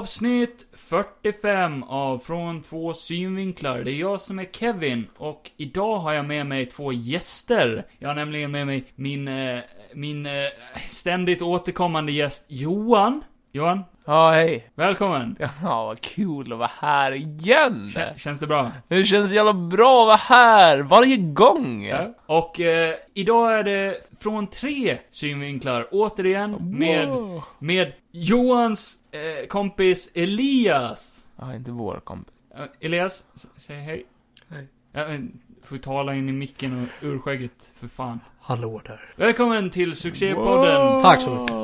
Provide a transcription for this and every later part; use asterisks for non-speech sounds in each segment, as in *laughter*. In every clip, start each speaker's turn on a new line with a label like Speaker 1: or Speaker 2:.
Speaker 1: Avsnitt 45 av Från två synvinklar. Det är jag som är Kevin och idag har jag med mig två gäster. Jag har nämligen med mig min, eh, min eh, ständigt återkommande gäst Johan. Johan,
Speaker 2: Ja, hej. *laughs*
Speaker 1: välkommen.
Speaker 2: Ja, vad kul att vara här igen.
Speaker 1: Kä- känns det bra?
Speaker 2: Det känns jävla bra att vara här varje gång.
Speaker 1: Ja. Och eh, idag är det från tre synvinklar, återigen med,
Speaker 2: Wow.
Speaker 1: med Johans eh, kompis Elias.
Speaker 2: Ja, inte vår kompis.
Speaker 1: Ja, Elias, s- säg hej.
Speaker 3: Hej.
Speaker 1: Ja, men, får tala in i micken och ur skägget, för fan.
Speaker 3: Hallå där.
Speaker 1: Välkommen till succépodden!
Speaker 3: Tack så mycket.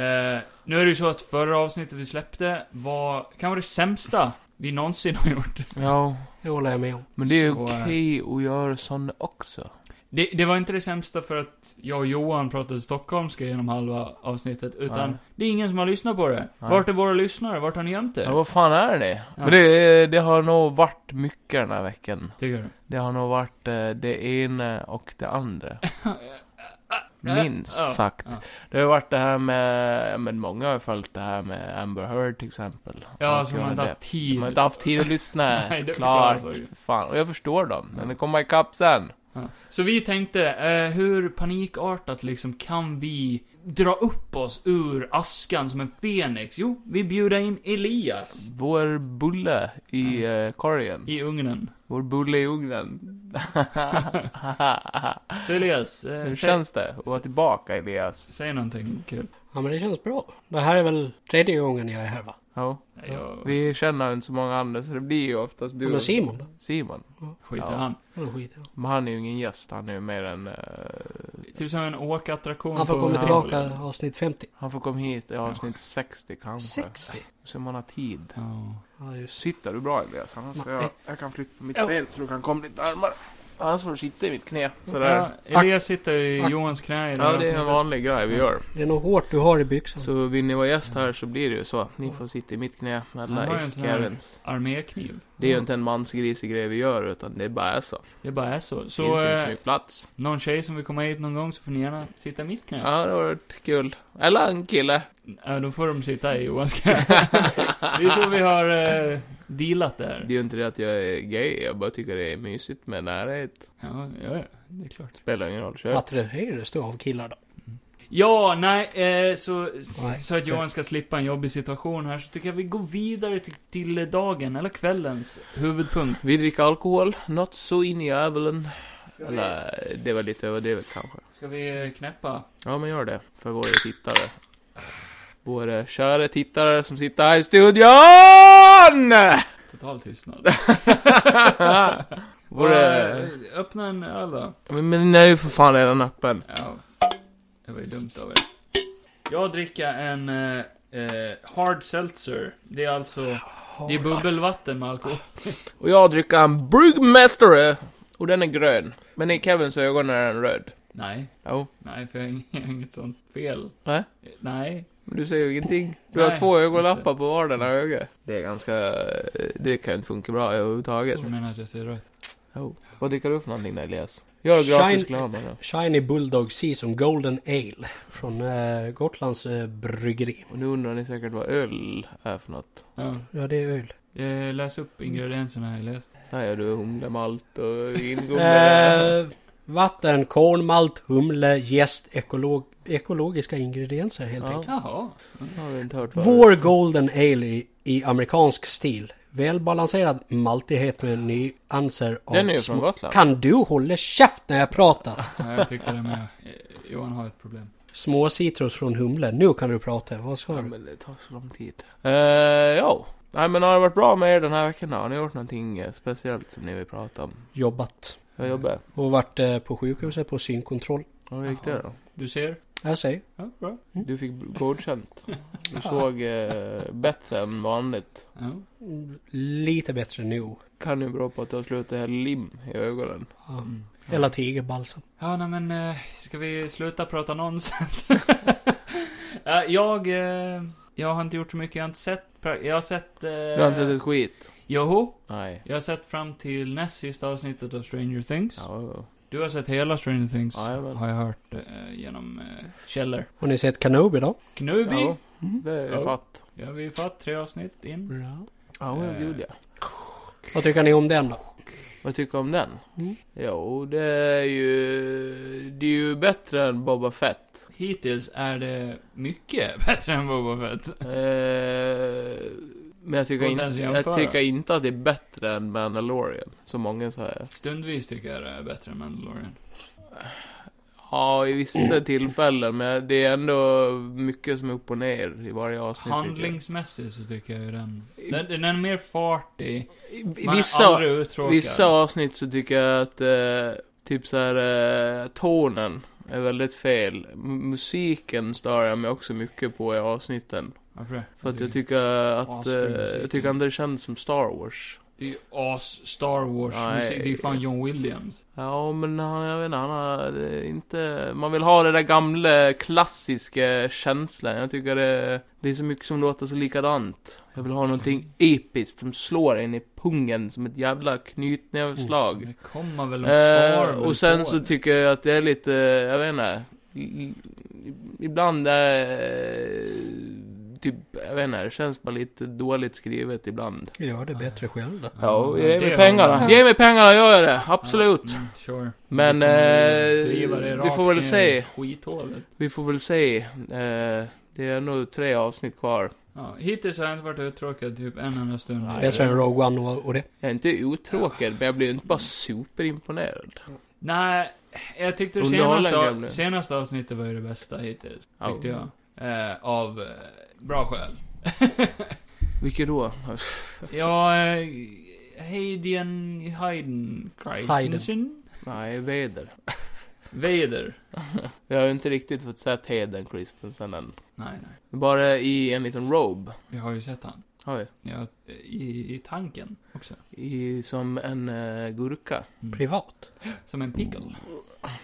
Speaker 1: Eh, nu är det ju så att förra avsnittet vi släppte var kanske det sämsta vi någonsin har gjort.
Speaker 2: Ja,
Speaker 3: Det håller jag med om.
Speaker 2: men det är
Speaker 1: Så,
Speaker 2: okej att göra sånt också.
Speaker 1: Det, det var inte det sämsta för att jag och Johan pratade stockholmska genom halva avsnittet, utan
Speaker 2: Nej.
Speaker 1: det är ingen som har lyssnat på det.
Speaker 2: Nej.
Speaker 1: Vart är våra lyssnare? Vart har ni gömt
Speaker 2: Ja,
Speaker 1: er?
Speaker 2: vad fan är det?
Speaker 1: Ja.
Speaker 2: Men det, det har nog varit mycket den här veckan.
Speaker 1: Tycker du?
Speaker 2: Det har nog varit eh, det ena och
Speaker 1: *laughs*
Speaker 2: det andra. Minst
Speaker 1: Ja,
Speaker 2: sagt.
Speaker 1: ja.
Speaker 2: Det har ju varit det här med, ja, men många har ju följt det här med Amber Heard till exempel.
Speaker 1: Ja,
Speaker 2: Och
Speaker 1: så man har inte
Speaker 2: det.
Speaker 1: haft tid.
Speaker 2: De har inte haft tid att lyssna,
Speaker 1: *laughs* Nej, det
Speaker 2: såklart.
Speaker 1: förklarar sig.
Speaker 2: Fan, och jag förstår dem. Men det kommer ikapp sen.
Speaker 1: Ja. Så vi tänkte, eh, hur panikartat liksom kan vi dra upp oss ur askan som en fenix? Jo, vi bjuder in Elias.
Speaker 2: Vår bulle i eh, korgen.
Speaker 1: Mm. I ugnen.
Speaker 2: Vår bulle
Speaker 1: *laughs*
Speaker 2: i ugnen.
Speaker 1: Så Elias, eh,
Speaker 2: Hur
Speaker 1: säg,
Speaker 2: känns det att vara tillbaka Elias?
Speaker 1: säg någonting kul.
Speaker 3: Ja men det känns bra. Det här är väl tredje gången jag är här va?
Speaker 2: Ja,
Speaker 1: Nej, jag
Speaker 2: vi känner ju inte så många andra så det blir ju oftast
Speaker 3: Ja,
Speaker 2: du
Speaker 3: men
Speaker 2: och
Speaker 3: Simon då?
Speaker 2: Simon.
Speaker 1: skiter i
Speaker 2: Ja.
Speaker 1: han.
Speaker 3: Ja, då skiter jag.
Speaker 2: Men han är ju ingen gäst, han är ju mer en... eh,
Speaker 1: Typ som en åkattraktion
Speaker 3: Han får
Speaker 1: på
Speaker 3: komma
Speaker 1: en
Speaker 3: tillbaka
Speaker 1: trampoline.
Speaker 3: avsnitt 50.
Speaker 2: han får komma hit i avsnitt 60 kanske.
Speaker 3: 60?
Speaker 2: Så man har tid.
Speaker 1: Ja.
Speaker 3: Ja just det.
Speaker 2: Sitter du bra Elias? Annars
Speaker 3: Nej.
Speaker 2: jag, jag kan flytta på mitt
Speaker 3: Ja.
Speaker 2: ben så du kan komma lite närmare. Annars får du sitta i mitt knä. Sådär.
Speaker 1: Ja, Elias sitter i Johans knä i det
Speaker 2: Ja,
Speaker 1: här
Speaker 2: det är en
Speaker 1: avsnittet.
Speaker 2: vanlig grej vi gör.
Speaker 3: Det är något hårt du har i byxan.
Speaker 2: Så vill ni vara gäst här så blir det ju så. Ni får sitta i mitt knä,
Speaker 1: Han har
Speaker 2: alla
Speaker 1: ju en
Speaker 2: i
Speaker 1: sån här-
Speaker 2: Karens.
Speaker 1: Armékniv.
Speaker 2: Det är ju inte en mansgrisig grej vi gör, utan det bara är så.
Speaker 1: Det bara är så.
Speaker 2: det finns
Speaker 1: Så,
Speaker 2: inte så
Speaker 1: eh,
Speaker 2: mycket plats.
Speaker 1: någon tjej som vill komma hit någon gång så får ni gärna sitta i mitt knä.
Speaker 2: Ja, det har varit kul. Eller en kille.
Speaker 1: Ja, då får de sitta i Johans knä. det är så vi har eh, dealat det
Speaker 2: Det
Speaker 1: här.
Speaker 2: är ju inte det att jag är gay, jag bara tycker det är mysigt med närhet.
Speaker 1: Ja, ja, ja, det är klart.
Speaker 2: Spelar ingen roll, kör.
Speaker 3: Attraheras du av killar då?
Speaker 1: Ja, nej, eh, så,
Speaker 3: Nej.
Speaker 1: så att Johan ska slippa en jobbig situation här så tycker jag vi går vidare till, till dagen, eller kvällens, huvudpunkt.
Speaker 2: Vi dricker alkohol, något så in i djävulen. Eller, det var lite överdrivet kanske.
Speaker 1: Ska vi eh, knäppa?
Speaker 2: Ja, men gör det. För våra tittare. Våra kära tittare som sitter här i studion!
Speaker 1: Total tystnad.
Speaker 2: Våra...
Speaker 1: Eh, Öppna en öl då.
Speaker 2: Men, men den är ju för fan redan öppen.
Speaker 1: Ja. Det var ju dumt av er. Jag dricker en eh, eh, hard seltzer. Det är alltså, det är bubbelvatten med alkohol.
Speaker 2: Och jag dricker en Brugmästare. Och den är grön. Men i Kevins ögon är den röd.
Speaker 1: Nej.
Speaker 2: Jo.
Speaker 1: Nej, för jag har ing- jag har inget sånt fel.
Speaker 2: Nej.
Speaker 1: Nej.
Speaker 2: Men du säger ju ingenting. Du
Speaker 1: Nej,
Speaker 2: har två
Speaker 1: just
Speaker 2: ögonlappar på vardera öga. Det är ganska... Det kan ju inte funka bra överhuvudtaget.
Speaker 1: Jag tror du menar att jag ser rött.
Speaker 2: Jo. Vad dricker du för någonting där Elias? Jag har gratis
Speaker 3: Shine-
Speaker 2: reklam här nu.
Speaker 3: Shiny Bulldog Season Golden Ale. Från eh, Gotlands eh, bryggeri.
Speaker 2: Och nu undrar ni säkert vad öl är för något.
Speaker 1: Ja.
Speaker 3: Ja det är öl.
Speaker 1: Eh, läs upp ingredienserna, Elias.
Speaker 2: Säger du humlemalt och ingummi?
Speaker 3: Eh, vatten, kornmalt, humle, jäst, ekolog, ekologiska ingredienser helt
Speaker 2: Ja.
Speaker 3: enkelt.
Speaker 1: Jaha.
Speaker 2: har vi inte hört förut.
Speaker 3: Vår Golden Ale i, i amerikansk stil. Välbalanserad maltighet med nyanser av
Speaker 2: Den är ju
Speaker 3: smak.
Speaker 2: från Gotland.
Speaker 3: Kan du hålla käft när jag pratar?
Speaker 1: Ja, jag tycker det med. Eh, Johan har ett problem.
Speaker 3: Små citrus från humlen. Nu kan du prata. Vad sa
Speaker 2: Ja,
Speaker 3: du?
Speaker 2: men det tar så lång tid. Eh, ja. Nej men har det varit bra med er den här veckan då? Har ni gjort någonting eh, speciellt som ni vill prata om?
Speaker 3: Jobbat.
Speaker 2: Jag jobbar.
Speaker 3: Och varit eh, på sjukhuset på synkontroll.
Speaker 2: Ja, hur gick det då?
Speaker 1: Du ser?
Speaker 3: Jag säger.
Speaker 1: Ja, bra.
Speaker 2: Du fick godkänt. Du såg eh, bättre än vanligt.
Speaker 1: Ja.
Speaker 3: mm, Lite bättre nu.
Speaker 2: Kan ju bero på att du har slutat hälla lim i ögonen.
Speaker 3: Ja.
Speaker 1: Mm.
Speaker 3: Eller tigerbalsam.
Speaker 1: Ja, nej men, eh, ska vi sluta prata nonsens? *laughs* Ja, jag, eh, jag har inte gjort så mycket. Jag har inte sett... pra- Jag har sett... Eh,
Speaker 2: Du har inte sett ett skit?
Speaker 1: Joho.
Speaker 2: Nej.
Speaker 1: Jag har sett fram till näst sista avsnittet av Stranger Things.
Speaker 2: Ja, ja.
Speaker 1: Du har sett hela Stranger Things,
Speaker 2: Jajamän.
Speaker 1: har jag hört, eh, genom eh, källor.
Speaker 3: Har ni sett Kenobi då?
Speaker 1: Knubi?
Speaker 2: Ja. Mm. Det är
Speaker 1: Ja.
Speaker 2: fatt.
Speaker 1: Ja, vi har fått tre avsnitt in.
Speaker 3: Bra.
Speaker 2: Ja, men
Speaker 1: Eh.
Speaker 2: Julia.
Speaker 3: Vad tycker ni om den då?
Speaker 2: Vad tycker du om den?
Speaker 3: Mm.
Speaker 2: Jo, det är ju... Det är ju bättre än
Speaker 1: *laughs*
Speaker 2: Boba Fett.
Speaker 1: Hittills är det mycket *laughs* bättre än Boba Fett.
Speaker 2: Eh, men jag tycker,
Speaker 1: Går inte
Speaker 2: inte,
Speaker 1: ens att
Speaker 2: jag
Speaker 1: jämföra.
Speaker 2: tycker inte att det är bättre än Mandalorian. Som många säger.
Speaker 1: Stundvis tycker jag det är bättre än Mandalorian.
Speaker 2: Ja, i vissa *clears throat* tillfällen. Men det är ändå mycket som är upp och ner i varje avsnitt. tycker
Speaker 1: Handlingsmässigt så tycker jag ju den... Den, den är mer fartig.
Speaker 2: jag. I
Speaker 1: Man är
Speaker 2: Vissa,
Speaker 1: aldrig uttråkad.
Speaker 2: vissa avsnitt så tycker jag att eh, typ så här eh, tonen är väldigt fel. M- musiken stör jag mig också mycket på i avsnitten.
Speaker 1: Varför det?
Speaker 2: För att jag tycker att, eh,
Speaker 1: Asgrym musik.
Speaker 2: jag tycker att det känns som Star Wars.
Speaker 1: Det är ju as Star Wars
Speaker 2: Nej.
Speaker 1: musik. Det är ju fan John Williams.
Speaker 2: Ja, men han, jag vet inte, han har det är inte... Man vill ha den där gamla klassiska känslan. Jag tycker det, det är så mycket som låter så likadant. Jag vill ha någonting episkt som slår en i pungen som ett jävla knytnävsslag.
Speaker 1: Det kommer väl en
Speaker 2: Mm. Eh,
Speaker 1: storm Mm. eller
Speaker 2: och sen
Speaker 1: två.
Speaker 2: så tycker jag att det är lite, jag vet inte. i- i- Ibland är typ, jag vet inte, det känns bara lite dåligt skrivet ibland.
Speaker 3: Gör det bättre själv då.
Speaker 2: Ja, ge mig
Speaker 1: det
Speaker 2: pengarna.
Speaker 1: har-
Speaker 2: Ge mig pengarna, gör jag det. Absolut.
Speaker 1: Ja, mm, sure.
Speaker 2: Men,
Speaker 1: Vi kommer
Speaker 2: eh,
Speaker 1: driva det
Speaker 2: vi
Speaker 1: rakt
Speaker 2: får väl
Speaker 1: ner i
Speaker 2: se.
Speaker 1: Skithålet.
Speaker 2: Vi får väl se. Eh, det är nog tre avsnitt kvar.
Speaker 1: Ja, hittills har jag inte varit uttråkad typ en enda stund.
Speaker 2: Nej.
Speaker 3: Bättre än Rogue One och, och det.
Speaker 2: Jag är inte uttråkad, men jag blir ju inte bara superimponerad.
Speaker 1: Nej, jag tyckte det
Speaker 2: Underhållen
Speaker 1: senaste,
Speaker 2: gamle.
Speaker 1: senaste avsnittet var ju det bästa hittills.
Speaker 2: Ja.
Speaker 1: Tyckte jag. Eh, av eh, bra skäl. *laughs*
Speaker 2: Vilket då?
Speaker 1: ja, eh, Hayden... Hayden... Christensen?
Speaker 2: Nej, Vader.
Speaker 1: Vader.
Speaker 2: Jag har ju inte riktigt fått sett Heden Christensen än.
Speaker 1: Nej, nej.
Speaker 2: Bara i en liten robe.
Speaker 1: Vi har ju sett han.
Speaker 2: Har vi.
Speaker 1: Ja, i, I tanken också. Mm.
Speaker 2: I, som en eh, gurka.
Speaker 3: Privat.
Speaker 1: Som en pickle.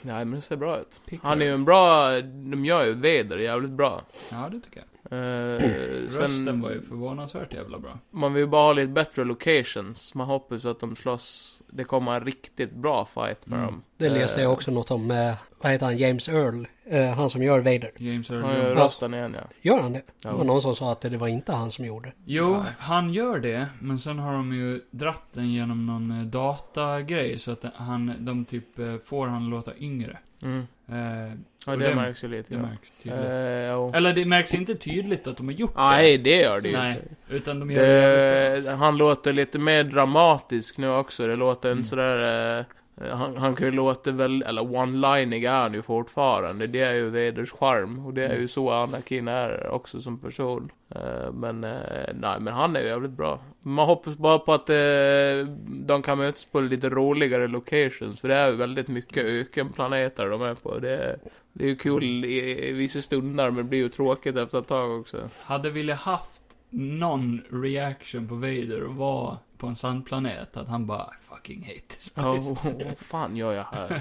Speaker 2: Nej, men det ser bra ut.
Speaker 1: pickle.
Speaker 2: Han är ju en bra... De gör ju Vader jävligt bra.
Speaker 1: Ja, det tycker jag.
Speaker 2: Eh,
Speaker 1: Rösten
Speaker 2: sen,
Speaker 1: var ju förvånansvärt jävla bra.
Speaker 2: man vill ju bara ha lite bättre locations. Man hoppas att de slåss... Det kommer en riktigt bra fight med
Speaker 1: Mm.
Speaker 2: dem.
Speaker 3: Det läste
Speaker 2: Eh,
Speaker 3: jag också något om. Eh, vad heter han? James Earl. Eh, han som gör Vader.
Speaker 1: James Earl
Speaker 2: Han gör
Speaker 1: Jones.
Speaker 2: rösten igen, ja. Mm.
Speaker 3: Gör han det? Det var
Speaker 2: ja.
Speaker 3: någon som sa att det var inte han som gjorde.
Speaker 1: Jo,
Speaker 2: Nej.
Speaker 1: han gör det, men sen har de ju dratt den genom någon eh, datagrej så att han, de typ eh, får han låta yngre.
Speaker 2: Mm.
Speaker 1: Eh,
Speaker 2: ja
Speaker 1: Och
Speaker 2: det
Speaker 1: det-
Speaker 2: märks ju
Speaker 1: det
Speaker 2: lite. grann.
Speaker 1: märks tydligt.
Speaker 2: Eh, ja.
Speaker 1: Eller det märks inte tydligt att de har gjort
Speaker 2: Nej, det gör det ju
Speaker 1: Nej.
Speaker 2: inte.
Speaker 1: det. Utan de gör det...
Speaker 2: Det, han låter lite mer dramatisk nu också. Det låter inte
Speaker 1: Mm.
Speaker 2: sådär... Eh, han, han kan ju låta väl... Eller one-lining är han ju fortfarande. Det är ju Vaders charm. Och det är ju så Anakin är också som person. Eh, men eh, nej, men han är ju jävligt bra. Man hoppas bara på att eh, de kan mötas på lite roligare locations. För det är ju väldigt mycket ökenplaneter de är på. Det är, det är ju kul i, i vissa stunder, men det blir ju tråkigt efter ett tag också.
Speaker 1: Hade velat haft någon reaction på Vader och vara på en sandplanet, att han bara 'I fucking hate this
Speaker 2: Ja,
Speaker 1: place.
Speaker 2: *laughs* vad fan gör jag här?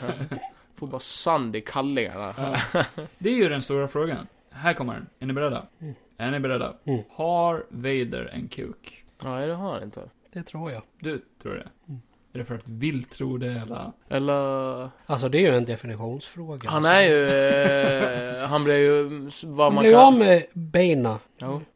Speaker 2: Får bara sand i kallingarna.
Speaker 1: Ja. Det är ju den stora frågan. Här kommer den. Är ni beredda?
Speaker 3: Mm.
Speaker 1: Är ni beredda?
Speaker 3: Mm.
Speaker 1: Har Vader en kuk?
Speaker 2: Nej, det har han inte.
Speaker 3: Det tror jag.
Speaker 1: Du tror det?
Speaker 3: Mm.
Speaker 1: Är det för att vill tro det eller?
Speaker 2: Eller...
Speaker 3: Alltså det är ju en definitionsfråga.
Speaker 2: Han
Speaker 3: alltså.
Speaker 2: är ju... Eh, han blir ju s- vad
Speaker 3: Han
Speaker 2: man
Speaker 3: blev av
Speaker 2: kan...
Speaker 3: med benen.
Speaker 2: Ja.
Speaker 3: *laughs*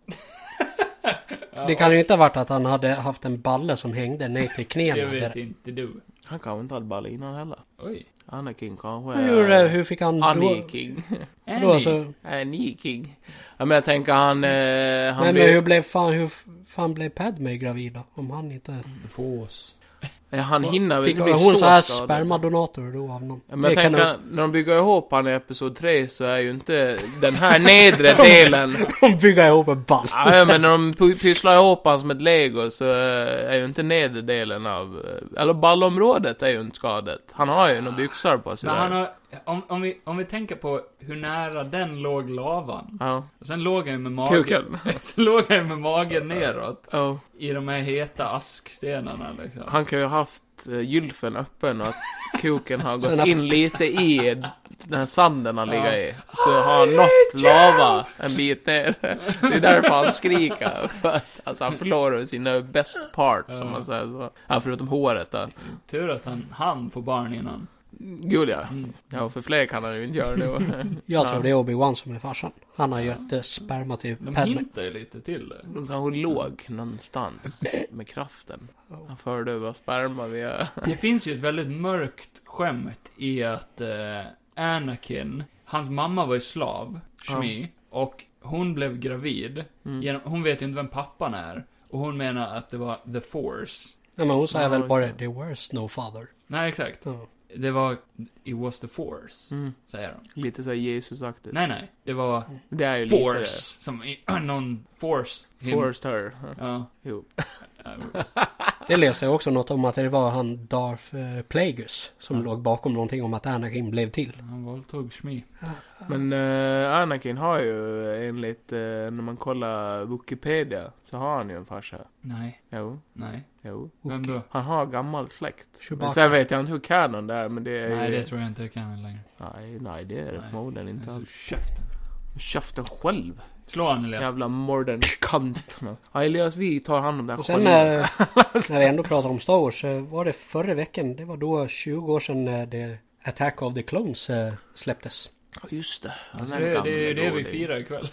Speaker 3: Det kan ju inte ha varit att han hade haft en balle som hängde ner till knäna.
Speaker 1: Det vet
Speaker 3: där.
Speaker 1: inte du.
Speaker 2: Han kanske inte hade ball innan heller.
Speaker 1: Oj.
Speaker 2: Anakin kanske...
Speaker 3: Hur, gjorde- hur fick han
Speaker 2: *laughs*
Speaker 3: då?
Speaker 2: Aniking.
Speaker 3: då alltså,
Speaker 2: Aniking. Ja, men jag tänker han... Eh, han
Speaker 3: nej, men
Speaker 2: blir...
Speaker 3: hur blev fan, hur fan blev Padme gravid då? Om han inte...
Speaker 1: Fås.
Speaker 2: eh, Han hinner väl
Speaker 3: Fick
Speaker 2: inte bli
Speaker 3: hon
Speaker 2: så
Speaker 3: så här
Speaker 2: skadad.
Speaker 3: spermadonator då av någon?
Speaker 2: Ja, men
Speaker 3: Det
Speaker 2: jag
Speaker 3: kan
Speaker 2: tänker, när de bygger ihop han i Episod 3 så är ju inte den här nedre *laughs* delen
Speaker 3: de *laughs* bygga ihop en ball.
Speaker 2: *laughs* Ja, ja, men när de py- pysslar ihop han som ett lego så eh, är ju inte nedre delen av... eh, Eller ballområdet är ju inte skadat. Han har ju några byxor på sig
Speaker 1: Men
Speaker 2: där.
Speaker 1: han har, om, om, vi, om vi tänker på hur nära den låg lavan.
Speaker 2: Ja.
Speaker 1: Och sen låg han ju med magen.
Speaker 2: Kuken.
Speaker 1: *laughs* sen låg han ju med magen neråt.
Speaker 2: Ja.
Speaker 1: I de här heta askstenarna liksom.
Speaker 2: Han kan ju ha haft eh, gylfen öppen och att kuken har
Speaker 3: Sen har-
Speaker 2: gått in lite i den här sanden han
Speaker 1: Ja.
Speaker 2: ligger i. Så har han nått lava en bit ner. *laughs* Det är därför han skriker. För att, alltså han förlorar sina best part, som
Speaker 1: Ja.
Speaker 2: man säger så. Ja, förutom håret då.
Speaker 1: Tur att han han får barn innan.
Speaker 2: Gud ja.
Speaker 1: Mm.
Speaker 2: Ja, för fler kan han ju inte göra nu.
Speaker 1: *laughs*
Speaker 3: Jag tror det är Obi-Wan som är farsan. Han har gett eh, sperma till
Speaker 1: De
Speaker 3: Padme.
Speaker 1: hintar ju lite till det.
Speaker 2: De kanske låg någonstans med kraften. Han förde över sperma via...
Speaker 1: Det finns ju ett väldigt mörkt skämt i att eh, Anakin, hans mamma var ju slav, Shmi, och hon blev gravid.
Speaker 2: Mm.
Speaker 1: Genom, hon vet ju inte vem pappan är. Och hon menar att det var the force.
Speaker 3: Nej, men hon säger
Speaker 2: Ja,
Speaker 3: väl
Speaker 2: just
Speaker 3: bara
Speaker 2: det.
Speaker 3: “There was no father”.
Speaker 1: Nej, exakt.
Speaker 3: Ja.
Speaker 1: Det var, it was the force,
Speaker 2: Mm.
Speaker 1: säger de.
Speaker 2: Lite såhär Jesusaktigt.
Speaker 1: Nej, nej. Det var
Speaker 2: Det är ju
Speaker 1: force, som i, *clears throat* någon force.
Speaker 2: lite... Forced her.
Speaker 1: Ja.
Speaker 2: Jo.
Speaker 3: Det läste jag också något om att det var han Darth eh, Plagueis som
Speaker 1: Ja.
Speaker 3: låg bakom någonting om att Anakin blev till.
Speaker 1: Han våldtog Shmi.
Speaker 2: Men eh, Anakin har ju enligt, eh, när man kollar Wikipedia, så har han ju en farsa.
Speaker 1: Nej,
Speaker 2: Jo,
Speaker 1: nej.
Speaker 2: jo.
Speaker 1: Vem då?
Speaker 2: Han har gammal släkt. Men
Speaker 3: Chewbacca.
Speaker 2: sen vet jag inte hur kanon det är, men det är
Speaker 1: Nej,
Speaker 2: ju...
Speaker 1: det tror jag inte jag kan längre.
Speaker 2: Nej, nej, det är det
Speaker 1: Nej.
Speaker 2: förmodligen inte
Speaker 1: Alltså,
Speaker 2: alls.
Speaker 1: käften.
Speaker 2: Käften själv.
Speaker 1: Slå han Elias.
Speaker 2: Jävla modern cunt. Ja, Elias, vi tar hand om det här
Speaker 3: Och sen
Speaker 2: själva.
Speaker 3: eh, *laughs* när vi ändå pratar om Star Wars eh, var det förra veckan. Det var då 20 år sedan eh, det Attack of the Clones eh, släpptes.
Speaker 2: Ja, Just det. Han
Speaker 1: Alltså,
Speaker 2: är
Speaker 1: det, det är ju
Speaker 2: gammal
Speaker 1: det
Speaker 2: då,
Speaker 1: vi
Speaker 2: det är-
Speaker 1: firar ikväll.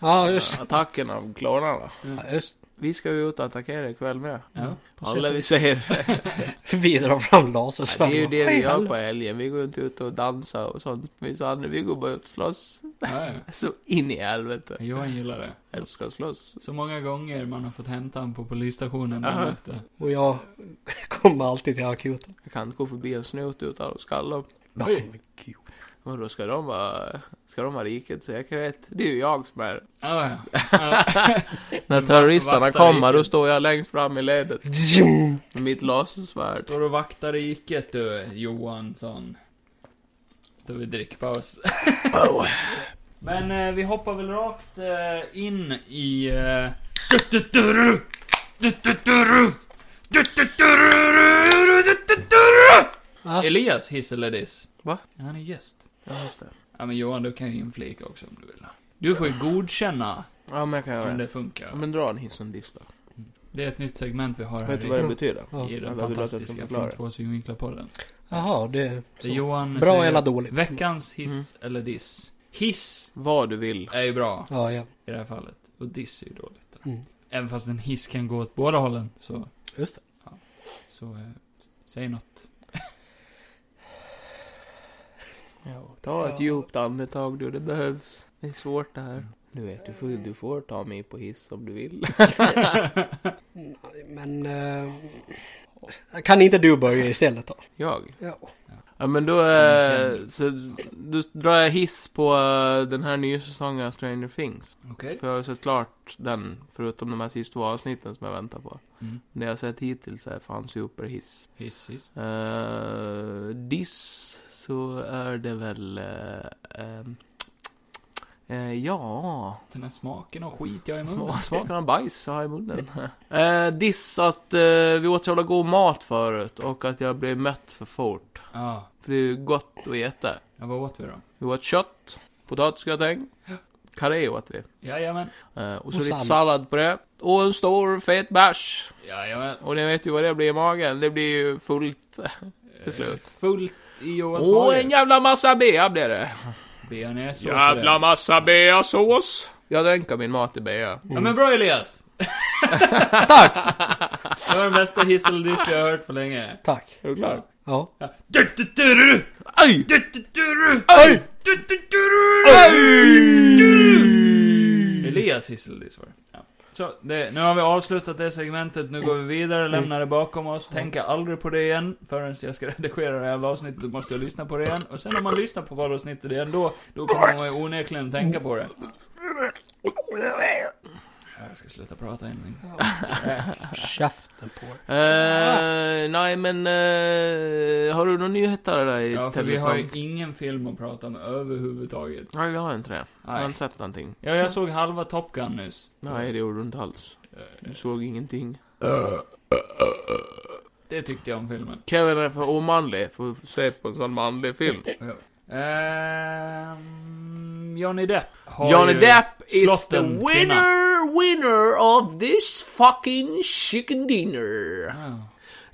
Speaker 3: Ja, just
Speaker 2: Attacken av klonarna.
Speaker 3: ja, just
Speaker 2: Vi ska ju ut och attackera ikväll med.
Speaker 1: Ja.
Speaker 3: På
Speaker 2: Alla
Speaker 3: sätt
Speaker 2: vi säger.
Speaker 3: Vi drar fram
Speaker 2: Det
Speaker 3: lasersvärd.
Speaker 2: är ju det vi gör på helgen. Vi går inte ut och dansar och sånt. Vi sa "Nej, vi går bara ut och slåss.
Speaker 1: Ja,
Speaker 2: Så in i helvete.
Speaker 1: ja. Johan gillar det.
Speaker 2: Jag älskar att slåss.
Speaker 1: Så många gånger man har fått hämta honom på polisstationen
Speaker 2: Ja.
Speaker 1: dagen efter.
Speaker 3: Och jag *laughs* kommer alltid till akuten.
Speaker 2: Jag kan inte gå förbi en snut utan att skalla dem.
Speaker 1: Oj.
Speaker 2: Och då ska de vara, ska de vara rikets säkerhet. Det är ju jag som är
Speaker 1: Ja, ja.
Speaker 2: *laughs*
Speaker 1: ja.
Speaker 2: När terroristerna
Speaker 1: Vaktar
Speaker 2: kommer, då
Speaker 1: riket.
Speaker 2: står jag längst fram i ledet. Med mitt lasersvärd.
Speaker 1: Står och vaktar riket du, Johansson. Då vi drickpaus. Men eh, vi hoppar väl rakt eh, in i... Eh... Du-du-du-du-du! Du-du-du-du! Du-du-du-du-du! Du-du-du-du-du!
Speaker 3: Ja.
Speaker 1: Elias, hiss eller diss?
Speaker 2: Va?
Speaker 1: Han är gäst.
Speaker 2: Ja, just det.
Speaker 1: Ja men Johan, du kan ju inflika också om du vill. Du får ju godkänna
Speaker 2: Ja, men jag kan göra
Speaker 1: om
Speaker 2: det.
Speaker 1: det funkar.
Speaker 2: Ja, men dra en hiss och en diss då.
Speaker 1: Det är ett nytt segment vi har här
Speaker 2: Vet du vad
Speaker 1: i,
Speaker 2: det betyder?
Speaker 3: Ja.
Speaker 1: i
Speaker 2: Ja,
Speaker 1: den
Speaker 2: vill du att jag ska
Speaker 1: fantastiska
Speaker 2: förklara?
Speaker 1: Från två synvinklar-podden.
Speaker 3: Jaha, det...
Speaker 1: Det är Johan
Speaker 3: Bra
Speaker 1: säger,
Speaker 3: eller dåligt?
Speaker 1: Veckans hiss
Speaker 2: Mm.
Speaker 1: eller diss. Hiss
Speaker 2: Vad du vill.
Speaker 1: är ju bra
Speaker 3: Ja, ja.
Speaker 1: i det här fallet. Och diss är ju dåligt.
Speaker 3: Mm.
Speaker 1: Även fast en hiss kan gå åt båda hållen så,
Speaker 3: Just det.
Speaker 1: så eh, säg
Speaker 2: *laughs*
Speaker 1: något.
Speaker 2: Ja, ta ett
Speaker 3: Ja.
Speaker 2: djupt andetag du, det behövs. Det är svårt det här. Du vet, du får, du får ta mig på hiss om du vill. *laughs*
Speaker 3: Nej, Men... eh, Kan inte du börja istället då?
Speaker 2: Jag?
Speaker 3: Ja.
Speaker 2: Ja, men då... Eh, så, då drar jag hiss på eh, den här nya säsongen av Stranger Things.
Speaker 1: Okej.
Speaker 2: För jag har sett klart den, förutom de här sista två avsnitten som jag väntar på.
Speaker 1: Mm.
Speaker 2: Det jag har sett hittills är fan superhiss.
Speaker 1: Hiss, hiss.
Speaker 2: Uh, diss så är det väl... eh, ehm, eh, ja...
Speaker 1: Den här smaken av skit jag har i
Speaker 2: Sma-
Speaker 1: munnen.
Speaker 2: Smaken av bajs har jag i munnen. Eh, diss att eh, vi åt så jävla god mat förut och att jag blev mätt för fort.
Speaker 1: Ja.
Speaker 2: För det är ju gott att äta.
Speaker 1: Ja, vad åt vi då?
Speaker 2: Vi åt kött, potatisgratäng, karré åt vi.
Speaker 1: Jajamän.
Speaker 2: Eh, och så
Speaker 3: Och
Speaker 2: lite
Speaker 3: sallad.
Speaker 2: sallad på det. Och en stor fet bärs.
Speaker 1: Jajamän.
Speaker 2: Och ni vet ju vad det blir i magen. Det blir ju fullt. Till slut.
Speaker 1: Eh, Fullt i Johans
Speaker 2: Och
Speaker 1: mage.
Speaker 2: en jävla massa bea blev det.
Speaker 1: Bearnaisesås och det.
Speaker 2: Jävla massa bea-sås! Jag dränkar min mat i bea.
Speaker 1: Ja men bra
Speaker 2: *laughs*
Speaker 1: Elias! Tack! *laughs* Det var den bästa hiss eller diss vi har hört på länge.
Speaker 3: Tack.
Speaker 2: Är du klar?
Speaker 3: Ja.
Speaker 1: Ja. Du-du-du-du-du!
Speaker 2: Aj!
Speaker 1: Du-du-du-du!
Speaker 2: Aj!
Speaker 1: Du-du-du-du! Elias hiss eller diss var det. Ja. Så, det, nu har vi avslutat det segmentet, nu går vi vidare, lämnar det bakom oss, tänker aldrig på det igen förrän jag ska *laughs* redigera det här jävla avsnittet, då måste jag lyssna på det igen. Och sen om man lyssnar på avsnittet igen då, då kommer man ju onekligen tänka på det.
Speaker 2: Äh,
Speaker 1: Jag ska sluta prata innan.
Speaker 3: Käften på dig.
Speaker 2: Eh, nej men, eh, har du några nyheter där i
Speaker 1: Ja, för vi
Speaker 2: telekom?
Speaker 1: har ju ingen film att prata om överhuvudtaget.
Speaker 2: Nej, vi har inte det. Jag har
Speaker 1: Nej.
Speaker 2: inte sett någonting.
Speaker 1: Ja, jag såg halva Top Gun nyss.
Speaker 2: Nej, det gjorde du inte alls.
Speaker 1: Eh.
Speaker 2: Du såg ingenting.
Speaker 1: Det tyckte jag om filmen.
Speaker 2: Kevin är för omanlig för att se på en sån manlig film.
Speaker 1: Ehm... Johnny Depp har
Speaker 2: Johnny
Speaker 1: ju
Speaker 2: Depp is
Speaker 1: slått
Speaker 2: the
Speaker 1: en kvinna.
Speaker 2: winner, winner of this fucking chicken dinner.
Speaker 1: Ja.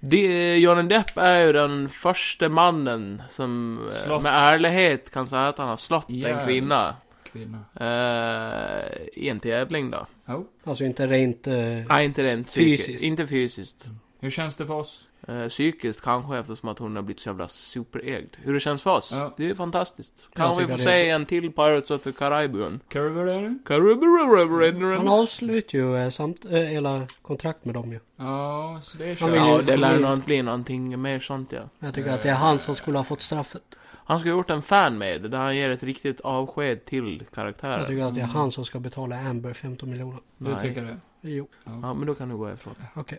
Speaker 2: Det, Johnny Depp är ju den första mannen som eh,
Speaker 1: Slått.
Speaker 2: med ärlighet kan säga att han har slått
Speaker 1: Jävlar.
Speaker 2: en kvinna.
Speaker 1: kvinna.
Speaker 2: Eh, I en tävling då?
Speaker 1: Jo.
Speaker 3: Alltså inte rent... eh,
Speaker 2: Nej, inte rent
Speaker 3: Fysiskt. Mm.
Speaker 2: psykiskt. Inte fysiskt.
Speaker 1: Hur känns det för oss?
Speaker 2: Eh, psykiskt kanske eftersom att hon har blivit så jävla superägd. Hur det känns för oss?
Speaker 1: Ja.
Speaker 2: Det är fantastiskt.
Speaker 3: Jag
Speaker 2: Kan vi
Speaker 3: tycker
Speaker 2: få
Speaker 3: det-
Speaker 2: se en till Pirates of the Caribbean?
Speaker 1: Curver är det?
Speaker 3: Han
Speaker 2: Caribbean.
Speaker 3: avslutar ju eh, samt, eh, hela kontrakt med dem ju.
Speaker 1: Ja, så det är
Speaker 3: Han
Speaker 1: kört.
Speaker 3: vill ju-
Speaker 2: Ja, det lär nog inte bli någonting mer sånt ja.
Speaker 3: Jag tycker att det är han som skulle ha fått straffet.
Speaker 2: Han ska ha gjort en fan med där han ger ett riktigt avsked till
Speaker 3: Jag
Speaker 2: karaktären.
Speaker 3: tycker att det är han som ska betala Amber 15 miljoner.
Speaker 1: Du
Speaker 2: Nej.
Speaker 1: tycker det?
Speaker 3: Jo,
Speaker 2: Ja, men då kan du gå ifrån.
Speaker 3: okej.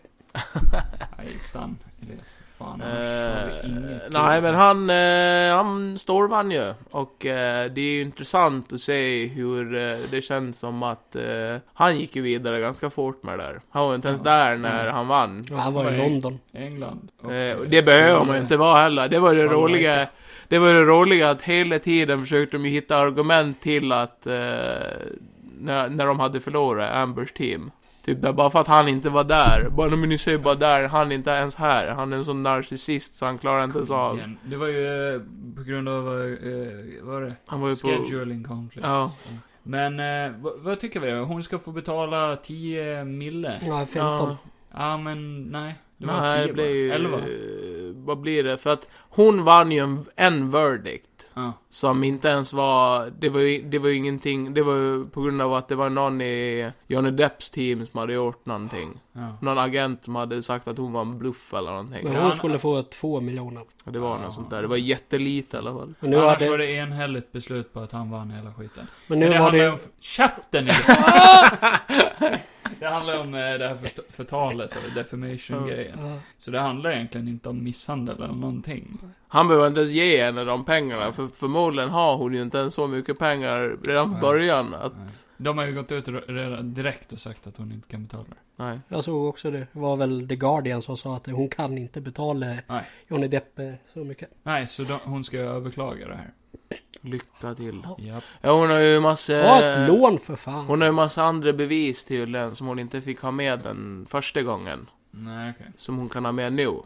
Speaker 1: Nej, stann Elias. Fan, annars har vi
Speaker 2: Eh,
Speaker 1: inget
Speaker 2: nej
Speaker 1: kul.
Speaker 2: men han, eh, han storvann ju. Och eh, det är ju intressant att se hur eh, det känns som att eh, han gick ju vidare ganska fort med det där. Han var inte ens
Speaker 1: Ja.
Speaker 2: där när
Speaker 1: Mm.
Speaker 2: han vann.
Speaker 3: Ja, han var i
Speaker 1: Nej.
Speaker 3: London.
Speaker 1: England. Och-
Speaker 2: Eh, och det behöver man ju inte vara heller. Det var ju det
Speaker 1: Mm. Man var
Speaker 2: roliga.
Speaker 1: inte.
Speaker 2: Det var ju det roliga att hela tiden försökte de ju hitta argument till att eh, när, när de hade förlorat Ambers team. Typ där, bara för att han inte var där. Bara, men ni ser ju bara där, han är inte ens här. Han är en sån narcissist så han klarar inte ens av.
Speaker 1: Igen. Det var ju eh, på grund av, eh, vad var det?
Speaker 2: Han var ju på...
Speaker 1: Scheduling conflicts.
Speaker 2: Ja.
Speaker 1: Men eh, vad, vad tycker vi? Hon ska få betala 10 mille? Ja,
Speaker 3: Nej, 15.
Speaker 1: ah, men nej. Det var
Speaker 2: Nej,
Speaker 1: 10
Speaker 2: det blir ju...
Speaker 1: bara. 11?
Speaker 2: Vad blir det? För att hon vann ju en, en verdict.
Speaker 1: Ja.
Speaker 2: Som inte ens var, det var ju, det var ju ingenting, det var ju på grund av att det var någon i Johnny Depps team som hade gjort någonting.
Speaker 1: ja.
Speaker 2: Någon agent som hade sagt att hon var en bluff eller någonting.
Speaker 3: Men hon skulle få 2 miljoner.
Speaker 2: Och Det var något sånt där, det var jättelite i alla fall.
Speaker 3: Men nu
Speaker 1: Annars
Speaker 3: var
Speaker 1: var
Speaker 3: det...
Speaker 1: det enhälligt beslut på att han vann hela skiten.
Speaker 3: Men
Speaker 1: Men
Speaker 3: nu
Speaker 1: det
Speaker 3: var
Speaker 1: handlar ju
Speaker 3: det...
Speaker 1: om... Käften i
Speaker 3: *laughs*
Speaker 1: Det handlar om eh, det här fört- förtalet, eller defamation-grejen.
Speaker 3: Ja.
Speaker 1: Så det handlar egentligen inte om misshandel eller någonting.
Speaker 2: Han behöver inte ens ge henne de pengarna, för förmodligen har hon ju inte ens så mycket pengar redan
Speaker 1: Nej.
Speaker 2: från början att,
Speaker 1: Nej. De har ju gått ut re- redan direkt och sagt att hon inte kan betala det.
Speaker 2: nej.
Speaker 3: Jag såg också det. Det var väl The Guardian som sa att hon kan inte betala
Speaker 1: Nej.
Speaker 3: Johnny Depp eh, så mycket.
Speaker 1: Nej, så de, hon ska överklaga det här.
Speaker 2: Lycka till.
Speaker 1: Japp.
Speaker 2: Ja, hon har ju massa...
Speaker 3: Ta ett lån för fan!
Speaker 2: Eh, Hon har ju massa andra bevis tydligen som hon inte fick ha med den första gången.
Speaker 1: Nej, okej.
Speaker 2: som hon kan ha med nu. Uh,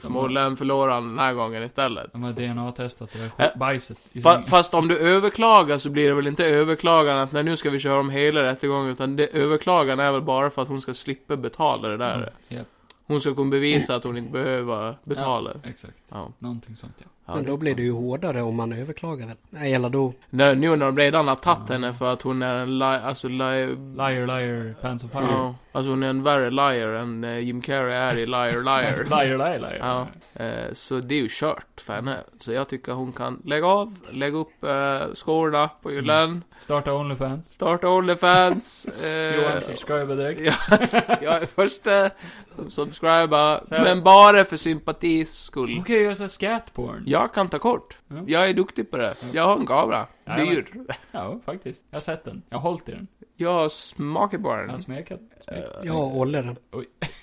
Speaker 2: förmodligen förlorar han den här gången istället.
Speaker 1: De har DNA-testat det där skit-
Speaker 2: Äh,
Speaker 1: bajset. i
Speaker 2: Fa
Speaker 1: sängen.
Speaker 2: fast om du överklagar så blir det väl inte överklagan att när nu ska vi köra om hela rättegången utan det, överklagan är väl bara för att hon ska slippa betala det där.
Speaker 1: Mm, japp.
Speaker 2: Hon ska kunna bevisa att hon inte behöver betala.
Speaker 1: Exakt.
Speaker 2: Ja.
Speaker 1: Någonting sånt ja.
Speaker 2: Ja,
Speaker 3: Men då blir det ju hårdare om man överklagar väl? Nej, eller då...
Speaker 2: När, nu när de redan har tagit henne för att hon är en li- alltså li-
Speaker 1: Liar, liar, pants of fire.
Speaker 2: Ja, alltså hon är en värre liar än eh, Jim Carrey är i Liar Liar.
Speaker 1: *laughs* liar, liar, liar.
Speaker 2: Ja, eh, så det är ju kört för henne. Så jag tycker hon kan lägga av, lägga upp eh, skorna på hyllan,
Speaker 1: Starta Onlyfans. *laughs*
Speaker 2: starta Onlyfans.
Speaker 1: Johan
Speaker 2: Eh,
Speaker 1: subscriber direkt.
Speaker 2: ja, jag är första som subscriber,
Speaker 1: Så här-
Speaker 2: men bara för sympatis skull.
Speaker 1: Hon kan ju göra såhär scatporn.
Speaker 2: Jag kan ta kort.
Speaker 1: Ja.
Speaker 2: Jag är duktig på det. Jag har en kamera.
Speaker 1: Jajamän.
Speaker 2: Dyr.
Speaker 1: Ja, faktiskt. Jag har sett den. Jag har hållit i den.
Speaker 2: Jag har smak i
Speaker 1: Jag har
Speaker 2: barn.
Speaker 1: smekat. Smek.
Speaker 3: Jag håller den.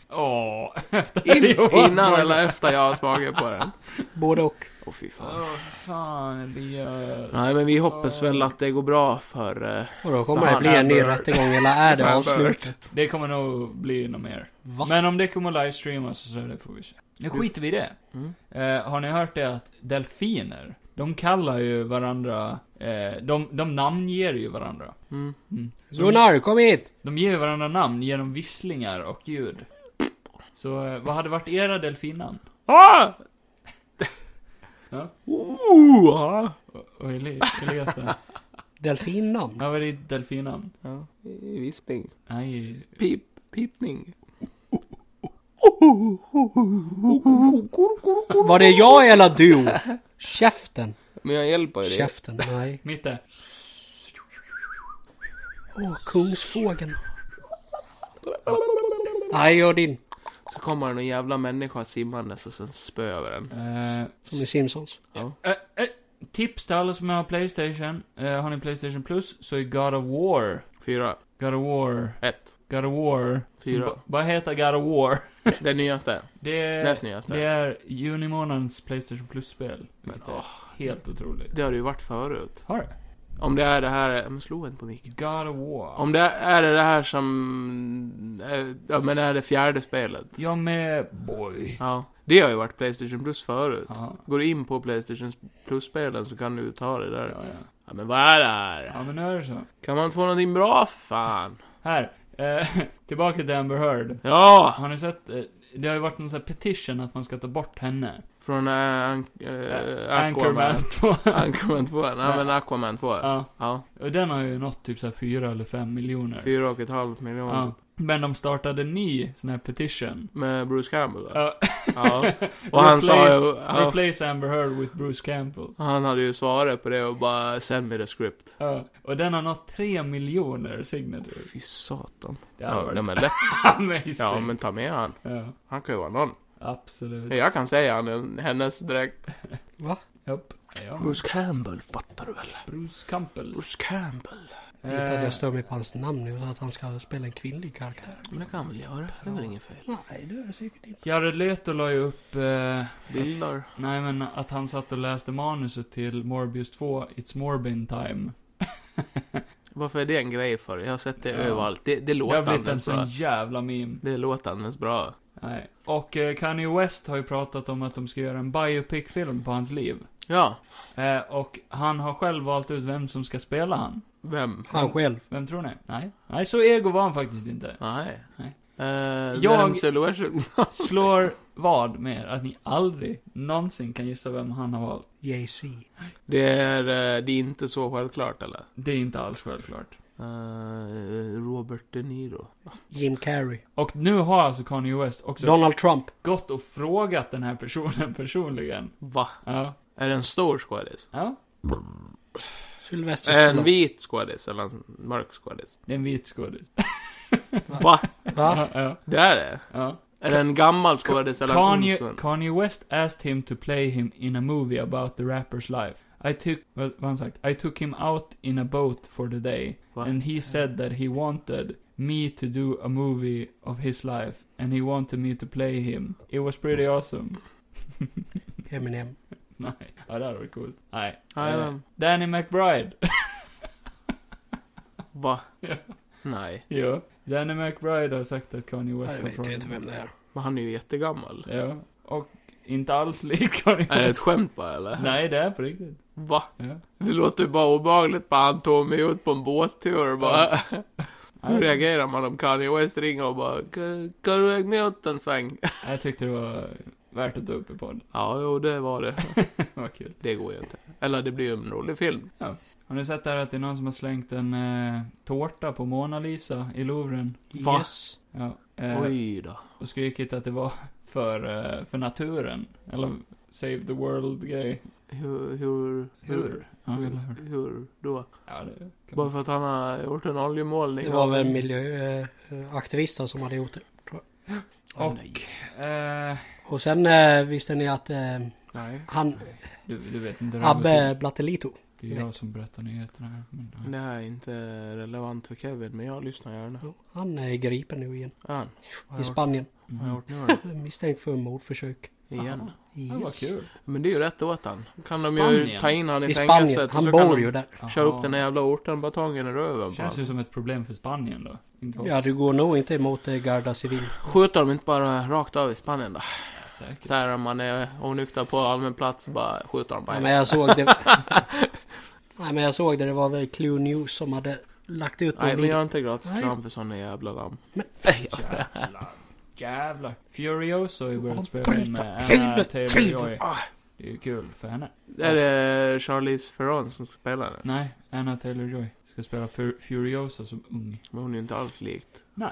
Speaker 1: Åh, efter
Speaker 2: Eh, In,
Speaker 1: *laughs* Johan
Speaker 2: innan
Speaker 1: smak.
Speaker 2: eller efter jag har smakat på den.
Speaker 3: Både och.
Speaker 2: Åh fy fan.
Speaker 1: Åh, fan Elias.
Speaker 2: Nej men vi hoppas väl att det går bra för... Eh,
Speaker 3: Och då
Speaker 2: Fan,
Speaker 3: kommer det bli en ny
Speaker 2: Amber.
Speaker 3: rättegång eller är det
Speaker 2: Amber.
Speaker 3: avslut?
Speaker 1: Det kommer nog bli något mer.
Speaker 3: Va?
Speaker 1: Men om det kommer livestreamas så så det får vi se. Nu skiter vi i det.
Speaker 2: mm.
Speaker 1: Eh, har ni hört det att delfiner, de kallar ju varandra, eh, de, de namnger ju varandra.
Speaker 2: Mm.
Speaker 1: Mm.
Speaker 3: Gunnar, kom hit!
Speaker 1: De ger ju varandra namn genom visslingar och ljud. Så eh, vad hade varit era delfinnamn?
Speaker 2: Ah!
Speaker 1: Ja.
Speaker 2: Ooh, ah.
Speaker 1: Och- Och *laughs* Eli- Elias då?
Speaker 3: Delfinnamn.
Speaker 1: Vad var ditt delfinnamn?
Speaker 2: Ja, vispning.
Speaker 1: Nej,
Speaker 2: Pip, pipning.
Speaker 3: Var det jag eller du? Käften.
Speaker 2: Men jag hjälper dig.
Speaker 3: Käften, nej.
Speaker 1: mitt där.
Speaker 3: Åh, kungsfågeln. Nej, gör din.
Speaker 2: Så kommer det någon jävla människa simmandes och sen spö över den.
Speaker 1: Eh,
Speaker 3: Som i Simpsons.
Speaker 2: Ja.
Speaker 1: Eh, eh, tips till alla som har Playstation. Eh, har ni Playstation Plus så är God of War.
Speaker 2: Fyra,
Speaker 1: God of War.
Speaker 2: ett.
Speaker 1: God of War.
Speaker 2: Fyra.
Speaker 1: Så ba- Vad heter God of War?
Speaker 2: Det nyaste.
Speaker 1: Det är,
Speaker 2: Näst nyaste.
Speaker 1: det är juni månadens Playstation Plus-spel.
Speaker 2: Men,
Speaker 1: Vilket är
Speaker 2: åh,
Speaker 1: helt otroligt.
Speaker 2: det har det ju varit förut.
Speaker 1: Har det?
Speaker 2: Om det är det här... Men slå inte på micken.
Speaker 1: God of War.
Speaker 2: Om det är det här som... eh, Ja, men är det fjärde spelet?
Speaker 1: Jag med... Boy.
Speaker 2: Ja. Det har ju varit Playstation Plus förut.
Speaker 1: Ja.
Speaker 2: Går du in på Playstation Plus-spelen så kan du ta det
Speaker 1: Ja,
Speaker 2: där.
Speaker 1: ja.
Speaker 2: Ja, men vad är det här?
Speaker 1: Ja, men nu är det så.
Speaker 2: Kan man få någonting bra för fan?
Speaker 1: Här. Eh, *laughs* tillbaka till Amber Heard.
Speaker 2: Ja!
Speaker 1: Har ni sett? Eh, det har ju varit någon sån här petition att man ska ta bort henne.
Speaker 2: Från äh, ank- äh,
Speaker 1: Anchorman
Speaker 2: Aquaman. *laughs*
Speaker 1: 2.
Speaker 2: Anchorman 2. Nej men Aquaman 2.
Speaker 1: ja.
Speaker 2: Ja.
Speaker 1: Och den har ju nått typ så här 4 eller 5 miljoner.
Speaker 2: Fyra och ett halvt miljoner. typ,
Speaker 1: Ja. Men de startade en ny sån här petition.
Speaker 2: Med Bruce Campbell va?
Speaker 1: Ja.
Speaker 2: *laughs* Ja. Och han sa ju-
Speaker 1: replace,
Speaker 2: ja.
Speaker 1: replace Amber Heard with Bruce Campbell.
Speaker 2: Han hade ju svarat på det och bara send me the script.
Speaker 1: Ja. Och den har nått 3 miljoner signatures.
Speaker 2: Fy satan.
Speaker 1: Det hade
Speaker 2: Ja,
Speaker 1: varit
Speaker 2: nej, men *laughs* lätt.
Speaker 1: amazing.
Speaker 2: Ja men ta med han.
Speaker 1: Ja,
Speaker 2: Han kan ju vara någon.
Speaker 1: absolut.
Speaker 2: Jag kan säga han, hennes direkt.
Speaker 3: Va?
Speaker 1: Japp. Ja.
Speaker 2: Bruce Campbell fattar du väl?
Speaker 1: Bruce Campbell. Eh,
Speaker 2: Bruce Campbell.
Speaker 3: Inte att jag stör mig på hans namn nu, utan att han ska spela en kvinnlig karaktär.
Speaker 2: Men det kan han väl göra? Det är väl inget fel?
Speaker 3: Nej, det är det säkert inte.
Speaker 1: Jared Leto la ju upp, eh,
Speaker 2: Bilder.
Speaker 1: nej men att han satt och läste manuset till Morbius 2, It's Morbin Time.
Speaker 2: Varför är det en grej för? Jag har sett det
Speaker 1: Ja.
Speaker 2: överallt. Det, det
Speaker 1: Det har
Speaker 2: låter
Speaker 1: blivit en
Speaker 2: alldeles bra.
Speaker 1: sån jävla meme.
Speaker 2: Det låter alldeles bra.
Speaker 1: Nej. Och eh, Kanye West har ju pratat om att de ska göra en biopic-film på hans liv.
Speaker 2: Ja.
Speaker 1: Eh, och han har själv valt ut vem som ska spela han.
Speaker 2: Vem?
Speaker 3: Han själv.
Speaker 1: Vem tror ni? Nej. Nej, så ego var han faktiskt inte.
Speaker 2: Nej.
Speaker 1: Nej.
Speaker 2: Eh,
Speaker 1: Jag-
Speaker 2: Vems Illusion?
Speaker 1: Slår vad med er att ni aldrig någonsin kan gissa vem han har valt.
Speaker 3: Jay-Z.
Speaker 2: det, är, eh, det är inte så självklart eller?
Speaker 1: Det är inte alls självklart.
Speaker 2: Eh, Robert De Niro.
Speaker 3: Jim Carrey.
Speaker 1: Och nu har alltså Kanye West också
Speaker 3: Donald Trump.
Speaker 1: gått och frågat den här personen *laughs* personligen.
Speaker 2: Va?
Speaker 1: Ja.
Speaker 2: Är det en stor skådis?
Speaker 1: Ja.
Speaker 3: Sylvester
Speaker 2: Är det en
Speaker 3: Stallone.
Speaker 2: vit skådis eller en mörk skådis?
Speaker 1: Det är en vit skådis.
Speaker 2: Va?
Speaker 3: Va?
Speaker 1: Ja, ja,
Speaker 2: Det är det?
Speaker 1: ja.
Speaker 2: Är det en gammal skådis eller en ung
Speaker 1: Kanye,
Speaker 2: skådis?
Speaker 1: Kanye West asked him to play him in a movie about the rapper's life. I took, vad vad har han sagt? I took him out in a boat for the day.
Speaker 2: Va?
Speaker 1: And he said that he wanted me to do a movie of his life. And he wanted me to play him. It was pretty awesome. *laughs*
Speaker 3: Eminem.
Speaker 1: Nej, ja det hade varit coolt. Nej.
Speaker 2: Nej,
Speaker 1: Eh,
Speaker 2: men-
Speaker 1: Danny McBride. *laughs*
Speaker 2: *laughs* Va?
Speaker 1: Ja.
Speaker 2: Nej.
Speaker 1: jo. Danny McBride har sagt att Kanye West
Speaker 3: Jag
Speaker 1: har
Speaker 3: vet inte vem det är.
Speaker 2: Men han är ju jättegammal.
Speaker 1: Ja. Och inte alls lik *laughs* Kanye
Speaker 2: Är det ett
Speaker 1: West.
Speaker 2: skämt bara eller?
Speaker 1: Nej, det är på riktigt.
Speaker 2: Va?
Speaker 1: Ja.
Speaker 2: Det låter ju bara obehagligt bara han tog mig ut på en båttur och bara... Hur
Speaker 1: Nej,
Speaker 2: reagerar man om Kanye West ringer och bara "Kan- Kan du hänga med åt en sväng?
Speaker 1: jag tyckte det var värt att ta upp i podden. *laughs*
Speaker 2: Ja, jo det var det.
Speaker 1: Vad kul.
Speaker 2: Det går ju inte. Eller det blir ju en rolig film.
Speaker 1: Har ni sett där att det är någon som har slängt en eh, tårta på Mona Lisa i Louvren?
Speaker 2: Va?
Speaker 3: Yes.
Speaker 1: Ja. Eh,
Speaker 2: Oj då.
Speaker 1: och skrikit att det var *laughs* för, eh, för naturen. Eller Save the World-grej.
Speaker 2: Hur, hur,
Speaker 1: Hur? Ja, eller
Speaker 2: hur,
Speaker 1: hur?
Speaker 2: hur då?
Speaker 1: Ja, det kan
Speaker 2: Bara
Speaker 1: man...
Speaker 2: för att han har gjort en oljemålning?
Speaker 3: Det var väl miljöaktivister som hade gjort det.
Speaker 1: Och, eh,
Speaker 3: Och sen eh, visste ni att eh,
Speaker 2: Nej.
Speaker 3: han,
Speaker 1: du, du vet inte hur det går till.
Speaker 3: Abbe Blattelito.
Speaker 1: Det är jag som berättar nyheterna här. Men, ja.
Speaker 2: Det här är inte relevant för Kevin, men jag lyssnar gärna.
Speaker 3: Jo, Han är gripen nu igen.
Speaker 2: Är han?
Speaker 3: I Spanien.
Speaker 2: Vad har jag
Speaker 1: Mhm.
Speaker 2: gjort *laughs* nu då?
Speaker 3: Misstänkt för mordförsök.
Speaker 2: Igen?
Speaker 1: Ja, vad
Speaker 3: Yes.
Speaker 1: kul.
Speaker 2: Men det är ju rätt åt han. Kan de ju
Speaker 1: Spanien?
Speaker 2: ta in han i,
Speaker 3: I Spanien.
Speaker 2: fängelset och
Speaker 3: Han
Speaker 2: så kan
Speaker 3: bor
Speaker 2: de
Speaker 3: ju där.
Speaker 2: Kör
Speaker 1: Jaha.
Speaker 2: upp den här jävla orten, batongen i röven på
Speaker 1: Känns
Speaker 2: honom.
Speaker 1: ju som ett problem för Spanien då. Inte för oss.
Speaker 3: Ja, du går nog inte emot eh, Garda Civil.
Speaker 2: Skjuter de inte bara rakt av i Spanien då?
Speaker 1: Ja, säkert.
Speaker 2: Så här om man är onykter på allmän plats bara skjuter de
Speaker 3: Nej,
Speaker 2: bara.
Speaker 3: men jag såg det. *laughs* Nej, men jag såg det. Det var väl Clue News som hade lagt ut
Speaker 2: Nej
Speaker 3: någon
Speaker 2: men jag
Speaker 3: video.
Speaker 2: har inte gratis
Speaker 3: Nej.
Speaker 2: kram för såna jävla lamm.
Speaker 1: Jävlar. Jävlar. Furioso har ju börjat spela
Speaker 3: Åh,
Speaker 1: in med
Speaker 3: helvete,
Speaker 1: Anna Taylor-Joy.
Speaker 2: Ah.
Speaker 1: Det är ju kul för henne.
Speaker 2: Är det Charlize Theron som spelar den?
Speaker 1: Nej, Anna Taylor-Joy ska spela Fur- Furioso som ung.
Speaker 2: Men hon är ju inte alls likt.
Speaker 1: Eh,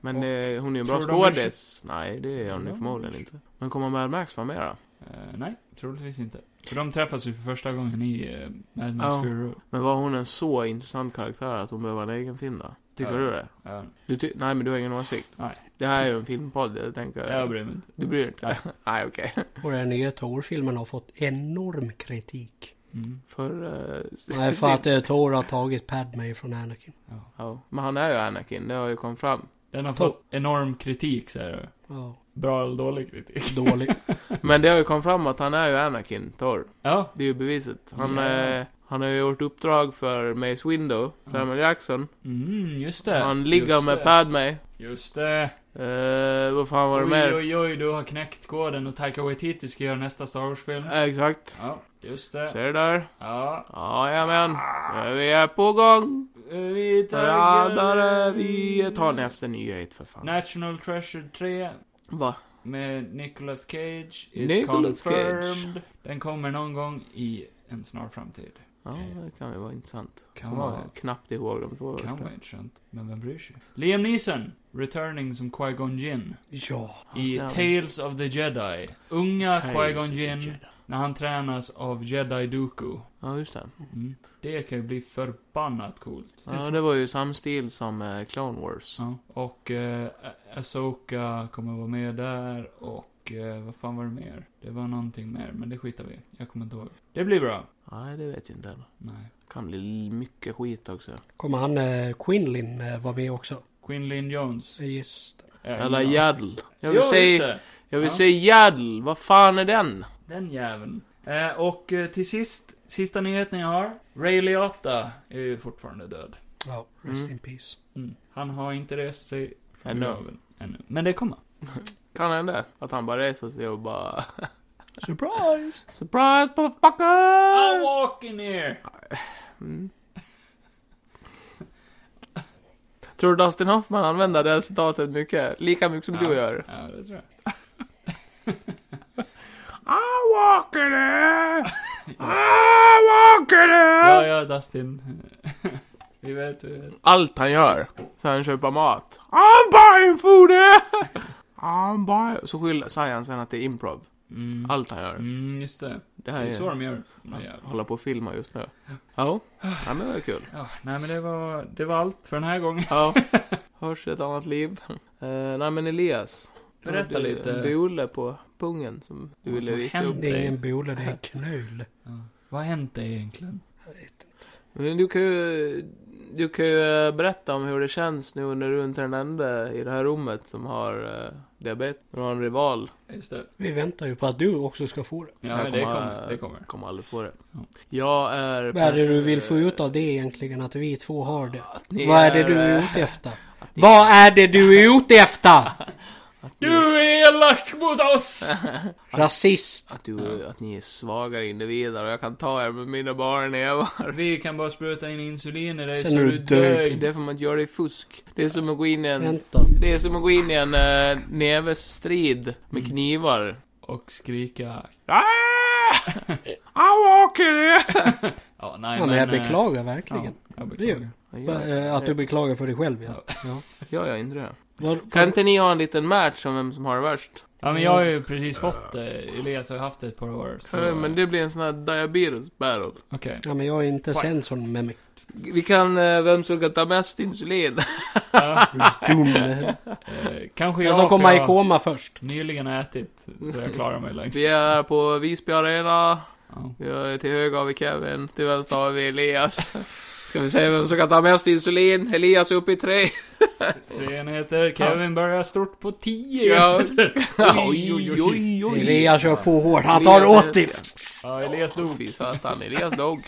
Speaker 2: Men
Speaker 1: och,
Speaker 2: eh, hon är ju en bra
Speaker 1: tror de är
Speaker 2: skådis. Nej, det är hon ju
Speaker 1: Ja,
Speaker 2: förmodligen
Speaker 1: kanske.
Speaker 2: inte. Men kommer Mad Max vara med då?
Speaker 1: eh, nej, troligtvis inte. För de träffas ju för första gången i eh, Mad Max
Speaker 2: Ja.
Speaker 1: Fury Road.
Speaker 2: Men var hon en så intressant karaktär att hon behöver en egen film då? Tycker
Speaker 1: Ja.
Speaker 2: du det?
Speaker 1: Ja,
Speaker 2: Du ty- Nej men du har ingen åsikt?
Speaker 1: Nej.
Speaker 2: Det här är ju en filmpodd, jag tänker...
Speaker 1: jag bryr mig inte.
Speaker 2: Du Eh, bryr dig inte? *laughs* Nej okej.
Speaker 3: Och den nya Thor-filmen har fått enorm kritik.
Speaker 2: *laughs*
Speaker 1: Mm.
Speaker 2: För... eh,
Speaker 3: Nej, för
Speaker 2: *laughs*
Speaker 3: att eh, Thor har tagit Padme från Anakin.
Speaker 1: Ja.
Speaker 2: Ja, men han är ju Anakin, det har ju kommit fram.
Speaker 1: Den har
Speaker 3: Ta-
Speaker 1: fått enorm kritik säger du.
Speaker 3: Ja,
Speaker 1: Bra eller dålig kritik?
Speaker 3: dålig.
Speaker 2: *laughs* Men det har ju kommit fram att han är ju Anakin, Thor.
Speaker 1: Ja.
Speaker 2: Det är ju beviset. Han,
Speaker 1: Ja.
Speaker 2: eh, Han har ju gjort uppdrag för Mace Window, Samuel Jackson.
Speaker 1: Mm, just det.
Speaker 2: Han ligger
Speaker 1: just
Speaker 2: med
Speaker 1: det.
Speaker 2: Padme.
Speaker 1: Just det.
Speaker 2: Eh, vad fan var det
Speaker 1: Oj,
Speaker 2: mer?
Speaker 1: oj, oj, du har knäckt koden och Taika Waititi ska göra nästa Star Wars-film.
Speaker 2: Eh, Exakt.
Speaker 1: Ja, just det.
Speaker 2: Ser du där?
Speaker 1: Ja. Eh,
Speaker 2: Jajamän. Eh, Vi är på gång.
Speaker 1: Vi
Speaker 2: Radare, vi tar nästa nyhet för fan.
Speaker 1: National Treasure 3
Speaker 2: Va?
Speaker 1: med Nicolas Cage is
Speaker 2: Nicolas
Speaker 1: confirmed.
Speaker 2: Cage.
Speaker 1: Den kommer någon gång i en snar framtid.
Speaker 2: Ja, det kan ju vara intressant.
Speaker 1: Kan
Speaker 2: Kommer
Speaker 1: vara.
Speaker 2: knappt ihåg de två
Speaker 1: Kan
Speaker 2: första.
Speaker 1: vara intressant, men vem bryr sig? Liam Neeson, returning som Qui-Gon Jinn
Speaker 3: Ja.
Speaker 1: i
Speaker 2: stämmer.
Speaker 1: Tales of the Jedi. Unga
Speaker 2: Tales of the
Speaker 1: Qui-Gon Jinn
Speaker 2: Jedi.
Speaker 1: när han tränas av Jedi Dooku.
Speaker 2: Ja, just det.
Speaker 1: Mm. Det kan ju bli förbannat coolt.
Speaker 2: Ja, det var ju samma stil som eh, Clone Wars.
Speaker 1: Ja, och eh, Asoka kommer vara med där och eh, vad fan var det mer? Det var någonting mer, men det skitar vi Jag kommer inte ihåg. Det blir bra.
Speaker 2: Nej, det vet jag inte än.
Speaker 1: Nej.
Speaker 2: Kan bli mycket skit också.
Speaker 3: Kommer han eh, Quinlin eh, vara med också?
Speaker 1: Quinlin Jones.
Speaker 3: Eh, Just det.
Speaker 1: Äh,
Speaker 2: Eller
Speaker 1: ja.
Speaker 2: Yaddle. Jag
Speaker 1: Ja,
Speaker 2: vill
Speaker 1: just
Speaker 2: säga,
Speaker 1: det.
Speaker 2: jag vill
Speaker 1: Ja.
Speaker 2: säga Yaddle. Vad fan är den?
Speaker 1: Den jäveln. Eh, och eh, till sist, sista nyheten jag har. Ray Liotta är ju fortfarande död.
Speaker 3: Ja, rest
Speaker 2: Mm.
Speaker 3: in peace.
Speaker 1: Mm. Han har inte rest sig från
Speaker 2: Ännu.
Speaker 1: graven ännu. Men det kommer.
Speaker 2: Kan hända. Att han bara reser sig och bara... *laughs*
Speaker 3: Surprise!
Speaker 2: Surprise motherfuckers!
Speaker 1: I'm walking here!
Speaker 2: Mm. Tror du Dustin Hoffman använder det här citatet mycket? Lika mycket som
Speaker 1: Ja.
Speaker 2: du gör?
Speaker 1: Ja, det tror jag.
Speaker 2: I'm walking *laughs* here! I'm walking
Speaker 1: Ja,
Speaker 2: here!
Speaker 1: ja, Dustin. *laughs* vi vet, vi vet.
Speaker 2: Allt han gör. Så han köper mat. I'm buying *laughs* food here! I'm buying... Så skyller, säger han sen att det är improv.
Speaker 1: Mm.
Speaker 2: Allt han gör.
Speaker 1: Mm, just det.
Speaker 2: Det
Speaker 1: Det
Speaker 2: här
Speaker 1: är så
Speaker 2: är...
Speaker 1: de gör.
Speaker 2: Han
Speaker 1: Ja.
Speaker 2: håller på att filma just nu. Ja. Ja men det var kul.
Speaker 1: Ja, nej men det var, det var allt för den här gången. *laughs*
Speaker 2: Ja. Hörs ett annat liv. Uh, nej men Elias.
Speaker 1: Berätta
Speaker 2: du hade
Speaker 1: lite.
Speaker 2: En bule på pungen som du
Speaker 1: Vad
Speaker 2: ville
Speaker 1: som
Speaker 2: visa
Speaker 1: hände.
Speaker 2: upp.
Speaker 3: Det är
Speaker 1: Nej.
Speaker 3: ingen bole, det är en knöl.
Speaker 1: Vad har hänt dig egentligen?
Speaker 2: Men du kan ju... Du kan ju eh, berätta om hur det känns nu när du inte är den enda i det här rummet som har eh, diabetes. Du har en rival.
Speaker 1: Just det.
Speaker 3: Vi väntar ju på att du också ska få det.
Speaker 1: Ja,
Speaker 2: Jag
Speaker 1: men det
Speaker 2: kommer-
Speaker 1: kommer. Det kommer.
Speaker 2: Kommer aldrig få det.
Speaker 1: Ja.
Speaker 2: Jag är...
Speaker 3: Vad är det du vill få ut av det egentligen? Att vi två har det?
Speaker 2: ni
Speaker 3: Vad är det du
Speaker 2: eh,
Speaker 3: är ute efter? Vad är det du är ute efter?
Speaker 1: Du är elak mot
Speaker 2: *laughs*
Speaker 1: oss!
Speaker 3: Rasist.
Speaker 2: Att, du, att ni är svagare individer och jag kan ta er med mina barn nävar.
Speaker 1: Vi kan bara spruta in insulin i dig
Speaker 3: Sen
Speaker 1: så
Speaker 3: är
Speaker 1: du
Speaker 3: du
Speaker 1: dör.
Speaker 3: död.
Speaker 2: Det är för att man gör det i fusk. Det är som att gå in i en...
Speaker 3: Vänta.
Speaker 2: Det är som att gå in i en äh, nävesstrid med knivar.
Speaker 1: Och skrika.
Speaker 2: Ah! *laughs* I'm walking!
Speaker 1: Ja, nej
Speaker 3: Ja, men jag
Speaker 1: eh,
Speaker 3: beklagar verkligen.
Speaker 1: Ja, jag
Speaker 3: Det gör
Speaker 1: beklagar.
Speaker 3: jag.
Speaker 2: Ja,
Speaker 3: Va- eh, Att du beklagar för dig själv ja. ja.
Speaker 2: jag gör inte det.
Speaker 3: Var,
Speaker 2: Kan inte ni ha en liten match om vem som har det värst?
Speaker 1: Ja, men jag har ju precis fått det. Elias har ju haft det ett par år. Så...
Speaker 2: Eh, Men det blir en sån här diabetes battle.
Speaker 1: Okej.
Speaker 3: ja men jag är inte sensorn med mig.
Speaker 2: Vi kan, eh, vem som kan ta mest insulin.
Speaker 1: Ja,
Speaker 3: Dum.
Speaker 1: eh, kanske jag,
Speaker 3: Den som
Speaker 1: för
Speaker 3: kommer i
Speaker 1: jag
Speaker 3: koma först.
Speaker 1: nyligen har ätit, så jag klarar mig längst.
Speaker 2: Vi är på Visby Arena.
Speaker 1: Ja.
Speaker 2: Vi har- Till höger har vi Kevin, till vänster har vi Elias. Ska vi se vem som kan ta mest insulin? Elias är uppe i tre.
Speaker 1: Tre enheter. Kevin börjar stort på tio
Speaker 2: Ja.
Speaker 1: *laughs* enheter.
Speaker 3: Elias kör på hårt. Han tar
Speaker 2: Elias-
Speaker 3: 80.
Speaker 1: Ja, Elias dog.
Speaker 2: Fy satan, Elias dog.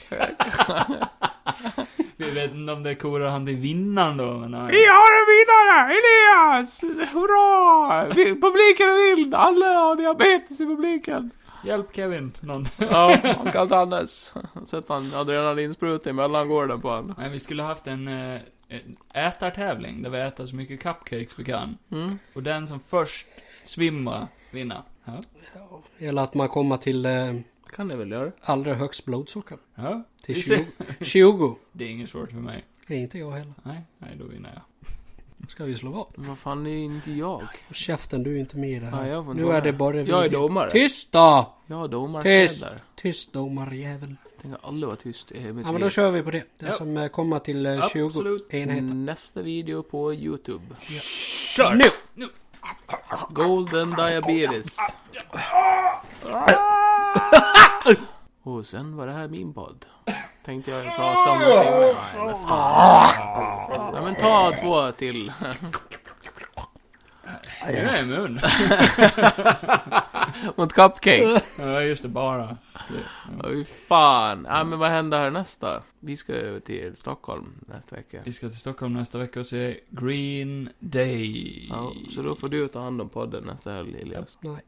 Speaker 1: Vi vet inte om det korar han till vinnaren då, men eh,
Speaker 2: Vi
Speaker 1: nej.
Speaker 2: har en vinnare! Elias! Hurra! Vi, publiken är vild! Alla har diabetes i publiken.
Speaker 1: Hjälp Kevin, någon.
Speaker 2: Ja, han kan inte andas. Sätter han adrenalinspruta i mellangården på honom.
Speaker 1: Nej, vi skulle haft en, eh, en ätartävling där vi äter så mycket cupcakes vi kan.
Speaker 2: Mm.
Speaker 1: Och den som först svimmar vinner. Ja.
Speaker 3: Eller att man kommer till eh,
Speaker 2: Kan det väl göra.
Speaker 3: allra högst blodsocker.
Speaker 1: ja. Vi
Speaker 3: Till
Speaker 1: ser.
Speaker 3: 20. 20.
Speaker 1: Det är inget svårt för mig.
Speaker 3: Nej, inte jag heller.
Speaker 1: Nej, nej då vinner jag.
Speaker 3: Ska vi slå vad?
Speaker 2: Men vad fan, det är ju inte jag.
Speaker 3: Och Käften, du är inte med i det här.
Speaker 2: Nej, jag får inte
Speaker 3: nu
Speaker 2: vara
Speaker 3: är det
Speaker 2: med.
Speaker 3: bara vi.
Speaker 2: Jag är domare.
Speaker 3: Tyst då!
Speaker 2: Jag har
Speaker 3: Tyst!
Speaker 2: domarkläder.
Speaker 3: Tyst domarjävel.
Speaker 2: Tänker aldrig vara tyst i mitt
Speaker 3: Ja men
Speaker 2: liv.
Speaker 3: då kör vi på det. Det
Speaker 1: Ja.
Speaker 3: som eh, kommer till eh, 20
Speaker 1: Absolut.
Speaker 2: Mm.
Speaker 3: enheter.
Speaker 2: Nästa video på Youtube.
Speaker 1: Kör!
Speaker 3: Nu!
Speaker 2: Golden Diabetes. Och sen var det här min podd. Tänkte jag prata om någonting med Nej men ta två till.
Speaker 1: Nu är jag i mun.
Speaker 2: Mot cupcake.
Speaker 1: Ja, just det, bara.
Speaker 2: Ja, Fy fan. Ja, men vad händer härnäst då? Vi ska över till Stockholm nästa vecka.
Speaker 1: Vi ska till Stockholm nästa vecka och se Green Day.
Speaker 2: Ja, så då får du ta hand om podden nästa helg, Elias.
Speaker 3: Nej.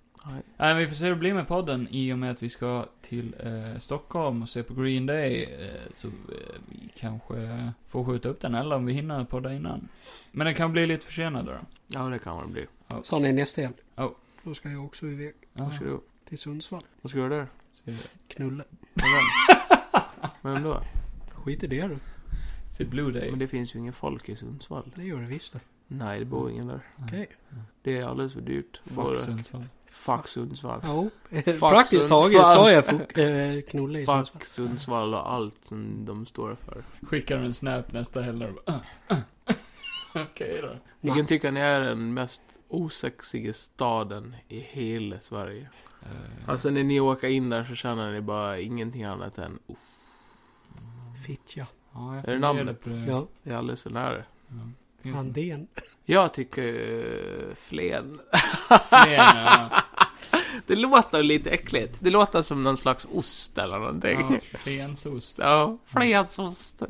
Speaker 1: Nej, vi får se hur det blir med podden i och med att vi ska till eh, Stockholm och se på Green Day. Eh, så eh, vi kanske får skjuta upp den, eller om vi hinner podda innan. Men den kan bli lite försenad då.
Speaker 2: Ja, det kan man bli.
Speaker 3: Så ni nästa helg.
Speaker 1: Ja.
Speaker 3: Då ska jag också iväg
Speaker 1: Ja,
Speaker 2: Vad ska du,
Speaker 3: till Sundsvall.
Speaker 2: vad ska du göra
Speaker 1: *laughs*
Speaker 2: där?
Speaker 1: se,
Speaker 3: Knulla.
Speaker 2: Med vem? Vem då?
Speaker 3: Skit i det du.
Speaker 1: se Blue Day.
Speaker 2: Men det finns ju ingen folk i Sundsvall.
Speaker 3: Det gör det visst det.
Speaker 2: Nej, det bor ingen där.
Speaker 3: Okej.
Speaker 2: Det är alldeles för dyrt.
Speaker 1: Fuck
Speaker 2: Både-
Speaker 1: Sundsvall.
Speaker 2: Fuck Sundsvall.
Speaker 3: Ja, eh,
Speaker 2: Fuck
Speaker 3: praktiskt taget
Speaker 2: Sundsvall.
Speaker 3: ska jag fok- eh, knulla i Sundsvall.
Speaker 2: Fuck Sundsvall och allt som de står för.
Speaker 1: Skickar en snap nästa helg och bara, "Ah, ah, ah." *laughs* Okej då.
Speaker 2: Vilken tycker ni är den mest osexiga staden i hela Sverige?
Speaker 1: Eh,
Speaker 2: Alltså när ni åker in där så känner ni bara ingenting annat än uff,
Speaker 3: Fittja.
Speaker 1: ja, jag
Speaker 2: Är det
Speaker 1: funderade
Speaker 2: namnet?
Speaker 1: på det.
Speaker 3: Ja,
Speaker 2: det är alldeles för nära.
Speaker 1: Ja. Finns det
Speaker 3: Andén.
Speaker 2: Jag tycker eh, Flen.
Speaker 1: fler?
Speaker 2: *laughs*
Speaker 1: Ja,
Speaker 2: Det låter lite äckligt. Det låter som någon slags ost eller någonting.
Speaker 1: ja, flensost.
Speaker 2: Ja, flensost.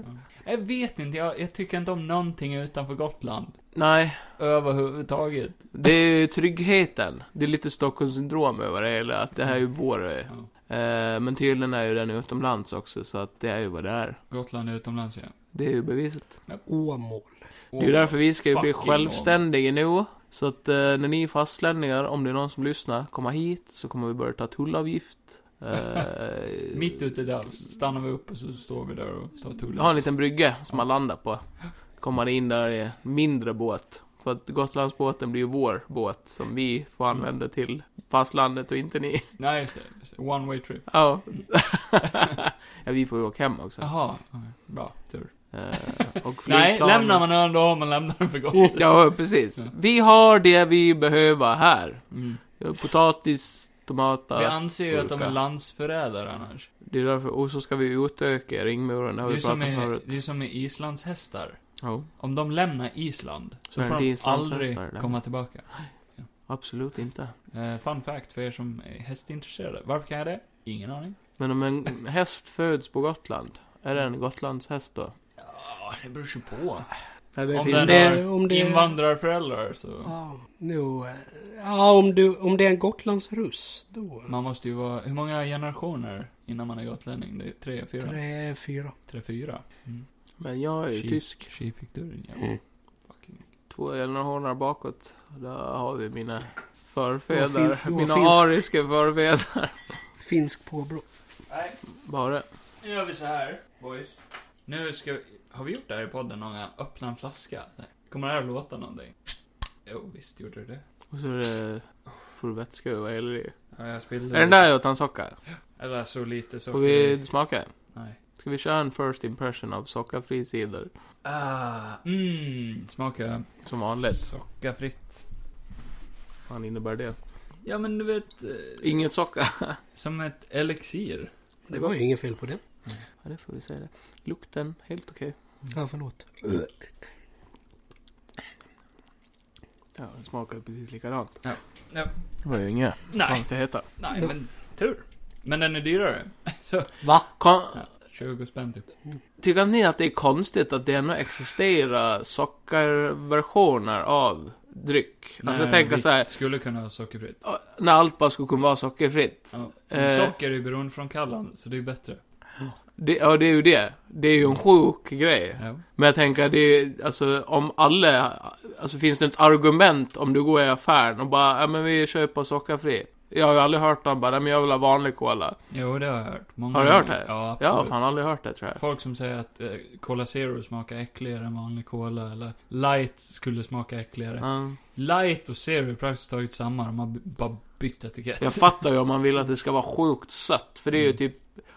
Speaker 1: Jag vet inte, jag, jag tycker inte om någonting utanför Gotland.
Speaker 2: Nej,
Speaker 1: Överhuvudtaget.
Speaker 2: det är ju tryggheten. Det är lite Stockholmssyndrom över det hela. Att det här är ju vår ö.
Speaker 1: Ja.
Speaker 2: Eh, Men tydligen är ju den utomlands också, så att det är ju vad det är.
Speaker 1: Gotland är utomlands ja.
Speaker 2: Det är ju beviset.
Speaker 3: Åmål.
Speaker 2: Det är ju därför vi ska ju bli
Speaker 1: fucking
Speaker 2: självständiga nu. Så att eh, när ni är fastlänningar, om det är någon som lyssnar, kommer hit så kommer vi börja
Speaker 1: *laughs*
Speaker 2: ta tullavgift. Eh,
Speaker 1: Mitt ute där stannar vi upp och så står vi där och tar
Speaker 2: Jag har en
Speaker 1: tullen.
Speaker 2: liten brygga som man landar på. Kommer in där i en mindre båt. För att Gotlandsbåten blir ju vår båt som vi får
Speaker 1: Mm.
Speaker 2: använda till fastlandet och inte ni.
Speaker 1: Nej, just det. just det. One way trip. *laughs*
Speaker 2: Ja. *laughs* ja, vi får ju åka hem också.
Speaker 1: Jaha, okej. bra. Tur.
Speaker 2: Eh, och
Speaker 1: Nej,
Speaker 2: flygplan-
Speaker 1: lämnar man ön då har man lämnar den för gott.
Speaker 2: *laughs* Ja, precis. Vi har det vi behöver här.
Speaker 1: Mm.
Speaker 2: Potatis,
Speaker 1: Vi
Speaker 2: tomater.
Speaker 1: anser ju att de är
Speaker 2: Olika.
Speaker 1: landsförrädare annars.
Speaker 2: Det är därför. Och så ska vi utöka ringmuren, det
Speaker 1: Det
Speaker 2: har
Speaker 1: är ju
Speaker 2: vi pratat
Speaker 1: som
Speaker 2: om
Speaker 1: är,
Speaker 2: förut.
Speaker 1: det är som med Islands hästar.
Speaker 2: Ja,
Speaker 1: Om de lämnar Island
Speaker 2: Så
Speaker 1: så
Speaker 2: är
Speaker 1: får
Speaker 2: det
Speaker 1: de
Speaker 2: Islands
Speaker 1: aldrig
Speaker 2: hästar där.
Speaker 1: komma tillbaka.
Speaker 2: absolut inte.
Speaker 1: Eh, fun fact för er som är hästintresserade. Varför kan jag det? Ingen aning.
Speaker 2: Men om en häst föds på Gotland, är det en Gotlandshäst då?
Speaker 1: Ja, det beror ju på.
Speaker 2: Ja,
Speaker 1: Om
Speaker 2: finns
Speaker 1: den
Speaker 2: det.
Speaker 1: har
Speaker 3: om det-
Speaker 1: invandrarföräldrar så.
Speaker 3: Ja, nu... eh, Ja, om, du, om det är en Gotlandsruss, då...
Speaker 1: Man måste ju vara, hur många generationer innan man är gotlänning? Det är tre, fyra?
Speaker 3: Tre, fyra.
Speaker 1: Tre, fyra. Mm.
Speaker 2: Men jag är ju
Speaker 1: Tji.
Speaker 2: tysk.
Speaker 1: Tji fick dörren, ja.
Speaker 3: Mm.
Speaker 1: Fucking.
Speaker 2: Två generationer bakåt. Där har vi mina
Speaker 3: Vad finns-
Speaker 2: förfäder.
Speaker 3: vad
Speaker 2: Mina
Speaker 3: finns-
Speaker 2: ariska förfäder.
Speaker 3: Finsk påbrå.
Speaker 1: Nej,
Speaker 2: Bara.
Speaker 1: nu gör vi så här, boys. Nu ska vi, har vi gjort det här i podden någon gång? Öppna en flaska? Nej. Kommer det här att låta någonting? Jo, visst gjorde det det.
Speaker 2: Och så är det... Får du vätska över hela det?
Speaker 1: Ja, jag spillde
Speaker 2: Är den där utan socker?
Speaker 1: Eller så lite så.
Speaker 2: Får vi smaka?
Speaker 1: Nej.
Speaker 2: Ska vi köra en first impression av sockerfri cider?
Speaker 1: Ah, mm, smaka
Speaker 2: Som vanligt.
Speaker 1: sockerfritt.
Speaker 2: Vad fan innebär det?
Speaker 1: Ja, men du vet, eh,
Speaker 2: Inget *laughs* socker.
Speaker 1: som ett elixir.
Speaker 3: Det var ju inget fel på det.
Speaker 2: Ja, det får vi säga det. Lukten, helt okej.
Speaker 3: Ja, förlåt.
Speaker 2: Ja, den smakar precis likadant.
Speaker 1: Ja. Ja.
Speaker 2: Det var ju inga
Speaker 1: Nej,
Speaker 2: konstigheter.
Speaker 1: nej, men tur. Men den är dyrare. Så,
Speaker 2: Va? Kon-
Speaker 1: 20 spänn typ.
Speaker 2: Tycker ni att det är konstigt att det ännu existerar sockerversioner av dryck? Alltså jag tänker
Speaker 1: vi
Speaker 2: så här,
Speaker 1: Skulle kunna ha sockerfritt.
Speaker 2: när allt bara skulle kunna vara sockerfritt.
Speaker 1: Ja.
Speaker 2: Eh.
Speaker 1: Socker är ju beroende från kallan, så det är bättre.
Speaker 2: Det, ja, det är ju det. Det är ju en sjuk grej.
Speaker 1: Ja.
Speaker 2: Men jag tänker, det är, alltså om alla, alltså finns det ett argument om du går i affären och bara, ja men vi köper sockerfri. Jag har ju aldrig hört någon bara, "Nej, men jag vill ha vanlig cola.
Speaker 1: Jo, det har jag hört. Många
Speaker 2: Har du hört
Speaker 1: gånger.
Speaker 2: det?
Speaker 1: Ja,
Speaker 2: Jag har
Speaker 1: absolut.
Speaker 2: fan aldrig hört det tror jag.
Speaker 1: Folk som säger att eh, Cola Zero smakar äckligare än vanlig Cola, eller Light skulle smaka äckligare.
Speaker 2: Ja.
Speaker 1: Light och Zero är praktiskt taget samma, de har b- bara bytt etikett.
Speaker 2: Jag fattar ju om man vill att det ska vara sjukt sött, för det är ju typ,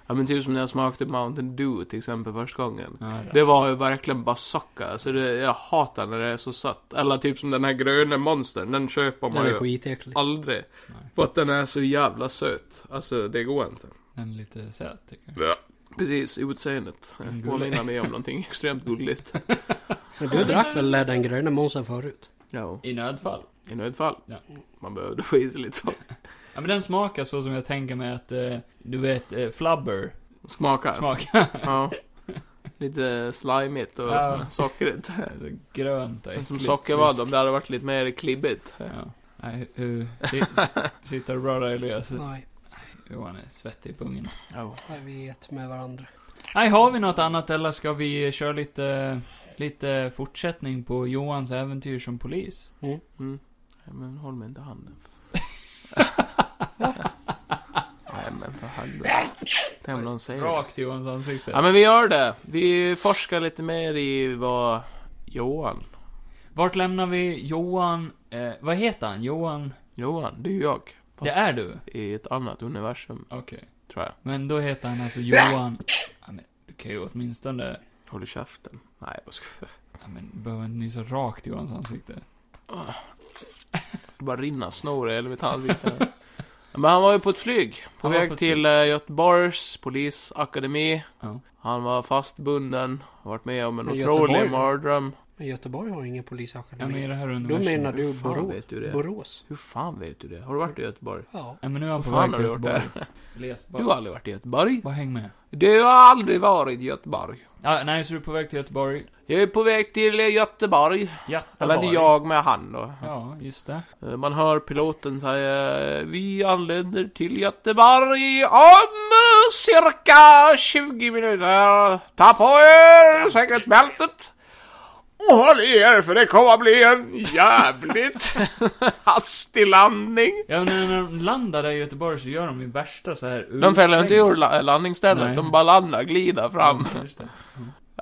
Speaker 2: ja men typ som när jag smakade Mountain Dew till exempel första gången.
Speaker 1: Ja, ja.
Speaker 2: Det var ju verkligen bara socker, alltså det, jag hatar när det är så sött. Eller typ som den här gröna monstern, den köper
Speaker 3: Den
Speaker 2: man
Speaker 3: är
Speaker 2: ju
Speaker 3: skitäcklig.
Speaker 2: aldrig.
Speaker 1: Nej.
Speaker 2: För att den är så jävla söt. Alltså det går inte.
Speaker 1: Den är lite söt, tycker jag.
Speaker 2: Precis, utseendet.
Speaker 1: Mm, gullig.
Speaker 2: Påminner mig om någonting extremt gulligt.
Speaker 3: Men du drack väl den gröna monsen förut?
Speaker 2: Ja,
Speaker 1: I nödfall.
Speaker 2: i nödfall.
Speaker 1: Ja.
Speaker 2: Man behövde få i sig lite socker.
Speaker 1: Ja, men den smakar så som jag tänker mig att, eh, du vet, eh, flubber
Speaker 2: Smakar.
Speaker 1: smakar.
Speaker 2: *laughs* Ja. Lite slimigt och
Speaker 1: Ja.
Speaker 2: sockrigt.
Speaker 1: Alltså, grönt och
Speaker 2: Som
Speaker 1: äckligt.
Speaker 2: sockervadd om det hade varit lite mer klibbigt.
Speaker 1: Ja. Nej, hur...
Speaker 2: *laughs*
Speaker 1: sit- Sitter bröder Elias.
Speaker 3: Nej,
Speaker 1: Johan är svettig i pungen.
Speaker 3: nej, vi ät med varandra.
Speaker 1: Nej, har vi något annat eller ska vi köra lite, lite fortsättning på Johans äventyr som polis?
Speaker 2: Mm. Nej, men håll mig inte
Speaker 1: *laughs*
Speaker 2: i handen. Nej men för helvete. Tänk om någon säger det.
Speaker 1: Rakt i Johans ansikte.
Speaker 2: Ja men vi gör det. Vi forskar lite mer i vad Johan.
Speaker 1: Vart lämnar vi Johan... Eh, vad heter han? Johan...
Speaker 2: Johan, det är ju jag. Fast
Speaker 1: Det är du?
Speaker 2: I ett annat universum,
Speaker 1: Okej.
Speaker 2: tror jag.
Speaker 1: Men då heter han alltså Johan... Ja, men, du kan ju åtminstone...
Speaker 2: Håller käften. Nej
Speaker 1: *laughs*
Speaker 2: jag ska...
Speaker 1: Ja, men, du behöver inte nysa rakt i Johans ansikte.
Speaker 2: bara rinna snor i helvete ansikte. Men han var ju på ett flyg. På
Speaker 1: Han var
Speaker 2: väg
Speaker 1: på ett
Speaker 2: till eh, Göteborgs polisakademi.
Speaker 1: Ja.
Speaker 2: Han var fastbunden. Har varit med om en
Speaker 3: Men
Speaker 2: otrolig
Speaker 3: Göteborg då?
Speaker 2: mardröm.
Speaker 3: Men Göteborg har ingen
Speaker 1: Ja, men i
Speaker 3: polisakademi.
Speaker 1: det här
Speaker 3: Då
Speaker 1: universum...
Speaker 3: menar
Speaker 2: Hur
Speaker 3: du
Speaker 2: fan
Speaker 3: Borå-
Speaker 2: vet du det?
Speaker 3: Borås?
Speaker 2: Hur fan vet du det? Har du varit i Göteborg?
Speaker 3: Ja.
Speaker 1: Ja, men nu är han
Speaker 2: Vad
Speaker 1: på
Speaker 2: fan
Speaker 1: väg
Speaker 2: har
Speaker 1: till
Speaker 2: du gjort
Speaker 1: Göteborg.
Speaker 2: där?
Speaker 1: Läs
Speaker 2: Du har aldrig varit i Göteborg.
Speaker 1: Bara häng med.
Speaker 2: Du har aldrig varit i Göteborg.
Speaker 1: Ja, nej, så du är på väg till Göteborg.
Speaker 2: Jag är på väg till eh, Göteborg. Eller
Speaker 1: Göteborg.
Speaker 2: det är jag med han då.
Speaker 1: Ja, just det.
Speaker 2: Eh, Man hör piloten säga eh, Vi anländer till Göteborg om eh, cirka 20 minuter. Ta på er säkerhetsbältet. Och håll i er för det kommer att bli en
Speaker 1: *laughs*
Speaker 2: jävligt hastig landning.
Speaker 1: Ja, men när de landar där i Göteborg så gör de ju värsta så här
Speaker 2: De fäller inte ur la- landningsstället,
Speaker 1: Nej. Mm.
Speaker 2: de bara landar, glider fram.
Speaker 1: Ja, just det.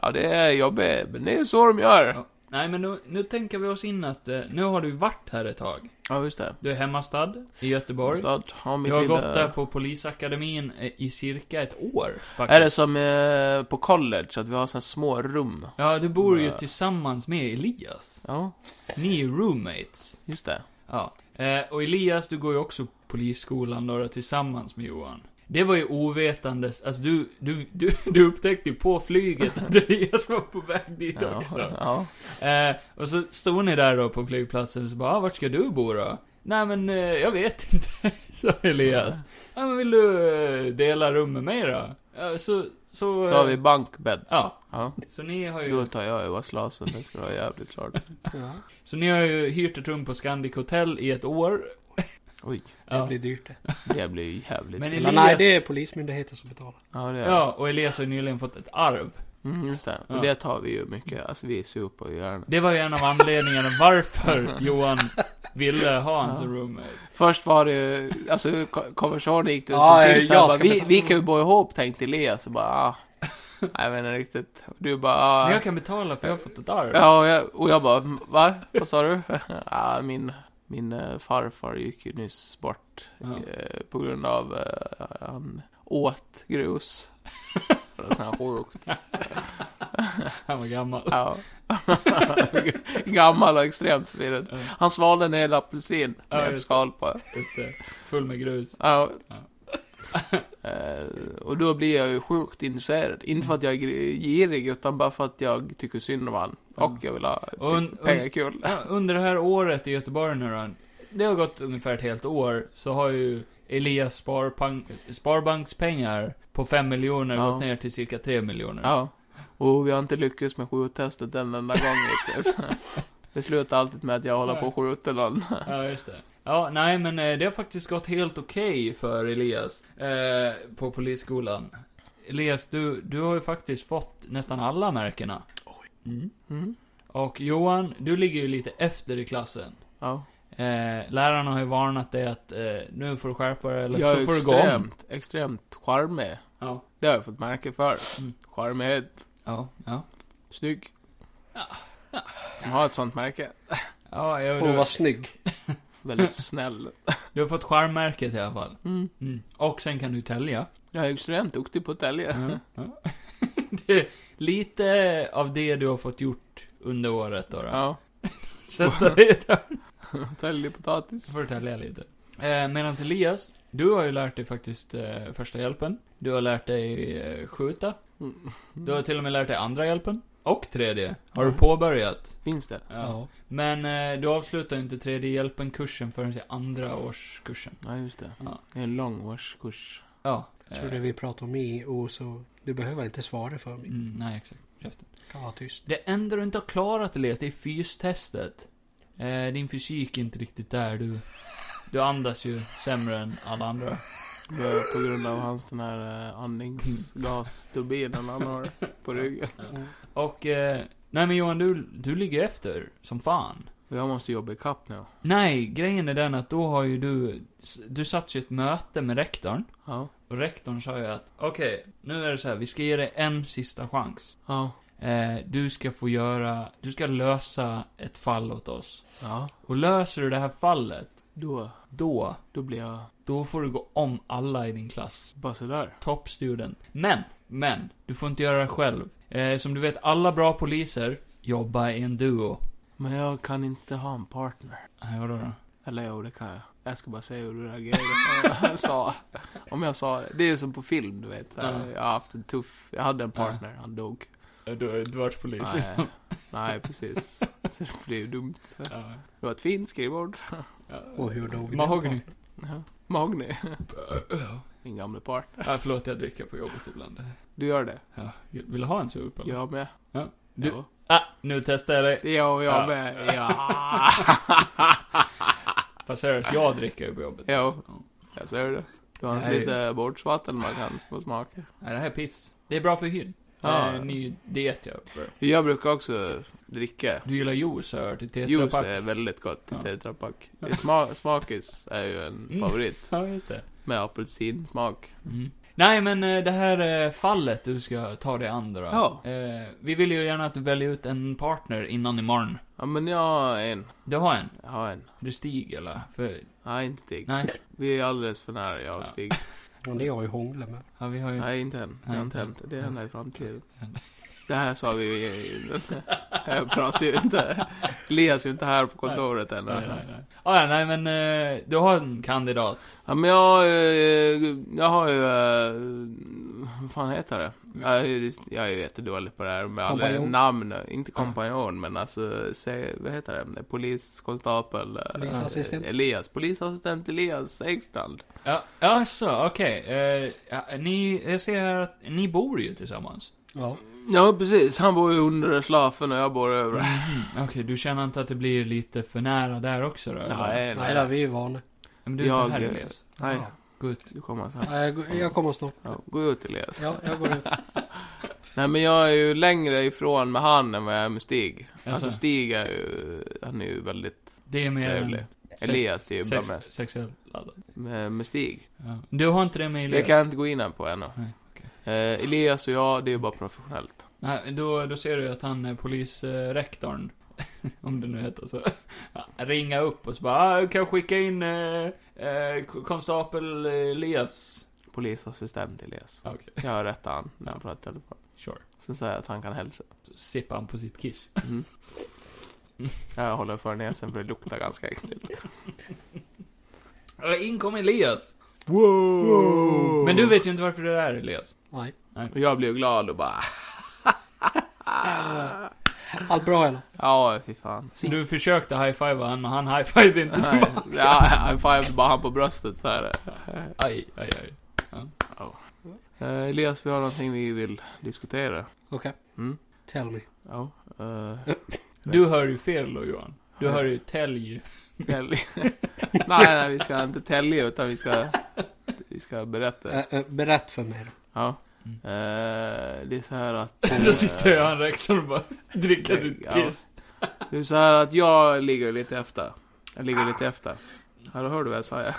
Speaker 2: Ja, det är jobbigt, men det är så de gör.
Speaker 1: Ja. Nej, men nu, nu tänker vi oss in att eh, nu har du varit här ett tag.
Speaker 2: Ja, just det.
Speaker 1: Du är hemmastad i Göteborg.
Speaker 2: Stad, ja, mitt
Speaker 1: Du har
Speaker 2: lilla-
Speaker 1: gått där på polisakademin eh, i cirka ett år. Faktiskt.
Speaker 2: Är det som eh, på college, att vi har såna här små rum?
Speaker 1: Ja, du bor ju tillsammans med Elias.
Speaker 2: Ja,
Speaker 1: Ni är roommates.
Speaker 2: just det.
Speaker 1: Ja. Eh, och Elias, du går ju också polisskolan då, tillsammans med Johan. Det var ju ovetandes, alltså du, du, du, *laughs* du upptäckte ju på flyget att *laughs* Elias var på väg dit också.
Speaker 2: ja.
Speaker 1: Eh, och så stod ni där då på flygplatsen och så bara, ah, vart ska du bo då? Nej men, eh, jag vet *laughs* inte, sa Elias. Ja men vill du eh, dela rum med mig då? Ja, så, så...
Speaker 2: Så har vi
Speaker 1: eh,
Speaker 2: bankbeds.
Speaker 1: Ja.
Speaker 2: ja.
Speaker 1: Så ni har
Speaker 2: Då
Speaker 1: ju,
Speaker 2: tar jag Övaslasen, det ska vara jävligt klart.
Speaker 3: ja.
Speaker 1: så ni har ju hyrt ett rum på Scandic Hotel i ett år.
Speaker 2: Oj,
Speaker 3: Det
Speaker 1: Ja.
Speaker 3: blir dyrt det.
Speaker 2: det blir ju jävligt.
Speaker 1: Men
Speaker 3: Eller
Speaker 1: Elias-
Speaker 3: nej, det är polismyndigheten som betalar.
Speaker 2: Ja, det är
Speaker 1: Ja, och Elias har ju nyligen fått ett arv.
Speaker 2: mm, just det. Och
Speaker 1: Ja.
Speaker 2: det tar vi ju mycket, alltså vi ser upp och gör
Speaker 1: Det var ju en av anledningarna varför Johan ville ha en som roommate.
Speaker 2: Först var det ju, alltså ko- konversationen gick det
Speaker 3: Ja,
Speaker 2: som till så
Speaker 3: jag
Speaker 2: jag bara,
Speaker 3: ska
Speaker 2: vi,
Speaker 3: betala.
Speaker 2: vi kan ju bo ihop tänkte Elias och bara, ah. Nej, jag vet inte riktigt. Du bara, ah.
Speaker 1: Men jag kan betala för jag har fått ett arv.
Speaker 2: Ja, och jag, och jag bara, "M- va? Vad sa du? *laughs* ja, min, min eh, farfar gick ju nyss bort
Speaker 1: Ja.
Speaker 2: eh, på grund av eh, han åt grus.
Speaker 1: *laughs*
Speaker 2: Det
Speaker 1: Alltså,
Speaker 2: var så här sjukt.
Speaker 1: Han var gammal.
Speaker 2: Ja. *laughs* Gammal och extremt förvirrad.
Speaker 1: Ja.
Speaker 2: Han svalde en hel apelsin
Speaker 1: Ja,
Speaker 2: med ett
Speaker 1: just
Speaker 2: skal på.
Speaker 1: Just det. eh, Full med grus.
Speaker 2: Ja.
Speaker 1: Ja.
Speaker 2: *laughs* Eh, och då blir jag ju sjukt intresserad. Inte för att jag är gri- girig, utan bara för att jag tycker synd om han. Och
Speaker 1: Ja.
Speaker 2: jag vill ha
Speaker 1: Och en-
Speaker 2: typ pengar kul.
Speaker 1: Ja, under det här året i Göteborg nu då, det har gått ungefär ett helt år, så har ju Elias sparpang, sparbankspengar på 5 miljoner
Speaker 2: Ja.
Speaker 1: gått ner till cirka 3 miljoner.
Speaker 2: Ja. Och vi har inte lyckats med skjuttestet en enda gång hittills. *laughs* Det slutar alltid med att jag håller på och skjuter någon.
Speaker 1: Ja, just det. Ja, nej men eh, det har faktiskt gått helt okej för Elias eh, på polisskolan. Elias, du, du har ju faktiskt fått nästan alla märkena. Mm.
Speaker 2: *laughs* Mm.
Speaker 1: Och Johan, du ligger ju lite efter i klassen.
Speaker 2: Ja.
Speaker 1: Eh, lärarna har ju varnat dig att eh, nu får du skärpa dig eller
Speaker 2: Jag
Speaker 1: så
Speaker 2: är
Speaker 1: får du gå om.
Speaker 2: extremt, extremt charmig.
Speaker 1: Ja,
Speaker 2: Det har jag fått märke för.
Speaker 1: Mm.
Speaker 2: Charmighet.
Speaker 1: ja, ja.
Speaker 2: Snygg. Som har ett sånt märke.
Speaker 1: Ja, jag,
Speaker 3: Hon
Speaker 1: du,
Speaker 3: var snygg.
Speaker 1: *laughs*
Speaker 2: Väldigt snäll.
Speaker 1: du har fått charmmärket i alla fall.
Speaker 2: Mm.
Speaker 1: Mm. Och sen kan du tälja.
Speaker 2: Jag är extremt duktig på att tälja.
Speaker 1: Ja, ja. *laughs* det, lite av det du har fått gjort under året då. då.
Speaker 2: *laughs* Ja. *laughs*
Speaker 1: *laughs* Sätta dig där.
Speaker 2: Täljer
Speaker 1: Så
Speaker 2: potatis.
Speaker 1: får du tälja lite. Eh, Medan Elias, du har ju lärt dig faktiskt eh, första hjälpen. Du har lärt dig eh, skjuta.
Speaker 2: Mm.
Speaker 1: Du har till och med lärt dig andra hjälpen. Och tredje. Har du påbörjat.
Speaker 2: Finns det?
Speaker 1: Ja. Men eh, du avslutar ju inte tredje hjälpen-kursen förrän i andra årskursen.
Speaker 2: Ja, just det.
Speaker 1: Ja.
Speaker 2: Det är en lång årskurs.
Speaker 1: Ja.
Speaker 3: Jag tror
Speaker 1: eh,
Speaker 3: det vi pratar om i och så du behöver inte svara för mig.
Speaker 1: Mm, nej, exakt. Käften.
Speaker 3: Kan vara tyst.
Speaker 1: Det enda du inte har klarat Elias, det är fystestet. Eh, din fysik är inte riktigt där. Du, du andas ju sämre än alla andra.
Speaker 2: På grund av hans den här eh, andningsgasturbinen han har
Speaker 1: *laughs*
Speaker 2: på ryggen.
Speaker 3: Mm.
Speaker 1: Och, eh, nej men Johan, du, du ligger efter som fan.
Speaker 2: Och Jag måste jobba ikapp nu.
Speaker 1: Nej, grejen är den att då har ju du, du satt i ett möte med rektorn.
Speaker 2: Ja.
Speaker 1: Och rektorn sa ju att, okej, nu är det så här, vi ska ge dig en sista chans.
Speaker 2: Ja.
Speaker 1: Eh, du ska få göra, du ska lösa ett fall åt oss.
Speaker 2: Ja.
Speaker 1: Och löser du det här fallet,
Speaker 2: Då,
Speaker 1: då,
Speaker 2: då blir jag
Speaker 1: då får du gå om alla i din klass.
Speaker 2: bara sådär.
Speaker 1: Top student. Men, men, du får inte göra det själv. Eh, som du vet, alla bra poliser jobbar i en duo.
Speaker 2: Men jag kan inte ha en partner.
Speaker 1: Nej, vadå då?
Speaker 2: Eller jo, det kan jag. Jag ska bara säga hur du *laughs* reagerade. Jag sa, om jag sa det. Det är ju som på film, du vet. Så här,
Speaker 1: Ja.
Speaker 2: Jag har haft en tuff... Jag hade en partner, han dog.
Speaker 1: Eh, Du har inte varit polis. *laughs*
Speaker 2: Nej, nej precis. Så det blir ju dumt. Det var ett fint skrivbord.
Speaker 3: Och hur dog den
Speaker 1: Mahogny.
Speaker 2: Ja. Magni. Min gamla partner.
Speaker 1: Ja, förlåt, jag dricker på jobbet ibland.
Speaker 2: Du gör det?
Speaker 1: Ja. Vill du ha en sup eller?
Speaker 2: Jag med.
Speaker 1: Ja. Du-
Speaker 2: Du?
Speaker 1: Ah, nu testar jag dig.
Speaker 2: Det gör jag
Speaker 1: Ja.
Speaker 2: med. Ja.
Speaker 1: Fast seriöst, jag dricker ju på jobbet.
Speaker 2: Jo. Jag ser det. Du har
Speaker 1: Nej.
Speaker 2: lite bordsvatten man kan få smaka.
Speaker 1: Nej, det här är piss. Det är bra för hyn.
Speaker 2: Ja.
Speaker 1: Ja. Eh, ny diet jag börjar.
Speaker 2: Jag brukar också dricka.
Speaker 1: Du gillar juice har jag hört, i Tetra
Speaker 2: Juice
Speaker 1: Pak.
Speaker 3: eh.
Speaker 2: är väldigt gott i
Speaker 1: Ja.
Speaker 2: Tetra Pak. *laughs* Sma- Smakis är ju en
Speaker 1: Mm.
Speaker 2: favorit.
Speaker 1: Ja, just det.
Speaker 2: Med apelsinsmak.
Speaker 1: Mm. Nej, men eh, det här eh, fallet du ska ta dig an då.
Speaker 2: Ja.
Speaker 1: Eh, Vi vill ju gärna att du väljer ut en partner innan imorgon.
Speaker 2: Ja men jag har en.
Speaker 1: Du har en?
Speaker 2: Jag har en.
Speaker 1: Är det Stig eller? För,
Speaker 2: Nej inte Stig.
Speaker 1: nej?
Speaker 2: Vi är alldeles för nära jag och
Speaker 1: Ja.
Speaker 2: Stig.
Speaker 3: Men det har jag hånglat med.
Speaker 1: Ja, vi har ju...
Speaker 2: Nej, inte än. Det
Speaker 1: Nej,
Speaker 2: har inte
Speaker 1: inte
Speaker 2: hänt. Det händer i framtiden.
Speaker 1: Ja.
Speaker 2: Det här sa vi ju i- *laughs* Jag pratar ju inte. Elias är ju inte här på kontoret än.
Speaker 1: Nej, nej, nej. Ah, ja, nej, men eh, du har en kandidat.
Speaker 2: Ja, men jag, eh, jag har ju... eh, Vad fan heter det?
Speaker 1: Mm.
Speaker 2: Jag, är ju- jag är ju jättedålig på det här med alla
Speaker 3: Kompanjon.
Speaker 2: namn. Inte kompanjon, men alltså... Se, vad heter det? Poliskonstapel... eh,
Speaker 3: Polisassistent.
Speaker 2: Elias. Polisassistent Elias Ekstrand.
Speaker 1: Ja, ja så okej. Eh, ja, ni, jag ser här att ni bor ju tillsammans.
Speaker 3: Ja.
Speaker 2: Ja, precis. Han bor ju under slafen och jag bor över.
Speaker 1: Mm, okej, du känner inte att det blir lite för nära där också då? eller?
Speaker 2: Nej,
Speaker 3: Nej då, vi är vana.
Speaker 1: Men du är
Speaker 2: Jag-
Speaker 1: inte här Elias.
Speaker 2: Nej,
Speaker 3: Ja.
Speaker 1: Gå ut.
Speaker 2: du kommer sen.
Speaker 3: Nej, Jag, går- jag kommer snart.
Speaker 2: Ja, gå ut Elias.
Speaker 3: Ja, jag går ut.
Speaker 2: Nej men jag är ju längre ifrån med han än vad jag är med Stig. Alltså,
Speaker 1: Alltså,
Speaker 2: Stig är ju, han är ju väldigt
Speaker 1: det är mer
Speaker 2: trevlig.
Speaker 1: än
Speaker 2: Elias är ju bara
Speaker 1: sex,
Speaker 2: mest
Speaker 1: sexuell laddad.
Speaker 2: med, med Stig.
Speaker 1: Ja. Du har inte det med
Speaker 2: Det
Speaker 1: Elias?
Speaker 2: kan jag inte gå in på ännu.
Speaker 1: Nej, okej.
Speaker 2: Eh, Elias och jag, det är ju bara professionellt.
Speaker 1: Nej, då, då ser du ju att han är polisrektorn. *laughs* Om det nu heter så. Ja, Ringa upp och så bara, ah, kan jag skicka in eh, eh, konstapel Elias?
Speaker 2: Polisassistent Elias.
Speaker 1: Ja, Ah, Okej,
Speaker 2: Jag rättar han när han pratar i telefon.
Speaker 1: sure.
Speaker 2: Sen säger jag att han kan hälsa.
Speaker 1: Så sippar han på sitt kiss.
Speaker 2: Mm. *laughs* Jag håller för näsen för det luktar ganska äckligt.
Speaker 1: Ja, In kom Elias!
Speaker 2: Wow!
Speaker 1: Men du vet ju inte varför du är där Elias.
Speaker 3: Nej.
Speaker 2: Och jag blir ju glad och bara...
Speaker 3: Allt bra eller?
Speaker 2: Ja, fy fan.
Speaker 1: Så du försökte high-fivea han, men han high-fivade inte
Speaker 2: Nej,
Speaker 1: tillbaka.
Speaker 2: ja, jag får bara han på bröstet så här.
Speaker 1: Aj, aj, aj.
Speaker 2: Eh, Elias, vi har någonting vi vill diskutera.
Speaker 3: Okej.
Speaker 2: Mm.
Speaker 3: Tell me.
Speaker 2: Ja. eh,
Speaker 1: Du hör ju fel då Johan. Du hör ju tälj.
Speaker 2: tälj. *laughs* nej, nej, vi ska inte tälja utan vi ska, vi ska berätta.
Speaker 3: Ä- ä, berätt för mig då.
Speaker 2: Ja.
Speaker 1: Mm.
Speaker 2: Eh, det är så här att...
Speaker 3: *laughs*
Speaker 1: Så sitter ju han rektorn och bara dricker sitt
Speaker 2: Ja.
Speaker 1: kiss.
Speaker 2: Det är så här att jag ligger lite efter. Jag ligger lite efter. Ja, då hör du vad jag sa.
Speaker 3: *laughs*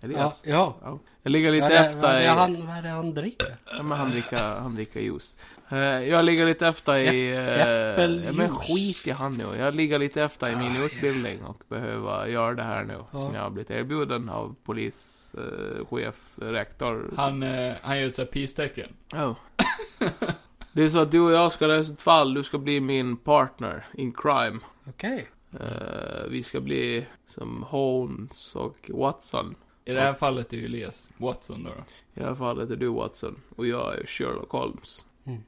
Speaker 3: Ja.
Speaker 2: Elias.
Speaker 3: ja.
Speaker 2: Jag ligger lite
Speaker 3: Vad är det-
Speaker 2: efter
Speaker 3: vad är
Speaker 2: i...
Speaker 3: det han, vad är det han dricker?
Speaker 2: Ja, men han dricker, han dricker juice. Eh, jag ligger lite efter i... eh,
Speaker 3: äppeljuice.
Speaker 2: ja, men skit i han nu. Jag ligger lite efter i min utbildning och behöver göra det här nu.
Speaker 3: Ja.
Speaker 2: Som jag har blivit erbjuden av polis, eh, chef, rektor.
Speaker 1: Han, eh, han gör ett sånt här peace-tecken.
Speaker 2: Ja. *laughs* Det är så att du och jag ska lösa ett fall. Du ska bli min partner in crime.
Speaker 3: Okej.
Speaker 2: Eh, vi ska bli som Holmes och Watson.
Speaker 1: I det här fallet är ju Elias Watson då. då.
Speaker 2: I det här fallet är du Watson och jag är Sherlock Holmes.
Speaker 3: Mm.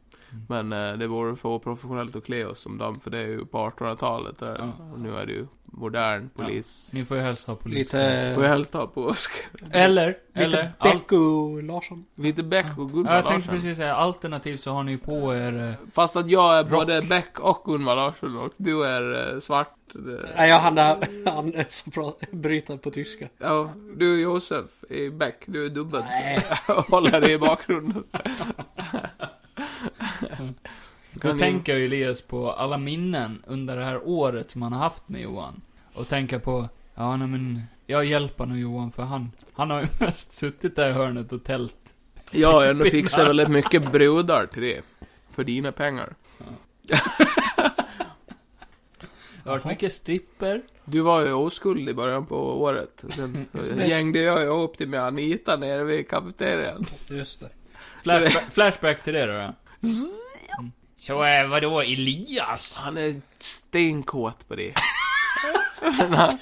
Speaker 2: Men eh, det vore för professionellt att klä oss som dem, för det är ju på 1800-talet. där.
Speaker 1: Ja.
Speaker 2: Och nu är det ju modern polis.
Speaker 1: Ni får ju helst ha polis.
Speaker 3: Lite,
Speaker 2: Får jag helst ta på oss? *laughs*
Speaker 1: Eller,
Speaker 3: lite
Speaker 1: eller. Al-
Speaker 3: Becko Larsson.
Speaker 2: Lite Beck och Gunnar
Speaker 1: ja, jag
Speaker 2: Larsson.
Speaker 1: tänkte precis säga, alternativt så har ni ju på er... eh,
Speaker 2: Fast att jag är
Speaker 1: Rock.
Speaker 2: både Beck och Gunnar Larsson och du är eh, svart. eh,
Speaker 3: Nej, jag hann han som *laughs* pratar- bryter på tyska.
Speaker 2: Ja, du är Josef i Beck, du är dubbel. *laughs* Håller dig i bakgrunden.
Speaker 1: Då
Speaker 2: ni-
Speaker 1: tänker ju Elias på alla minnen under det här året som han har haft med Johan. Och tänka på, ja nej men, jag hjälper nog Johan för han, han har ju *laughs* mest suttit där i hörnet och tält.
Speaker 2: Ja, jag fixar väldigt mycket brudar till det. För dina pengar.
Speaker 1: Det har varit mycket stripper.
Speaker 2: Du var ju oskuld i början på året. Sen så gängde jag ju upp till med Anita nere vid kafeterian.
Speaker 3: Just det.
Speaker 1: *laughs* Flashback, flashback till det då. ja. Så eh, vadå Elias?
Speaker 2: Han är stenkåt på det. *laughs* Men han-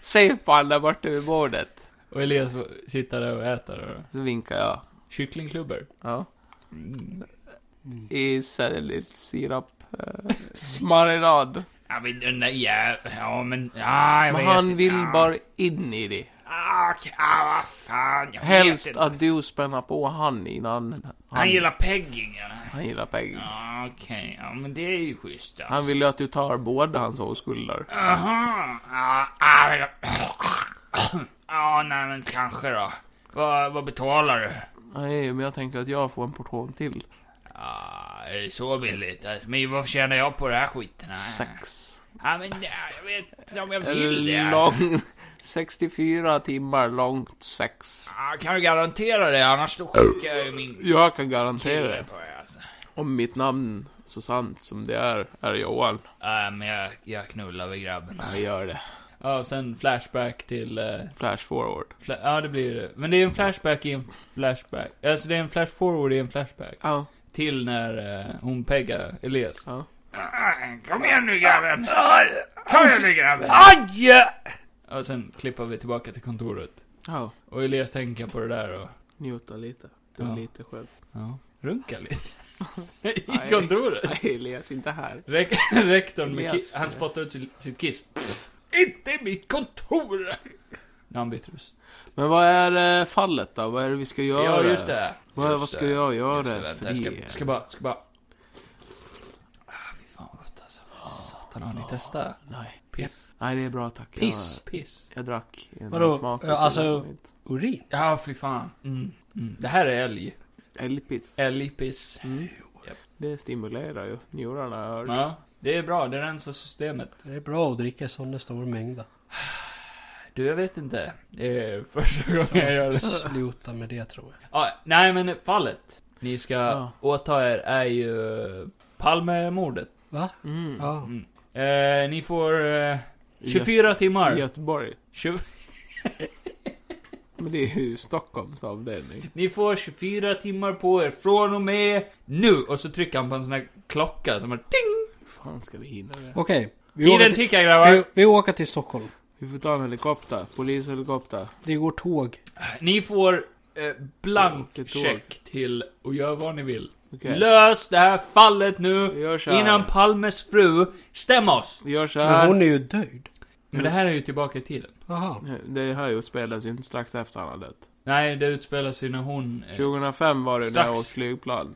Speaker 2: Se på han där borta vid bordet.
Speaker 1: Och Elias sitter där och äter. då, då.
Speaker 2: Så vinkar jag.
Speaker 1: Kycklingklubbor.
Speaker 2: Ja.
Speaker 1: Mm.
Speaker 2: I så- lite sirap.
Speaker 1: *laughs*
Speaker 2: eh, Marinad.
Speaker 1: Ja men den där jä- ja men, ja jag
Speaker 2: Men
Speaker 1: vet
Speaker 2: han
Speaker 1: inte.
Speaker 2: vill
Speaker 1: Ja.
Speaker 2: bara in i det.
Speaker 1: Ah, okej, ah vad fan, jag vet
Speaker 2: Helst
Speaker 1: inte.
Speaker 2: att du spänner på han innan han,
Speaker 1: Han gillar pegging eller?
Speaker 2: han gillar Peggy.
Speaker 1: Ja, Okej, ja men det är ju schysst då.
Speaker 2: Han vill ju att du tar båda hans oskulder.
Speaker 1: Aha, ja, ah, men- *coughs* ja, nej men kanske då. Vad, vad betalar du?
Speaker 2: Nej, men jag tänker att jag får en portion till.
Speaker 1: Ja, är det så billigt? Alltså, men vad tjänar jag på den här skiten? Nej.
Speaker 2: Sex.
Speaker 1: Ja, men ja, jag vet inte om jag vill det.
Speaker 2: Lång... 64 timmar långt sex.
Speaker 1: Ja, kan du garantera det? Annars då skickar jag ju min
Speaker 2: Jag kan garantera
Speaker 1: kille
Speaker 2: det.
Speaker 1: på er alltså.
Speaker 2: Om mitt namn, så sant som det är, är Johan.
Speaker 1: Nej, men jag, jag knullar med grabben.
Speaker 2: Jag gör det.
Speaker 1: Ja, och sen flashback till... eh,
Speaker 2: Flash forward.
Speaker 1: Fla- Ja, det blir det. Men det är en flashback i en flashback. Alltså det är en flash forward i en flashback.
Speaker 2: Ja.
Speaker 1: Till när eh, hon peggar Elias.
Speaker 2: Ja.
Speaker 1: Kom igen nu grabben! Kom igen nu grabben!
Speaker 2: Aj!
Speaker 1: Och sen klipper vi tillbaka till kontoret.
Speaker 2: Ja.
Speaker 1: Och Elias tänker på det där och...
Speaker 2: Njuta lite. Det var
Speaker 1: Ja.
Speaker 2: lite skönt.
Speaker 1: Ja, runka
Speaker 2: *laughs*
Speaker 1: lite.
Speaker 2: Nej.
Speaker 1: I kontoret.
Speaker 2: *laughs* Nej, Elias, inte här.
Speaker 1: Rek *laughs* rektorn med
Speaker 2: Elias.
Speaker 1: ki- Han spottar ut sitt, sitt kiss. Pff, Inte i mitt kontor! När han byter röst.
Speaker 2: Men vad är eh, fallet då? Vad är det vi ska göra?
Speaker 1: Ja, just det.
Speaker 2: Vad,
Speaker 1: Just
Speaker 2: vad ska
Speaker 1: det.
Speaker 2: jag göra?
Speaker 1: Just det, vänta,
Speaker 2: för
Speaker 1: jag
Speaker 2: det?
Speaker 1: ska, ska bara, ska bara... Ah, fy fan vad gott alltså. Satan, har ni testat?
Speaker 2: Nej.
Speaker 1: Piss.
Speaker 2: Nej, det är bra tack.
Speaker 1: Piss. Piss.
Speaker 2: Jag, jag drack en
Speaker 3: Vadå?
Speaker 2: smak.
Speaker 3: Ja, alltså- Urin.
Speaker 1: Ja, fy fan. Mm. Mm. Det här är älg.
Speaker 2: Älgpiss. Mm.
Speaker 1: Älgpiss.
Speaker 2: Det stimulerar ju njurarna. Jag hörde.
Speaker 1: Ja, det är bra. Det rensar systemet.
Speaker 3: Det är bra att dricka sådana stora mängder.
Speaker 1: Du, jag vet inte. Det är första gången jag gör det.
Speaker 2: *laughs*
Speaker 3: Sluta med det tror jag.
Speaker 1: Ja, nej, men fallet ni ska
Speaker 2: Ja.
Speaker 1: åta er är ju Palmemordet.
Speaker 3: Va?
Speaker 2: Mm.
Speaker 3: Ja.
Speaker 1: Mm. Eh, ni får eh, 24 timmar.
Speaker 2: I Göteborg.
Speaker 1: 20
Speaker 2: Men det är ju Stockholms avdelning.
Speaker 1: Ni får 24 timmar på er från och med nu! Och så trycker han på en sån här klocka som är ding!
Speaker 2: Hur fan ska vi hinna det?
Speaker 3: Okej. Vi, åker
Speaker 1: Tiden
Speaker 3: till-
Speaker 1: tickar grabbar!
Speaker 3: vi, vi åker till Stockholm.
Speaker 2: Vi får ta en helikopter. Polishelikopter.
Speaker 3: Det går tåg.
Speaker 1: Ni får eh, blank
Speaker 2: Åker tåg.
Speaker 1: check till och gör vad ni vill.
Speaker 2: Okej.
Speaker 1: Lös det här fallet nu!
Speaker 2: Vi gör så här.
Speaker 1: Innan Palmes fru stämmer oss!
Speaker 2: Vi gör så
Speaker 3: Men
Speaker 2: här.
Speaker 3: hon är ju död.
Speaker 1: Men det här är ju tillbaka i tiden.
Speaker 3: Jaha.
Speaker 2: Det här utspelas ju inte strax efter han har dött.
Speaker 1: Nej, det utspelar sig när hon... Eh,
Speaker 2: 2005 var det när jag
Speaker 1: Strax.
Speaker 2: åt flygplan.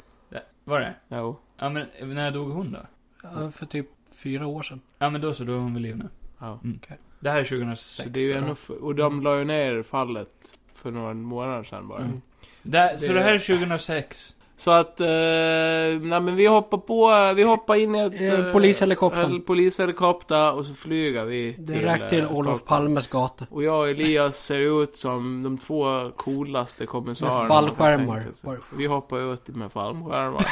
Speaker 1: var det?
Speaker 2: Jo.
Speaker 1: Ja men, eh, när dog hon då?
Speaker 3: Ja, för typ fyra år sedan.
Speaker 1: Ja men då så, då är hon vid liv nu.
Speaker 2: Ja.
Speaker 1: Det här är
Speaker 2: Så
Speaker 1: 2006.
Speaker 2: det är ju
Speaker 1: då.
Speaker 2: ändå f- och de la ju ner fallet för några månader sedan bara.
Speaker 1: Mm. Där, så
Speaker 2: det-
Speaker 1: det här är 2006.
Speaker 2: Så att, eh, nej men vi hoppar på, vi hoppar in i ett...
Speaker 3: Eh, polishelikoptern.
Speaker 2: en polishelikopter och så flyger vi
Speaker 3: Direkt till
Speaker 2: eh,
Speaker 3: Olof
Speaker 2: Stockholm.
Speaker 3: Palmes gata.
Speaker 2: Och jag och Elias ser ut som de två coolaste kommissarerna.
Speaker 3: Med
Speaker 2: man kan
Speaker 3: fallskärmar.
Speaker 2: tänka sig. Vi hoppar ut med
Speaker 3: *laughs*
Speaker 2: fallskärmar.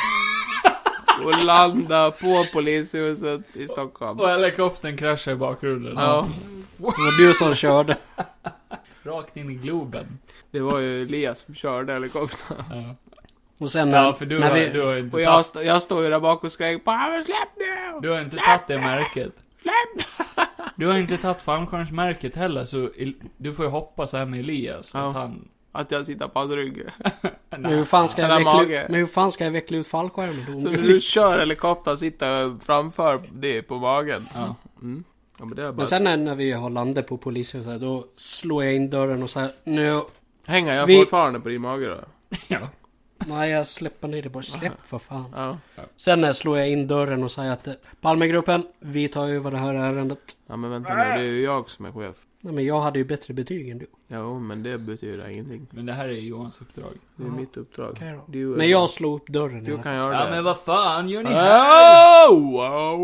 Speaker 2: och landar på polishuset i Stockholm.
Speaker 1: Och helikoptern kraschar i bakgrunden.
Speaker 2: Ja,
Speaker 3: Det var du som körde.
Speaker 1: Rakt in i Globen.
Speaker 2: det var ju Elias som körde helikoptern.
Speaker 1: Ja,
Speaker 3: Och sen när,
Speaker 1: ja för du
Speaker 3: när
Speaker 1: har,
Speaker 3: vi...
Speaker 1: du har inte
Speaker 2: Och jag,
Speaker 1: tagit
Speaker 2: st- jag står ju där bak och skrek på honom, släpp nu!
Speaker 1: du har inte tagit det märket. Du har inte tagit fallskärmsmärket heller, så El- du får ju hoppa så här med Elias.
Speaker 2: Ja.
Speaker 1: Att han...
Speaker 2: Att jag sitter på hans
Speaker 3: Mm.
Speaker 2: rygg.
Speaker 3: Men hur fan ska jag
Speaker 2: Eller
Speaker 3: veckla,
Speaker 2: mage.
Speaker 3: ut- men hur fan ska jag veckla ut fallskärmen då?
Speaker 2: Så när du kör helikoptern sitter jag framför det på magen.
Speaker 1: Ja.
Speaker 2: *laughs* Mm. Ja, men det är bara...
Speaker 3: Men sen när, när vi har landat på polishuset då slår jag in dörren och så här, nu,
Speaker 2: Hänger jag
Speaker 3: Vi-
Speaker 2: fortfarande på din mage då?
Speaker 1: Ja.
Speaker 3: nej jag släpper ner det bara, släpp för fan.
Speaker 2: Ja.
Speaker 3: Sen när slår jag in dörren och säger att eh, Palmegruppen, vi tar över det här ärendet.
Speaker 2: ja, men vänta nu. Det är ju jag som är chef.
Speaker 3: Nej men jag hade ju bättre betyg än du.
Speaker 2: Jo, men det betyder ingenting.
Speaker 1: Men det här är Johans uppdrag.
Speaker 2: Det är
Speaker 3: Ja.
Speaker 2: mitt uppdrag.
Speaker 3: Okej då.
Speaker 2: Du är-
Speaker 3: Men jag slog upp dörren. i
Speaker 2: Du
Speaker 3: alla fall.
Speaker 2: kan göra
Speaker 1: Ja
Speaker 2: det.
Speaker 1: men vad fan gör ni här?
Speaker 2: Wow,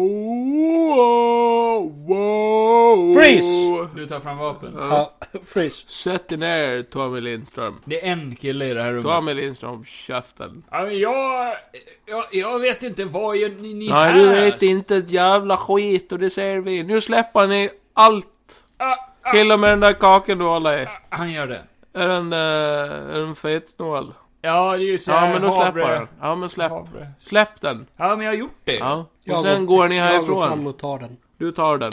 Speaker 2: wow, wow.
Speaker 3: Freeze!
Speaker 1: Du tar fram vapen.
Speaker 3: Ja, freeze.
Speaker 2: Sätt dig ner Tommy Lindström.
Speaker 1: Det är en kille i det här rummet.
Speaker 2: Tommy Lindström, käften.
Speaker 1: Ja, men jag, jag... Jag vet inte vad gör ni, ni
Speaker 2: Nej,
Speaker 1: här?
Speaker 2: du vet inte ett jävla skit och det ser vi. Nu släpper ni allt.
Speaker 1: Ah,
Speaker 2: Till och med den där kakan du håller i.
Speaker 1: Han gör det.
Speaker 2: Är den, eh, är den fetsnål?
Speaker 1: Ja, det är ju så
Speaker 2: Ja,
Speaker 1: här,
Speaker 2: men då släpper
Speaker 1: havre-
Speaker 2: jag den. Ja, men släpp.
Speaker 1: havre.
Speaker 2: Släpp den.
Speaker 1: Ja, men jag har gjort det.
Speaker 2: Ja. Och
Speaker 3: Jag
Speaker 2: sen går ni
Speaker 3: Jag går fram
Speaker 2: härifrån.
Speaker 3: och tar den.
Speaker 2: Du tar den.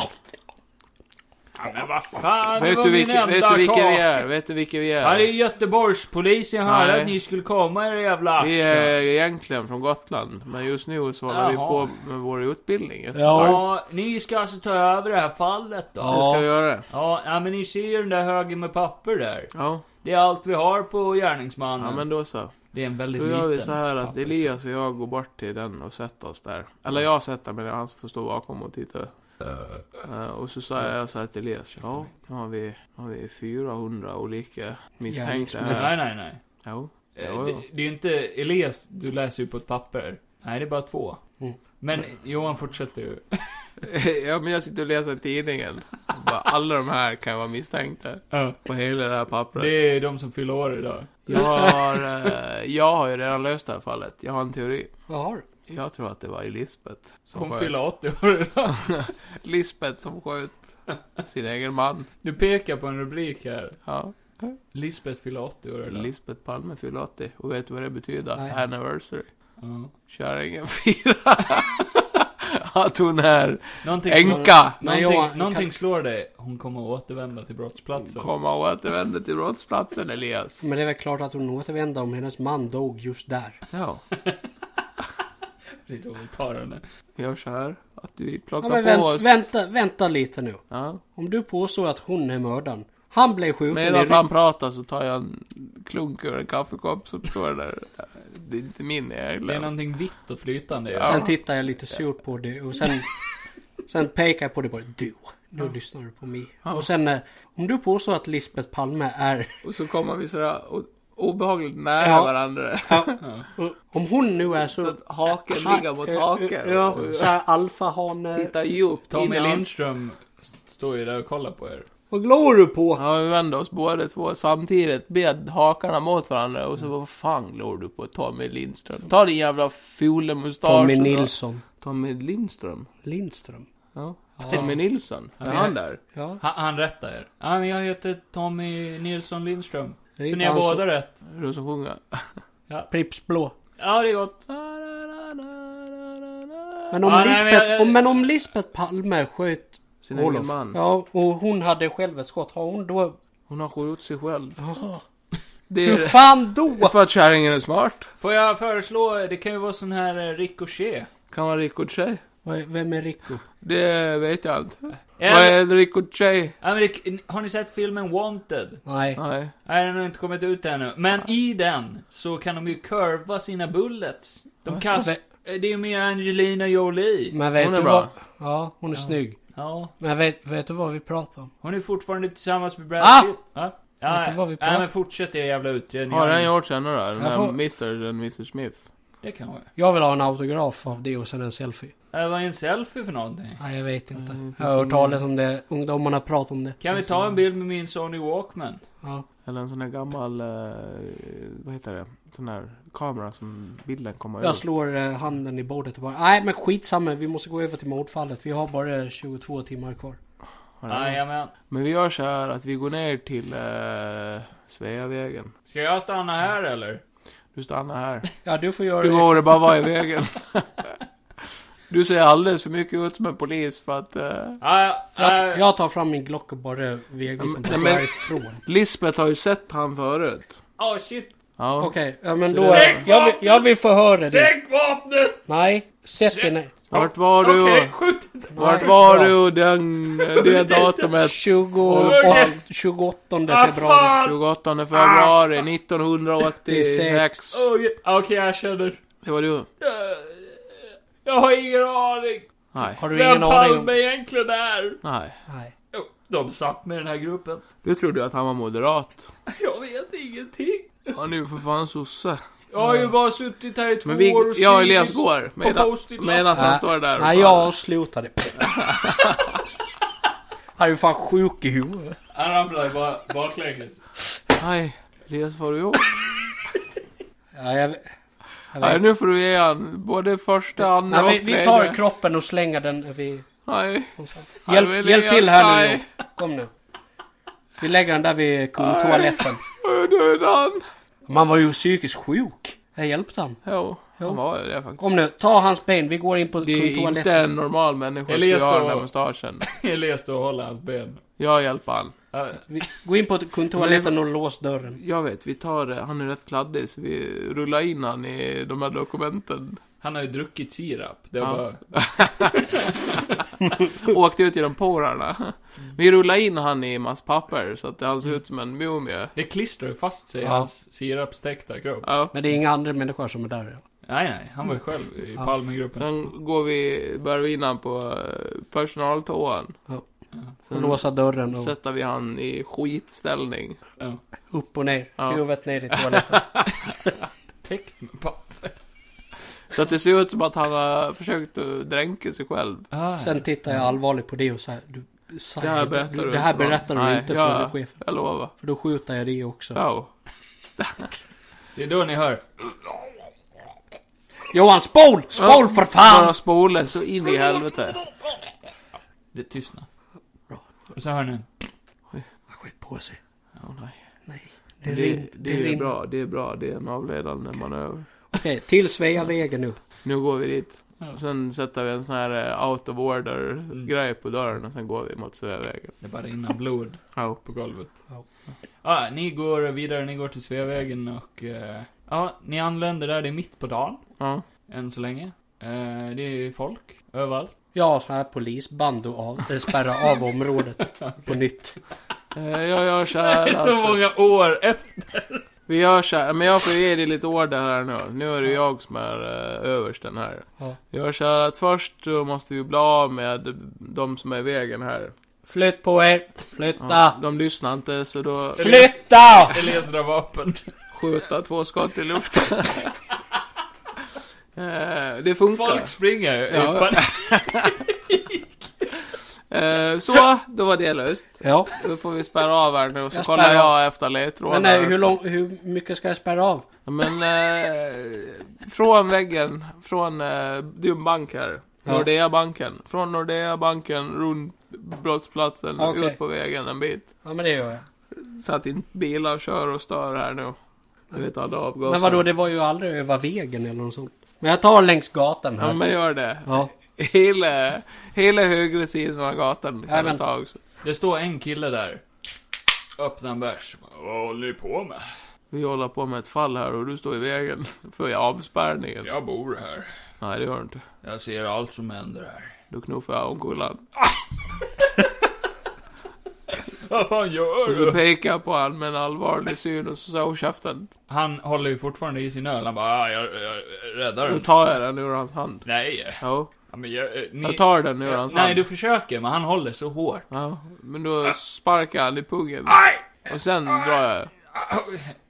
Speaker 1: Ja, men vad fan, det
Speaker 2: Vet
Speaker 1: var
Speaker 2: du,
Speaker 1: min
Speaker 2: vilka,
Speaker 1: enda
Speaker 2: vet du vilka vi
Speaker 1: kak.
Speaker 2: är? Vet du vilka vi
Speaker 1: Ja, det är
Speaker 2: är?
Speaker 1: Göteborgspolisen här
Speaker 2: Nej.
Speaker 1: att ni skulle komma era jävla arslen.
Speaker 2: Vi är egentligen från Gotland, men just nu så håller vi
Speaker 1: Jaha.
Speaker 2: på med vår utbildning. Det
Speaker 1: Ja, ni ska alltså ta över det här fallet då?
Speaker 3: Ja.
Speaker 2: ska vi göra.
Speaker 1: Ja, ja men ni ser ju den där högen med papper där.
Speaker 2: Ja,
Speaker 1: Det är allt vi har på gärningsmannen.
Speaker 2: ja men då så.
Speaker 1: Det är en väldigt
Speaker 2: Då gör vi
Speaker 1: liten
Speaker 2: så här att
Speaker 1: papper.
Speaker 2: Elias och jag går bort till den och sätter oss där. Eller jag sätter mig där, han får stå bakom och titta. Eh, och så sa jag så här till Elias. Ja, nu har vi, nu har vi 400 olika misstänkta här.
Speaker 1: Nej, nej, nej.
Speaker 2: Ja.
Speaker 1: Eh,
Speaker 2: Jo, *laughs* jo.
Speaker 1: Det, det är ju inte Elias, du läser ju på ett papper. Nej, det är bara två.
Speaker 3: Mm.
Speaker 1: Men Johan fortsätter ju.
Speaker 2: ja, men jag sitter och läser tidningen. Bara, alla de här kan vara misstänkta.
Speaker 1: Ja.
Speaker 2: På hela det här pappret.
Speaker 1: Det är de som fyller år idag.
Speaker 2: Jag har, eh, jag har ju redan löst det här fallet. Jag har en teori.
Speaker 3: Vad har du?
Speaker 2: Jag tror att det var Lisbeth som
Speaker 1: Hon
Speaker 2: sköt.
Speaker 1: fyller 80 år idag.
Speaker 2: *laughs* Lisbeth som sköt sin egen man.
Speaker 1: Du pekar på en rubrik här.
Speaker 2: Ja.
Speaker 1: Lisbeth fyller 80 år idag.
Speaker 2: Lisbeth Palme fyller 80. Och vet du vad det betyder?
Speaker 3: Nej.
Speaker 2: Anniversary.
Speaker 1: Ja.
Speaker 2: Kärringen
Speaker 3: *laughs*
Speaker 2: firar att hon är
Speaker 1: Någonting, slår,
Speaker 2: änka.
Speaker 3: Men
Speaker 1: någonting,
Speaker 3: Johan,
Speaker 1: någonting
Speaker 3: kan-
Speaker 1: slår dig. Hon kommer att återvända till brottsplatsen.
Speaker 2: Komma och återvända till brottsplatsen Elias.
Speaker 3: Men det är väl klart att hon återvände om hennes man dog just där.
Speaker 2: Ja,
Speaker 1: Det är då vi tar henne.
Speaker 2: vi gör så här. Att vi
Speaker 3: Ja,
Speaker 2: plockar
Speaker 3: men
Speaker 2: på
Speaker 3: vänta,
Speaker 2: oss.
Speaker 3: vänta, vänta lite nu.
Speaker 2: Ja.
Speaker 3: Om du påstår att hon är mördaren. Han blev skjuten i
Speaker 2: Medan
Speaker 3: ryggen.
Speaker 2: han pratar så tar jag en klunk ur en kaffekopp som står där. Det är inte min
Speaker 1: Det är
Speaker 2: egentligen.
Speaker 1: någonting vitt och flytande.
Speaker 2: Ja.
Speaker 3: Sen tittar jag lite surt på det
Speaker 2: *laughs*
Speaker 3: och sen, sen pekar jag på det bara. Du, nu lyssnar du på mig.
Speaker 2: Ja.
Speaker 3: Och sen eh, om du påstår att Lisbeth Palme är...
Speaker 2: Och så kommer vi sådär o- obehagligt nära
Speaker 3: Ja.
Speaker 2: varandra.
Speaker 3: och Om hon nu är
Speaker 2: Så
Speaker 3: så... eh,
Speaker 2: att haken ligger mot haken.
Speaker 3: Ja,
Speaker 2: Och
Speaker 3: såhär alfahane.
Speaker 2: Tittar djupt in i
Speaker 1: Tommy
Speaker 2: hans-
Speaker 1: Lindström står ju där och kollar på er.
Speaker 3: Vad glor du på?
Speaker 2: Ja, vi vände oss båda två samtidigt, bed hakarna mot varandra och så
Speaker 3: Mm.
Speaker 2: vad fan glor du på Tommy Lindström? Ta din jävla fula mustasch.
Speaker 3: Tommy
Speaker 2: och dra-
Speaker 3: Nilsson.
Speaker 2: Tommy Lindström?
Speaker 3: Lindström.
Speaker 2: Ja. Tommy Nilsson? Är
Speaker 1: Ja.
Speaker 2: han där?
Speaker 3: Ja.
Speaker 1: Han, han rättar er. Ja, men jag heter Tommy Nilsson Lindström.
Speaker 3: Det är
Speaker 1: Så
Speaker 3: inte
Speaker 1: ni har
Speaker 3: han som-
Speaker 1: båda rätt.
Speaker 2: Du som sjunger?
Speaker 3: *laughs* Pripps blå.
Speaker 1: Ja, det är gott.
Speaker 3: Men om,
Speaker 1: Ja, nej, men
Speaker 3: Lisbeth,
Speaker 1: jag-
Speaker 3: Om, men om Lisbeth Palme sköt
Speaker 2: Sin
Speaker 3: Olof.
Speaker 2: egen man.
Speaker 3: Ja, och hon hade själv ett skott. Har hon då...
Speaker 2: Hon har skjutit sig själv.
Speaker 3: Jaha.
Speaker 2: Det
Speaker 3: Hur
Speaker 2: är
Speaker 3: fan då?
Speaker 2: för att kärringen är smart.
Speaker 1: Får jag föreslå, det kan ju vara sån här eh, ricochet.
Speaker 2: Kan vara ricochet.
Speaker 3: Vad är- Vem är Rico?
Speaker 2: Det vet jag inte.
Speaker 1: Eller-
Speaker 2: Vad är en ricochet?
Speaker 1: Ja, men det- Har ni sett filmen Wanted?
Speaker 3: Nej.
Speaker 2: Nej.
Speaker 1: Nej, den har inte kommit ut ännu. Men i den så kan de ju curva sina bullets. De kastar...
Speaker 3: Alltså-
Speaker 1: eh, Det är ju med Angelina Jolie.
Speaker 3: Men vet
Speaker 2: Hon är
Speaker 3: du
Speaker 2: bra.
Speaker 3: vad? Ja, hon är
Speaker 1: Ja.
Speaker 3: snygg.
Speaker 1: Ja.
Speaker 3: Men vet, vet du vad vi pratar om?
Speaker 1: Hon är fortfarande tillsammans med Brad
Speaker 3: Ah!
Speaker 1: Pitt. Ja.
Speaker 3: Vet
Speaker 1: Ja,
Speaker 3: du vad vi
Speaker 1: ja,
Speaker 3: pratar-
Speaker 1: men fortsätt er jävla utredning.
Speaker 2: Har den gjorts ännu då? Den
Speaker 3: Jag
Speaker 2: där
Speaker 3: får-
Speaker 2: Mr. och Mr. Smith?
Speaker 1: Det kan vara.
Speaker 3: Jag vill ha en autograf av det och sen en selfie.
Speaker 1: Äh, vad är en selfie för någonting?
Speaker 3: Nej, jag vet inte.
Speaker 2: Mm,
Speaker 3: jag har hört talas om det. Ungdomarna pratar om det.
Speaker 1: Kan vi ta en bild med min Sony Walkman?
Speaker 3: Ja.
Speaker 2: Eller en sån där gammal, eh, vad heter det? Sån där kamera som bilden kommer
Speaker 3: Jag
Speaker 2: ut.
Speaker 3: slår eh, handen i bordet och bara Nej men skitsamma, vi måste gå över till mordfallet. Vi har bara 22 timmar kvar.
Speaker 2: Har den-
Speaker 1: Jajamän.
Speaker 2: Men vi gör så här att vi går ner till eh, Sveavägen.
Speaker 1: Ska jag stanna här eller?
Speaker 2: Du stannar
Speaker 3: *laughs*
Speaker 2: här.
Speaker 3: Ja du får göra
Speaker 2: Du
Speaker 3: det.
Speaker 2: borde bara vara i vägen. *laughs* Du ser alldeles för mycket ut som en polis för att... eh,
Speaker 1: Ja, ja,
Speaker 3: Jag,
Speaker 1: ja.
Speaker 3: jag tar fram min Glock och bara
Speaker 2: Ja, Äh. Mm, men-
Speaker 3: vegvisar
Speaker 2: ja,
Speaker 3: bort
Speaker 2: men-
Speaker 3: härifrån.
Speaker 2: Lisbeth har ju sett han förut.
Speaker 1: Åh ah, shit!
Speaker 2: Ja.
Speaker 3: Okej, ja, men
Speaker 2: Så
Speaker 3: då...
Speaker 2: det-
Speaker 1: Sänk
Speaker 3: Jag vill,
Speaker 1: vapnet!
Speaker 3: jag vill förhöra dig.
Speaker 1: Sänk vapnet!
Speaker 3: Nej, sätt dig
Speaker 1: Sänk-
Speaker 3: ner.
Speaker 2: Vart var du?
Speaker 1: Okej, skjut!
Speaker 2: Vart
Speaker 3: Nej,
Speaker 2: var
Speaker 3: bra.
Speaker 2: du den, eh,
Speaker 3: *laughs*
Speaker 2: det datumet?
Speaker 3: 20,
Speaker 1: Okej.
Speaker 3: 28
Speaker 1: Ah
Speaker 3: februari.
Speaker 1: fan!
Speaker 2: 28 februari 1986.
Speaker 1: Oh, ja. Okej, jag känner.
Speaker 2: Det var du.
Speaker 1: Eh, Jag har ingen aning.
Speaker 2: Nej.
Speaker 3: Har du
Speaker 1: Vem
Speaker 3: ingen aning om...
Speaker 1: Palme egentligen är.
Speaker 2: Nej.
Speaker 3: Nej.
Speaker 1: Jo, De satt med den här gruppen. *laughs*
Speaker 2: Du trodde ju att han var moderat.
Speaker 1: Jag vet ingenting.
Speaker 2: Han är ju för fan sosse.
Speaker 1: Jag har ju bara suttit här i två
Speaker 2: Men vi,
Speaker 1: år och
Speaker 2: jag och
Speaker 1: skrivit
Speaker 2: Elias går. Medan,
Speaker 1: post-it-lapp.
Speaker 2: medan han
Speaker 3: Nej.
Speaker 2: står där och
Speaker 3: Nej,
Speaker 2: bara-
Speaker 3: jag avslutade. Han är ju fan sjuk i huvudet.
Speaker 1: Han ramlade bara *laughs* baklänges.
Speaker 2: Nej, Elias vad har du gjort?
Speaker 3: Ja, jag, jag
Speaker 2: Nej,
Speaker 3: vet.
Speaker 2: nu får du ge han både första, andra
Speaker 3: Nej, vi,
Speaker 2: och
Speaker 3: vi
Speaker 2: tredje.
Speaker 3: tar kroppen och slänger den vid...
Speaker 2: Nej. Ja, det
Speaker 3: Hjälp,
Speaker 2: vill
Speaker 3: hjälp
Speaker 2: jag
Speaker 3: till här nu.
Speaker 2: säga.
Speaker 3: Johan. Kom nu. Vi lägger den där vid kundtoaletten.
Speaker 2: Nu är han.
Speaker 3: Man var ju psykiskt sjuk. Jag hjälpte han.
Speaker 2: Jo, han var ju det faktiskt.
Speaker 3: Kom nu, ta hans ben. Vi går in på
Speaker 2: det är inte
Speaker 3: kundtoaletten.
Speaker 2: en normal människa som
Speaker 1: Elias
Speaker 2: gör
Speaker 1: då-
Speaker 2: den där mustaschen.
Speaker 1: Elias står och håller hans ben.
Speaker 2: Jag hjälper han.
Speaker 1: Eh,
Speaker 3: Vi, gå in på kundtoaletten och lås dörren.
Speaker 2: Jag vet, vi tar eh, Han är rätt kladdig, så vi rullar in han i de här dokumenten.
Speaker 1: Han har ju druckit sirap. Det
Speaker 2: Ja.
Speaker 1: var bara...
Speaker 2: *laughs* Åkte ut genom porarna. Vi rullar in han i mass papper, så att han ser ut som en mumie.
Speaker 1: Det klistrar ju fast sig i
Speaker 3: Ja.
Speaker 1: hans sirapstäckta kropp.
Speaker 2: Ja.
Speaker 3: Men det är inga andra människor som är där.
Speaker 1: Nej, nej. Han var ju själv i
Speaker 3: Ja.
Speaker 1: Palmegruppen.
Speaker 2: Sen går vi, bär vi in han på eh, personaltoan.
Speaker 3: Ja. Och
Speaker 2: Sen
Speaker 3: låsa dörren och
Speaker 2: sätter vi han i skitställning.
Speaker 1: Ja.
Speaker 3: upp och ner.
Speaker 2: Ja.
Speaker 3: Huvudet ner i
Speaker 2: *laughs*
Speaker 3: toaletten.
Speaker 1: Täckt med papper.
Speaker 2: Så att det ser ut som att han har försökt att dränka sig själv.
Speaker 1: Ah,
Speaker 3: Sen tittar jag allvarligt på det och säger du, Sai,
Speaker 2: Det här berättar
Speaker 3: du,
Speaker 2: du
Speaker 3: det här
Speaker 2: inte, va?
Speaker 3: berättar du
Speaker 2: Nej,
Speaker 3: inte
Speaker 2: ja.
Speaker 3: för chefen.
Speaker 2: Jag lovar.
Speaker 3: För då skjuter jag dig också.
Speaker 2: Ja.
Speaker 1: Det är då ni hör.
Speaker 3: Johan, spol! Spol för
Speaker 2: Bara
Speaker 3: fan!
Speaker 2: spola så in i helvete.
Speaker 1: Det tystnar.
Speaker 3: Bra.
Speaker 1: Och så hör ni.
Speaker 3: Han sköt på sig.
Speaker 2: Ja, nej.
Speaker 3: Nej. Det,
Speaker 2: Det,
Speaker 3: rin,
Speaker 2: det,
Speaker 3: det,
Speaker 2: är
Speaker 3: rin.
Speaker 2: bra, det är bra. Det är en avledande manöver.
Speaker 3: Okej, till Sveavägen nu.
Speaker 2: Nu går vi dit.
Speaker 1: Ja.
Speaker 2: Sen sätter vi en sån här eh, out of order grej på dörren och sen går vi mot Sveavägen.
Speaker 1: Det bara rinner blod
Speaker 2: Ja.
Speaker 1: på golvet.
Speaker 3: Ja.
Speaker 1: Ja, ni går vidare, ni går till Sveavägen och... eh, Ja, ni anländer där, det är mitt på dagen.
Speaker 2: ja.
Speaker 1: Än så länge. Eh, Det är folk överallt.
Speaker 3: Ja, så här polisband och av, eh, spärra
Speaker 2: *laughs*
Speaker 3: av området på nytt.
Speaker 2: Eh, Jag gör så
Speaker 1: Det
Speaker 2: *laughs* här.
Speaker 1: är så
Speaker 2: att- eh,
Speaker 1: många år efter.
Speaker 2: Vi gör så här, men jag får ge dig lite order här nu. Nu är det jag som är eh, översten här.
Speaker 3: Ja.
Speaker 2: Jag gör så här att först så måste vi bli av med de som är i vägen här.
Speaker 3: Flytt på er!
Speaker 2: Ja,
Speaker 3: Flytta!
Speaker 2: de lyssnar inte, så då
Speaker 3: Flytta!
Speaker 1: Elias drar vapen.
Speaker 2: skjuta två skott i luften. *laughs* Eh, det funkar.
Speaker 1: Folk springer ju.
Speaker 2: Ja.
Speaker 1: i
Speaker 3: *laughs*
Speaker 1: panik.
Speaker 2: Eh, så, då var det löst.
Speaker 3: Ja,
Speaker 2: Då får vi spärra av här nu, så
Speaker 3: Jag
Speaker 2: kollar
Speaker 3: spärrar
Speaker 2: jag efter ledtrådar.
Speaker 3: men eh, hur, lång, hur mycket ska jag spärra av?
Speaker 2: Ja, Men, eh, från väggen, från, eh, det är en bank här.
Speaker 3: Ja.
Speaker 2: Nordea-banken. Från Nordea-banken runt brottsplatsen,
Speaker 3: Okej.
Speaker 2: ut på vägen en bit.
Speaker 3: Ja, men det gör jag.
Speaker 2: Så att inte bilar kör och stör här nu. Du vet alla avgaser.
Speaker 3: Men vadå, det var ju aldrig över vägen eller något sånt. Men jag tar längs gatan
Speaker 2: Ja,
Speaker 3: här.
Speaker 2: men gör det.
Speaker 3: Ja,
Speaker 2: Hela, hela högra sidan av gatan kan
Speaker 3: Ja,
Speaker 2: du
Speaker 3: men-
Speaker 2: ta också.
Speaker 1: Det står en kille där. Öppnar en bärs. Vad håller ni på med?
Speaker 2: Vi håller på med ett fall här och du står i vägen för avspärrningen.
Speaker 1: Jag bor här.
Speaker 2: Nej, det gör du inte.
Speaker 1: Jag ser allt som händer här.
Speaker 2: Då knuffar jag omkull han.
Speaker 1: Vad fan gör
Speaker 2: Och så
Speaker 1: du?
Speaker 2: pekar jag på han med en allvarlig syn och så sa jag käften.
Speaker 1: Han håller ju fortfarande i sin öl. Han bara, "Ah, jag, jag räddar
Speaker 2: Då
Speaker 1: den.
Speaker 2: tar jag den ur hans hand.
Speaker 1: Nej.
Speaker 2: Ja,
Speaker 1: Ja, men jag, eh, ni...
Speaker 2: jag tar den ur
Speaker 1: Ja,
Speaker 2: hans
Speaker 1: Nej,
Speaker 2: hand.
Speaker 1: du försöker, men han håller så hårt.
Speaker 2: Ja, men då sparkar han i pungen. Och sen drar jag.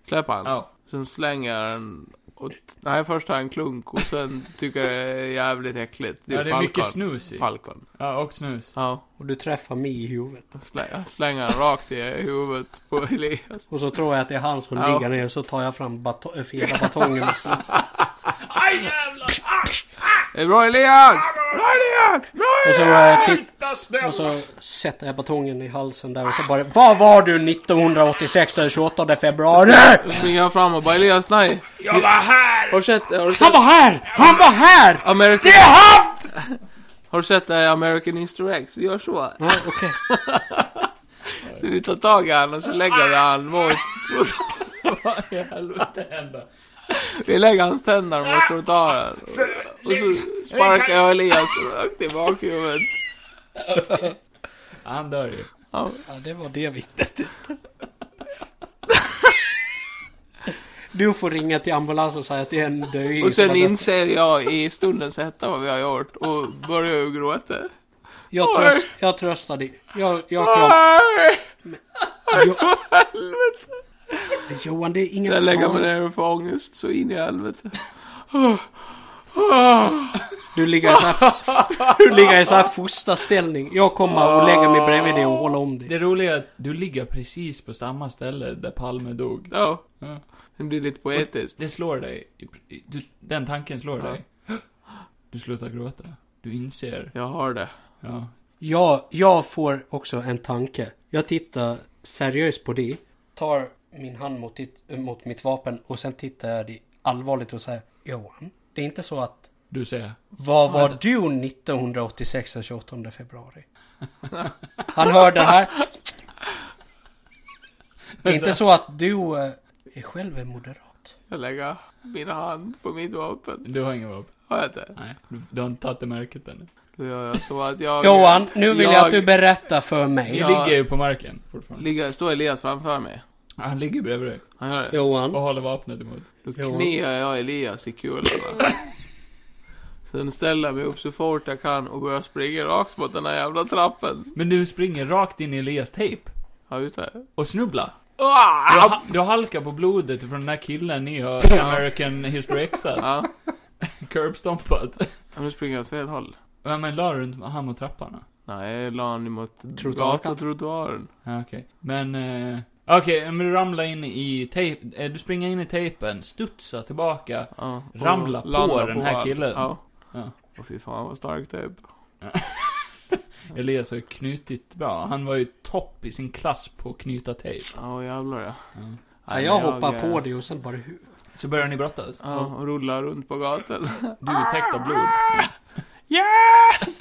Speaker 2: Släpper han.
Speaker 1: Ja.
Speaker 2: Sen slänger jag den. Och, nej, först tar jag en klunk och sen tycker jag det är jävligt äckligt.
Speaker 1: Ja, det är
Speaker 2: Falcon.
Speaker 1: mycket snus i.
Speaker 2: Falcon.
Speaker 1: Ja, och snus.
Speaker 2: Ja,
Speaker 3: och du träffar mig i huvudet.
Speaker 2: slä- jag slänger den rakt i huvudet på Elias.
Speaker 3: Och så tror jag att det är han som
Speaker 2: Ja.
Speaker 3: ligger ner och så tar jag fram bato- äh, fjärde batongen och så.
Speaker 1: Aj jävlar!
Speaker 2: Det är bra Elias! Bra Elias! Bra
Speaker 3: Och så, eh, titt-
Speaker 1: Titta snälla!
Speaker 3: och så sätter jag batongen i halsen där och så bara Vad var du 1986 den 28 februari?
Speaker 2: Då springer jag fram och bara Elias, nej!
Speaker 1: Jag var här!
Speaker 2: Har du sett, har du
Speaker 3: Han
Speaker 2: sett
Speaker 3: var här! Han var här!
Speaker 2: American...
Speaker 3: Det är han!
Speaker 2: *laughs* Har du sett eh, American Easter Eggs? Vi gör så.
Speaker 3: Ja, okej.
Speaker 2: Så vi tar tag i han och så lägger vi han mot... *laughs* mot-
Speaker 1: *laughs* Vad i helvete hände?
Speaker 2: Vi lägger hans tänder mot trottoaren. Och så sparkar jag Elias rakt i bakhuvudet.
Speaker 1: Han dör ju.
Speaker 2: Ja,
Speaker 3: Ja, det var det vittnet. *laughs* Du får ringa till ambulans och säga att det är en döing
Speaker 2: Och
Speaker 3: som
Speaker 2: sen
Speaker 3: har dött.
Speaker 2: inser jag i stundens hetta vad vi har gjort och börjar ju gråta.
Speaker 3: jag, tröst, jag tröstar dig. Jag, jag kram.
Speaker 2: Nej!
Speaker 3: Jo,
Speaker 2: Helvete!
Speaker 3: Johan, det är ingen
Speaker 2: Jag lägger mig
Speaker 3: fara.
Speaker 2: ner och får ångest så in i helvete.
Speaker 3: Du ligger i
Speaker 2: *laughs*
Speaker 3: så här, du ligger i så här fosterställning. Jag kommer och lägger mig bredvid dig och håller om dig.
Speaker 1: Det roliga är att du ligger precis på samma ställe där Palme dog.
Speaker 2: Ja.
Speaker 1: Ja.
Speaker 2: Det blir lite poetiskt.
Speaker 1: Det slår dig. i- i- Du, den tanken slår dig. *gasps* Du slutar gråta. Du inser.
Speaker 2: Jag har det.
Speaker 1: Ja.
Speaker 3: Jag, jag får också en tanke. Jag tittar seriöst på det. Tar min hand mot, ditt, mot mitt vapen och sen tittar jag det allvarligt och säger Johan, det är inte så att
Speaker 1: Du ser.
Speaker 3: vad var du 1986 den 28 februari? *laughs* Han hör det här. Det är inte så att du eh, är själv en moderat.
Speaker 2: Jag lägger min hand på mitt vapen.
Speaker 1: Du har ingen vapen.
Speaker 2: Har jag det?
Speaker 1: Nej. Du, du har inte tagit det märket ännu.
Speaker 2: Då gör jag så att jag...
Speaker 3: Johan, nu vill jag, att du berättar för mig.
Speaker 1: Vi
Speaker 2: Ja.
Speaker 1: ligger ju på marken fortfarande.
Speaker 2: Ligger, står Elias framför mig.
Speaker 1: Han ligger bredvid dig.
Speaker 2: Han gör det.
Speaker 1: Och
Speaker 3: Johan,
Speaker 1: håller vapnet emot.
Speaker 2: Då
Speaker 3: Johan.
Speaker 2: knear jag Elias i kulorna. Sen ställer jag mig upp så fort jag kan och börjar springa rakt mot den här jävla trappen.
Speaker 1: Men du springer rakt in i Elias tejp.
Speaker 2: Ja, just det.
Speaker 1: Och snubblar. Du,
Speaker 2: Ah!
Speaker 1: ha- du halkar på blodet från den där killen ni har
Speaker 2: *laughs*
Speaker 1: American History X
Speaker 2: Ja,
Speaker 1: curbstompat.
Speaker 2: men nu springer jag åt fel håll.
Speaker 1: Ja, men la du inte han mot trappan?
Speaker 2: Nej, jag la honom mot
Speaker 3: Trottoaren.
Speaker 2: gatutrottoaren.
Speaker 1: Ja, okej. Men, eh, okej, men du ramlar in i tejp, eh, du springer in i tejpen, studsar tillbaka.
Speaker 2: Ja, och
Speaker 1: Ramla på
Speaker 2: landar
Speaker 1: den här
Speaker 2: han.
Speaker 1: killen.
Speaker 2: Ja.
Speaker 1: Ja.
Speaker 2: Och fy fan vad starkt det är.
Speaker 1: Elias har ju knutit bra. Han var ju topp i sin klass på att knyta tejp.
Speaker 2: Ja, och jävlar ja.
Speaker 1: Ja.
Speaker 3: ja,
Speaker 2: men
Speaker 3: jag hoppar
Speaker 2: eh,
Speaker 3: på dig och sen bara hur?
Speaker 1: Så börjar ni brottas.
Speaker 2: Ja, och rullar runt på gatan. *laughs*
Speaker 1: Du är täckt av blod.
Speaker 2: Yeah!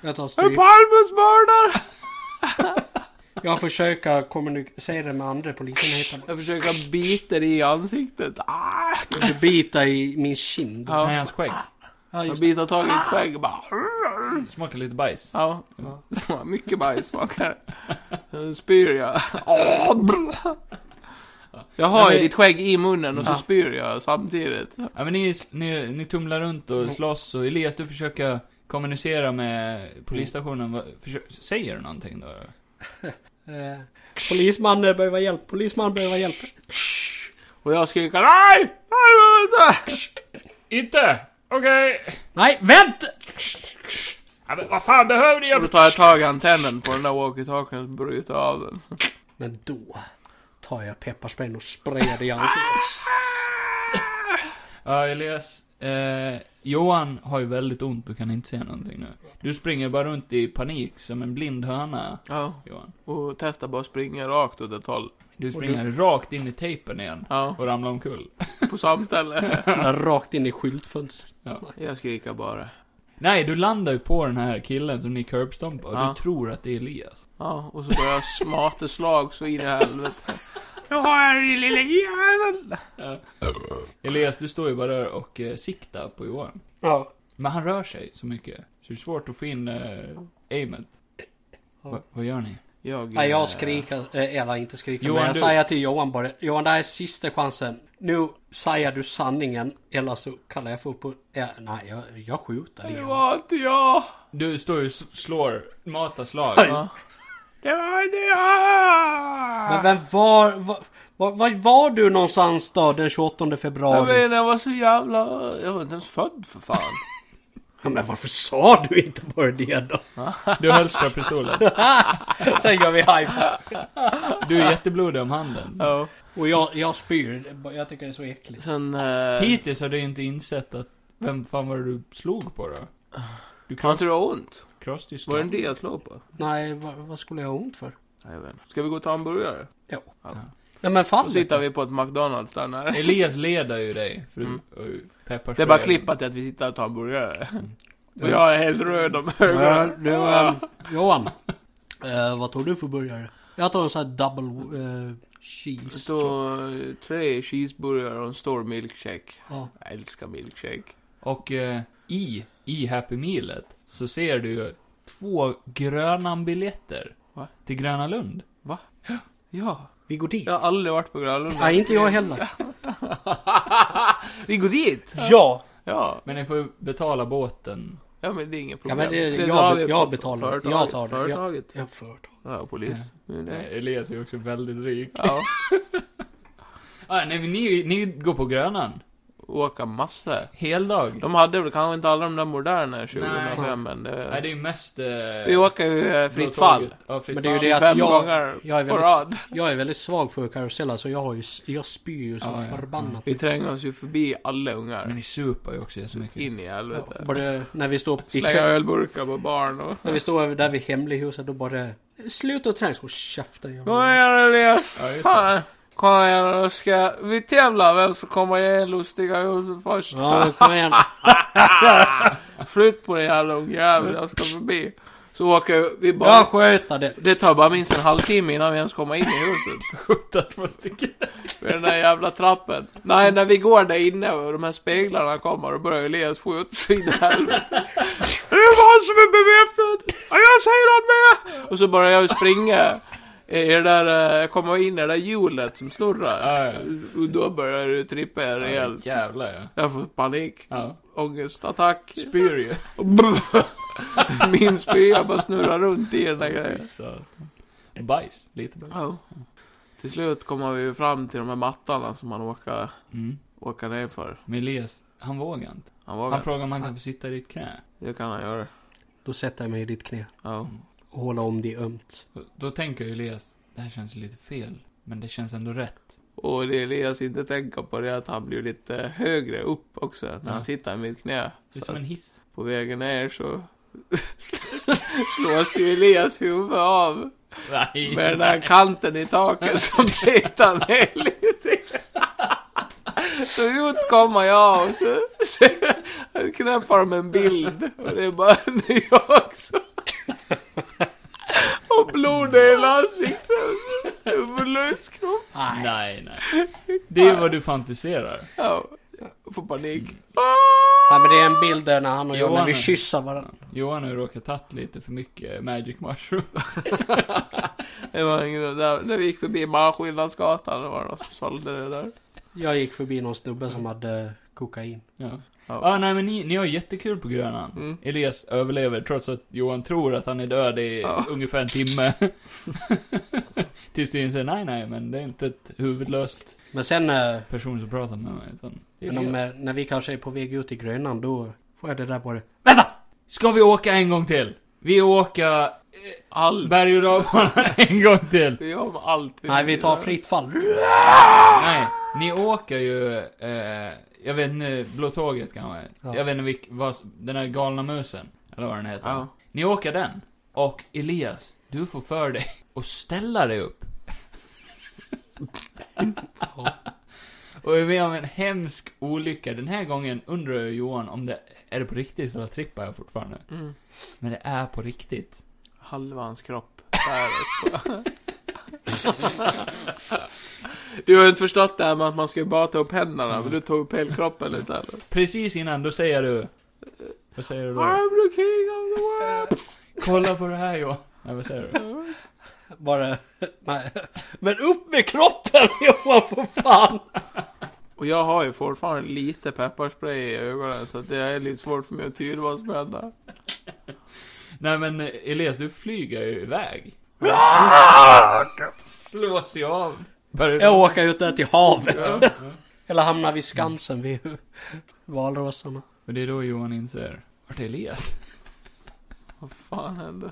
Speaker 3: Jag tar
Speaker 2: En
Speaker 3: stryk.
Speaker 2: Palmes mördare!
Speaker 3: Jag försöker kommunicera med andra polisenheterna.
Speaker 2: Jag försöker bita dig i ansiktet. Ah!
Speaker 3: Du biter i min kind.
Speaker 1: Nej,
Speaker 2: Ja,
Speaker 1: hans skägg.
Speaker 3: Ja,
Speaker 2: jag
Speaker 3: just
Speaker 2: biter tag i ett skägg och bara...
Speaker 1: Smakar lite bajs.
Speaker 2: Ja,
Speaker 3: Ja.
Speaker 2: smakar mycket bajs *laughs* smakar det. Sen spyr jag. Ah, brr. Jag har
Speaker 1: Men
Speaker 2: ju
Speaker 1: det-
Speaker 2: ditt skägg i munnen och så
Speaker 1: Ja.
Speaker 2: spyr jag samtidigt.
Speaker 1: Ja, men ni, ni, ni tumlar runt och slåss och Elias, du försöker kommunicera med polisstationen. Vad- försö- säger du någonting då?
Speaker 3: det. Eh, Polisman behöver hjälp. Polisman behöver hjälp.
Speaker 2: Och jag skriker nej! Nej, vänta!
Speaker 1: Inte! Okej!
Speaker 3: Nej, vänt!
Speaker 1: Ja, men vad fan behöver
Speaker 2: Och Då tar jag tag i antennen på den där walkie-talkien och bryter av den.
Speaker 3: Men då tar jag pepparsprayen och sprayar det i ansiktet.
Speaker 1: Ja, Elias. Eh, Johan har ju väldigt ont och kan inte se någonting nu. Du springer bara runt i panik som en blind höna,
Speaker 2: Ja,
Speaker 1: Johan.
Speaker 2: och testar bara att springa rakt åt ett håll.
Speaker 1: Du springer rakt in i tejpen igen
Speaker 2: Ja,
Speaker 1: och ramlar omkull.
Speaker 2: på samställe. *laughs*
Speaker 3: Där Rakt in i skyltfönstret.
Speaker 2: Jag skriker bara.
Speaker 1: Nej, du landar ju på den här killen som ni curbstompar och
Speaker 2: Ja.
Speaker 1: du tror att det är Elias.
Speaker 2: Ja, och så börjar jag smata slag så in i helvete. Nu har jag din lilla jävel!
Speaker 1: Elias, du står ju bara där och eh, siktar på Johan.
Speaker 3: Ja.
Speaker 1: Men han rör sig så mycket, så det är svårt att få in eh, aimet.
Speaker 3: Ja.
Speaker 1: Va, vad gör ni?
Speaker 2: Jag,
Speaker 3: Nej,
Speaker 2: eh,
Speaker 3: jag skriker. eh, Eller inte skriker.
Speaker 1: Johan,
Speaker 3: men jag
Speaker 1: du-
Speaker 3: säger till Johan bara. Johan, det här är sista chansen. Nu säger du sanningen. Eller så kallar jag för på... eh, nej, jag, jag skjuter dig.
Speaker 2: Det
Speaker 3: Johan.
Speaker 2: var inte jag!
Speaker 1: Du står ju och s- slår, matar slag.
Speaker 2: Ja. Det var inte jag!
Speaker 3: Men vem var... Var, var, var var du någonstans då den 28
Speaker 2: Jag
Speaker 3: februari?
Speaker 2: menar, jag var så jävla... Jag var inte ens född för fan.
Speaker 3: Ja, men varför sa du inte bara det då?
Speaker 1: Du hölstrar pistolen.
Speaker 3: Sen gör vi high five.
Speaker 1: Du är jätteblodig om handen.
Speaker 2: Ja.
Speaker 3: Och jag, jag spyr. Jag tycker det är så äckligt.
Speaker 2: Sen... Eh,
Speaker 1: Hittills har du inte insett att vem fan var det du slog på då? Du
Speaker 2: Kan
Speaker 1: kross,
Speaker 2: inte det var ont?
Speaker 1: krosstyska.
Speaker 2: Var det inte det jag slog på?
Speaker 3: Nej, vad, vad skulle jag ha ont för?
Speaker 2: Nej, jag vet inte. Ska vi gå och ta en burgare?
Speaker 3: Jo.
Speaker 2: Ja.
Speaker 3: Nej men
Speaker 2: Då
Speaker 3: fan.
Speaker 2: sitter vi på ett McDonalds där nära.
Speaker 1: Elias leder ju dig. För
Speaker 2: Mm.
Speaker 1: du peppar
Speaker 2: Det är bara klippat till att vi sitter och tar en burgare. Och jag är helt röd om
Speaker 3: Ja,
Speaker 2: ögonen.
Speaker 3: du, eh, Johan. Eh, vad tog du för burgare? Jag tar en sån här double eh, Cheese. typ. tror
Speaker 2: står tre cheeseburgare och en stor milkshake.
Speaker 3: jag. Ja.
Speaker 2: Jag älskar milkshake.
Speaker 1: Och eh, i, i Happy Mealet så ser du två gröna biljetter.
Speaker 2: Va?
Speaker 1: Till Gröna Lund.
Speaker 2: Ja,
Speaker 3: Vi går dit.
Speaker 2: jag har aldrig varit på Grönlund.
Speaker 3: Nej, inte jag heller.
Speaker 2: Vi går dit!
Speaker 3: Ja!
Speaker 2: Ja,
Speaker 1: Men ni får ju betala båten.
Speaker 2: ja men det är inget
Speaker 3: Ja,
Speaker 2: problem.
Speaker 3: men
Speaker 2: drar
Speaker 3: det, jag,
Speaker 2: vi
Speaker 3: be-
Speaker 2: på
Speaker 3: jag betalar.
Speaker 2: företaget.
Speaker 3: Jag tar det.
Speaker 2: Företaget.
Speaker 3: Jag, jag företag.
Speaker 2: Ja, polis. Men
Speaker 1: Eh,
Speaker 2: det-
Speaker 1: Elias är ju också väldigt rik.
Speaker 2: Ja,
Speaker 1: Ah, nej, men ni, ni går på Grönan.
Speaker 2: åka massa.
Speaker 1: Heldag.
Speaker 2: De hade väl kanske inte alla de där moderna 2005 men det...
Speaker 1: Nej, det är ju mest... Eh,
Speaker 2: Vi åker ju eh,
Speaker 1: blå
Speaker 2: fritt fall.
Speaker 1: tåget. Ja, fritt
Speaker 3: Men det är ju
Speaker 1: fall.
Speaker 3: det att
Speaker 2: Fem
Speaker 3: jag,
Speaker 2: gånger
Speaker 3: jag, är
Speaker 2: på
Speaker 3: väldigt,
Speaker 2: rad.
Speaker 3: jag är väldigt svag för karuseller så jag, har ju, s- jag spyr ju så
Speaker 1: Ja, ja.
Speaker 3: förbannat.
Speaker 2: Vi tränger oss ju förbi alla
Speaker 1: Men
Speaker 2: ungar.
Speaker 1: ni super ju också jättemycket.
Speaker 2: In i helvete.
Speaker 3: Ja, Både när vi står i
Speaker 2: Slänga
Speaker 3: kö,
Speaker 2: ölburkar på barn och...
Speaker 3: när vi står där vid hemlighuset då bara Sluta och tränas och käften
Speaker 2: Kom
Speaker 3: jag.
Speaker 2: igen Elias!
Speaker 1: Ja, just det.
Speaker 2: Fan! Kom igen nu ska vi tävla vem som kommer ge lustiga huset först.
Speaker 3: Ja, men kom igen.
Speaker 2: Flytt på den jävla ungjäveln, jag ska förbi. Så åker vi bara...
Speaker 3: Jag sköter det.
Speaker 2: Det tar bara minst en halvtimme innan vi ens kommer in i huset.
Speaker 1: Skjuta två stycken.
Speaker 2: Med den där jävla trappen. Nej, när vi går där inne och de här speglarna kommer och börjar Elias skjuta så in i helvete. Det var han som är beväpnad! Ja, jag säger han med! Och så börjar jag ju springa. I det där, eh, komma in i det där hjulet som snurrar.
Speaker 1: Ja, ja.
Speaker 2: Och då börjar det trippa rejält.
Speaker 1: Jävlar ja.
Speaker 2: Jag får panik.
Speaker 1: ja.
Speaker 2: Ångestattack.
Speaker 1: Spyr ju.
Speaker 2: *laughs* Min spya bara snurrar runt i den där grejen.
Speaker 1: Så. Bajs. Lite bajs.
Speaker 2: Ja. Till slut kommer vi ju fram till de här mattarna som man åker,
Speaker 1: Mm.
Speaker 2: åker ner för.
Speaker 1: Men Elias, han vågar inte.
Speaker 2: Han var
Speaker 1: Han frågar om han kan få sitta i ditt knä.
Speaker 2: Det kan han göra.
Speaker 3: Då sätter jag mig i ditt knä
Speaker 2: Ja.
Speaker 3: och håller om dig ömt.
Speaker 1: Och Då tänker Elias, det här känns lite fel. Men det känns ändå rätt.
Speaker 2: Och det Elias inte tänker på det är att han blir lite högre upp också när
Speaker 1: Ja.
Speaker 2: han sitter i mitt knä.
Speaker 1: Det är
Speaker 2: Så
Speaker 1: som en
Speaker 2: att
Speaker 1: hiss.
Speaker 2: på vägen ner så *laughs* slås ju Elias huvud av
Speaker 1: Nej.
Speaker 2: med den där kanten i
Speaker 3: *laughs*
Speaker 2: taket som glittrar ner lite. Så ut kommer jag och så, så knäppar de en bild och det är bara jag också. Och blod i hela ansiktet. Blösknop.
Speaker 1: Nej,
Speaker 2: *laughs*
Speaker 1: nej. Det är vad du fantiserar.
Speaker 2: Ja, jag får panik.
Speaker 3: Nej men det är en bild där när han och jag, när vi
Speaker 1: Johan.
Speaker 3: kysser varandra.
Speaker 1: Johan har ju råkat tagit lite för mycket Magic Mushroom.
Speaker 2: Det var ingen där. När vi gick förbi Malmskillnadsgatan, det var någon som sålde det där.
Speaker 3: Jag gick förbi någon snubbe som hade kokain.
Speaker 1: Ja.
Speaker 2: Ja.
Speaker 1: Ah, nej men ni, ni har jättekul på Grönan.
Speaker 2: Mm.
Speaker 1: Elias överlever trots att Johan tror att han är död i
Speaker 2: Ja.
Speaker 1: ungefär en timme. *laughs* Tills det inser, nej nej men det är inte ett huvudlöst
Speaker 3: Men sen eh,
Speaker 1: person som pratar med mig utan det är
Speaker 3: men om,
Speaker 1: Elias.
Speaker 3: eh, när vi kanske är på väg ut i Grönan då får jag det där bara.
Speaker 1: Ska vi åka en gång till? Vi åker eh,
Speaker 2: Allt.
Speaker 1: berg och dalbana *laughs* en gång till.
Speaker 2: Vi gör om allt.
Speaker 3: Nej vi tar
Speaker 2: gör.
Speaker 3: fritt fall.
Speaker 1: Nej, ni åker ju, eh, jag vet inte, Blå Tåget kanske?
Speaker 3: Ja.
Speaker 1: Jag vet inte vilk, vad, den där galna musen, eller vad den heter.
Speaker 2: Ja.
Speaker 1: Ni åker den, och Elias, du får för dig att ställa dig upp. Och vi är med om en hemsk olycka. Den här gången undrar jag Johan om det, är det på riktigt eller trippar jag fortfarande?
Speaker 2: Mm.
Speaker 1: Men det är på riktigt.
Speaker 2: Halva hans kropp. Där, jag skojar. Du har ju inte förstått det här med att man ska ju bara ta upp händerna, men du tog upp hela kroppen lite eller?
Speaker 1: Precis innan, då säger du... Vad säger du då?
Speaker 2: I'm the king of the world!
Speaker 1: Kolla på det här Johan. Nej, vad säger du?
Speaker 3: Bara, nej. Men upp med kroppen *laughs* Johan för fan!
Speaker 2: Och jag har ju fortfarande lite pepparspray i ögonen, så att det är lite svårt för mig att tyda vad som händer.
Speaker 1: Nej men eh, Elias, du flyger ju iväg. Slås ju av. Börjar
Speaker 3: Jag åker ut där till havet.
Speaker 2: Ja.
Speaker 3: Eller hamnar vid Skansen vid valrossarna.
Speaker 1: Och det är då Johan inser. Vart är Elias?
Speaker 2: Vad fan hände?